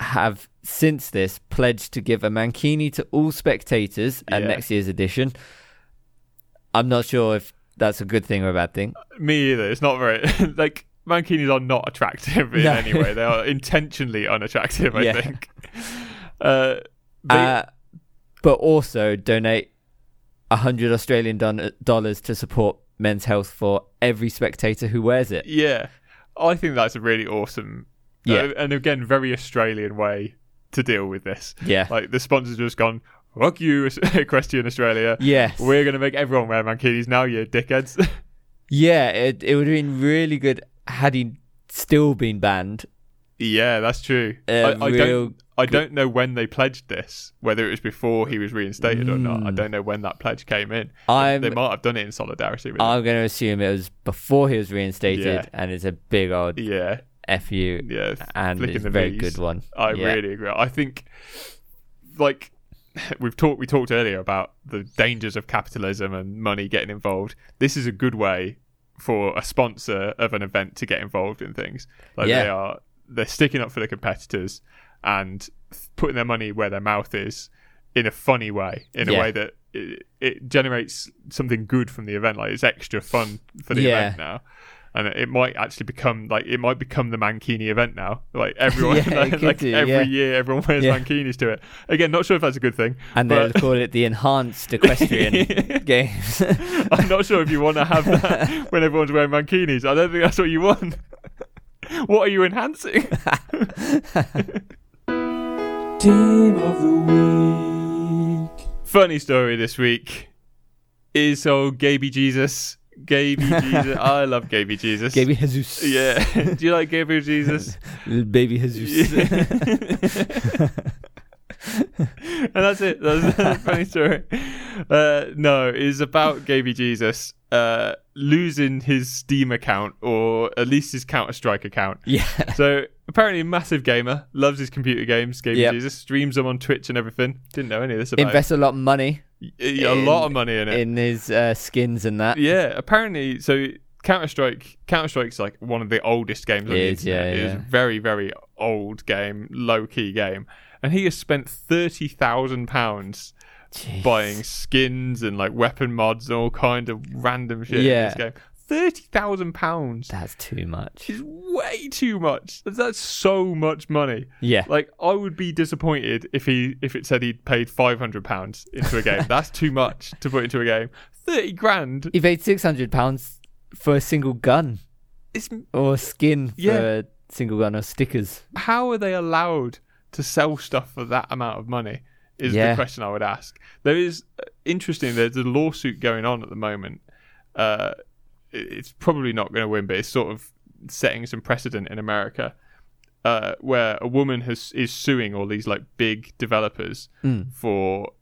[SPEAKER 2] have since this pledged to give a mankini to all spectators at
[SPEAKER 1] Yeah.
[SPEAKER 2] next year's edition. I'm not sure if that's a good thing or a bad thing.
[SPEAKER 1] me either. It's not very like mankinis are not attractive in
[SPEAKER 2] No.
[SPEAKER 1] any way. They are intentionally unattractive. I
[SPEAKER 2] Yeah.
[SPEAKER 1] think. Uh, they-
[SPEAKER 2] Uh, but also donate 100 Australian don- dollars to support men's health for every spectator who wears it.
[SPEAKER 1] Yeah, I think that's a really awesome,
[SPEAKER 2] Yeah.
[SPEAKER 1] uh, and again, very Australian way to deal with this.
[SPEAKER 2] Yeah.
[SPEAKER 1] Like the sponsors just gone, fuck you, Equestrian Australia.
[SPEAKER 2] Yes.
[SPEAKER 1] We're going to make everyone wear mankinis now, you dickheads.
[SPEAKER 2] yeah, it, it would have been really good had he still been banned.
[SPEAKER 1] yeah, that's true.
[SPEAKER 2] A
[SPEAKER 1] I, I
[SPEAKER 2] Um, real
[SPEAKER 1] don't. I don't know when they pledged this, whether it was before he was reinstated or not. I don't know when that pledge came in.
[SPEAKER 2] Mm. I'm-
[SPEAKER 1] they might have done it in solidarity with him.
[SPEAKER 2] I'm going to assume it was before he was reinstated
[SPEAKER 1] Yeah.
[SPEAKER 2] and it's a big old
[SPEAKER 1] Yeah.
[SPEAKER 2] F you.
[SPEAKER 1] Yeah,
[SPEAKER 2] And
[SPEAKER 1] flicking
[SPEAKER 2] it's a
[SPEAKER 1] the
[SPEAKER 2] very
[SPEAKER 1] Vs.
[SPEAKER 2] good one.
[SPEAKER 1] I
[SPEAKER 2] Yeah.
[SPEAKER 1] really agree. I think, like we've talked, we talked earlier about the dangers of capitalism and money getting involved. This is a good way for a sponsor of an event to get involved in things. Like
[SPEAKER 2] Yeah.
[SPEAKER 1] they are, they're sticking up for the competitors and putting their money where their mouth is in a funny way, in
[SPEAKER 2] Yeah.
[SPEAKER 1] a way that it, it generates something good from the event. Like it's extra fun for the
[SPEAKER 2] Yeah.
[SPEAKER 1] event now. And it might actually become like it might become the Mankini event now. Like everyone,
[SPEAKER 2] Yeah, it
[SPEAKER 1] like,
[SPEAKER 2] could do,
[SPEAKER 1] every
[SPEAKER 2] yeah.
[SPEAKER 1] year, everyone wears
[SPEAKER 2] Yeah.
[SPEAKER 1] mankinis to it. Again, not sure if that's a good thing.
[SPEAKER 2] And they'll
[SPEAKER 1] but
[SPEAKER 2] call it the enhanced equestrian games.
[SPEAKER 1] I'm not sure if you want to have that when everyone's wearing mankinis. I don't think that's what you want. what are you enhancing?
[SPEAKER 3] Team of the week.
[SPEAKER 1] Funny story this week is old Gaby Jesus. Gaby Jesus, I love Gaby Jesus.
[SPEAKER 2] Baby Jesus.
[SPEAKER 1] Yeah, do you like Gaby Jesus?
[SPEAKER 2] Little Baby Jesus.
[SPEAKER 1] Yeah. and that's it. That's a funny story. Uh, no, it's about Gaby Jesus uh, losing his Steam account, or at least his Counter Strike account.
[SPEAKER 2] yeah.
[SPEAKER 1] So apparently, a massive gamer, loves his computer games. Gaby
[SPEAKER 2] Yep.
[SPEAKER 1] Jesus streams them on Twitch and everything. Didn't know any of this about
[SPEAKER 2] Invest a lot of money
[SPEAKER 1] him. Y- a lot of money in it.
[SPEAKER 2] in his uh, skins and that.
[SPEAKER 1] yeah, apparently, so Counter Strike, Counter Strike's like one of the oldest games on
[SPEAKER 2] It
[SPEAKER 1] the
[SPEAKER 2] is, yeah,
[SPEAKER 1] internet. It is
[SPEAKER 2] yeah.
[SPEAKER 1] a very, very old game, low key game, and he has spent thirty thousand pounds
[SPEAKER 2] Jeez.
[SPEAKER 1] buying skins and like weapon mods and all kind of random shit
[SPEAKER 2] Yeah.
[SPEAKER 1] in this game. Thirty thousand pounds
[SPEAKER 2] That's too much.
[SPEAKER 1] is way too much. That's so much money.
[SPEAKER 2] Yeah.
[SPEAKER 1] Like I would be disappointed if he if it said he'd paid five hundred pounds into a game. That's too much to put into a game. Thirty grand
[SPEAKER 2] He paid six hundred pounds for a single gun
[SPEAKER 1] is
[SPEAKER 2] or skin for
[SPEAKER 1] Yeah.
[SPEAKER 2] a single gun or stickers.
[SPEAKER 1] how are they allowed to sell stuff for that amount of money? Is
[SPEAKER 2] Yeah.
[SPEAKER 1] the question I would ask. There is uh, interesting. There's a lawsuit going on at the moment. Uh, it- it's probably not going to win, but it's sort of setting some precedent in America, uh, where a woman has is suing all these like big developers
[SPEAKER 2] Hmm.
[SPEAKER 1] for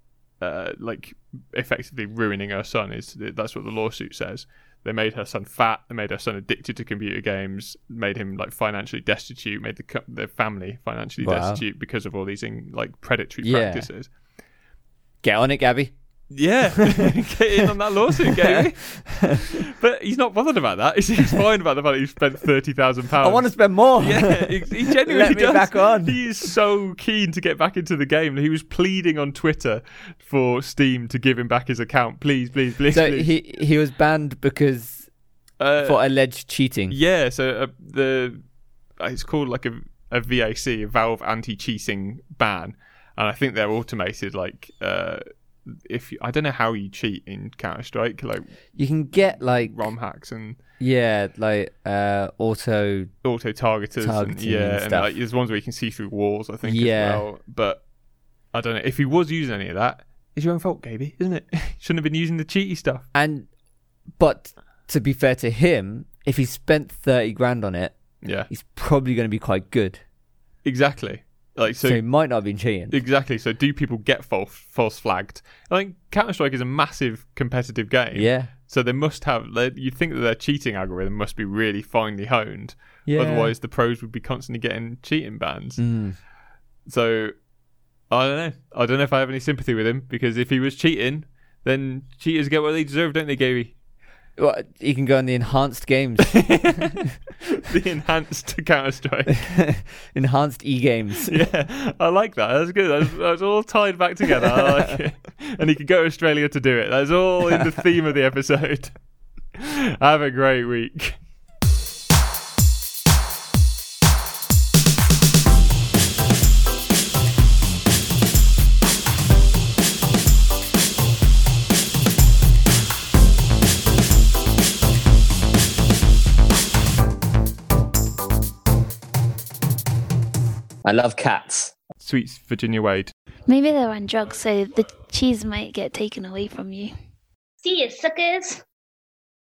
[SPEAKER 1] uh, like effectively ruining her son. Is that's what the lawsuit says? They made her son fat. They made her son addicted to computer games. Made him like financially destitute. Made the co- the family financially
[SPEAKER 2] Wow.
[SPEAKER 1] destitute because of all these in, like predatory
[SPEAKER 2] Yeah.
[SPEAKER 1] practices.
[SPEAKER 2] Get on it, Gabby.
[SPEAKER 1] Yeah, get in on that lawsuit, Gary. but he's not bothered about that. He's, he's fine about the fact that he spent thirty thousand pounds.
[SPEAKER 2] I want to spend more.
[SPEAKER 1] Oh. Yeah, he, he genuinely
[SPEAKER 2] Let me
[SPEAKER 1] does.
[SPEAKER 2] back on.
[SPEAKER 1] He is so keen to get back into the game. He was pleading on Twitter for Steam to give him back his account. Please, please, please.
[SPEAKER 2] So
[SPEAKER 1] please.
[SPEAKER 2] he he was banned because
[SPEAKER 1] Uh,
[SPEAKER 2] for alleged cheating.
[SPEAKER 1] yeah, so uh, the uh, it's called like a, a VAC, a Valve anti-cheating ban, and I think they're automated. Like, uh, if you, I don't know how you cheat in Counter Strike, like
[SPEAKER 2] You can get like
[SPEAKER 1] ROM hacks and
[SPEAKER 2] yeah, like uh auto
[SPEAKER 1] auto targeters and
[SPEAKER 2] Targeting
[SPEAKER 1] yeah,
[SPEAKER 2] and
[SPEAKER 1] and,
[SPEAKER 2] stuff.
[SPEAKER 1] like, there's ones where you can see through walls, I think,
[SPEAKER 2] Yeah.
[SPEAKER 1] as well. But I don't know if he was using any of that. It's your own fault, Gaby, isn't it? Shouldn't have been using the cheaty stuff.
[SPEAKER 2] and but to be fair to him, if he spent thirty grand on it,
[SPEAKER 1] Yeah,
[SPEAKER 2] he's probably going to be quite good.
[SPEAKER 1] exactly. Like
[SPEAKER 2] So,
[SPEAKER 1] so,
[SPEAKER 2] he might not have been cheating.
[SPEAKER 1] exactly. So, do people get false false flagged? I think Counter Strike is a massive competitive game.
[SPEAKER 2] yeah.
[SPEAKER 1] So they must have. they- You'd think that their cheating algorithm must be really finely honed.
[SPEAKER 2] Yeah.
[SPEAKER 1] Otherwise, the pros would be constantly getting cheating bans.
[SPEAKER 2] Mm.
[SPEAKER 1] So I don't know. I don't know if I have any sympathy with him because if he was cheating, then cheaters get what they deserve, don't they, Gaby?
[SPEAKER 2] Well, he can go on the enhanced games,
[SPEAKER 1] the enhanced Counter Strike.
[SPEAKER 2] enhanced e games.
[SPEAKER 1] Yeah, I like that. That's good. That's, that's all tied back together. I like it. And he could go to Australia to do it. That's all in the theme of the episode. Have a great week.
[SPEAKER 2] I love cats.
[SPEAKER 1] Sweets, Virginia Wade.
[SPEAKER 4] Maybe they're on drugs, so the cheese might get taken away from you.
[SPEAKER 5] See you, suckers.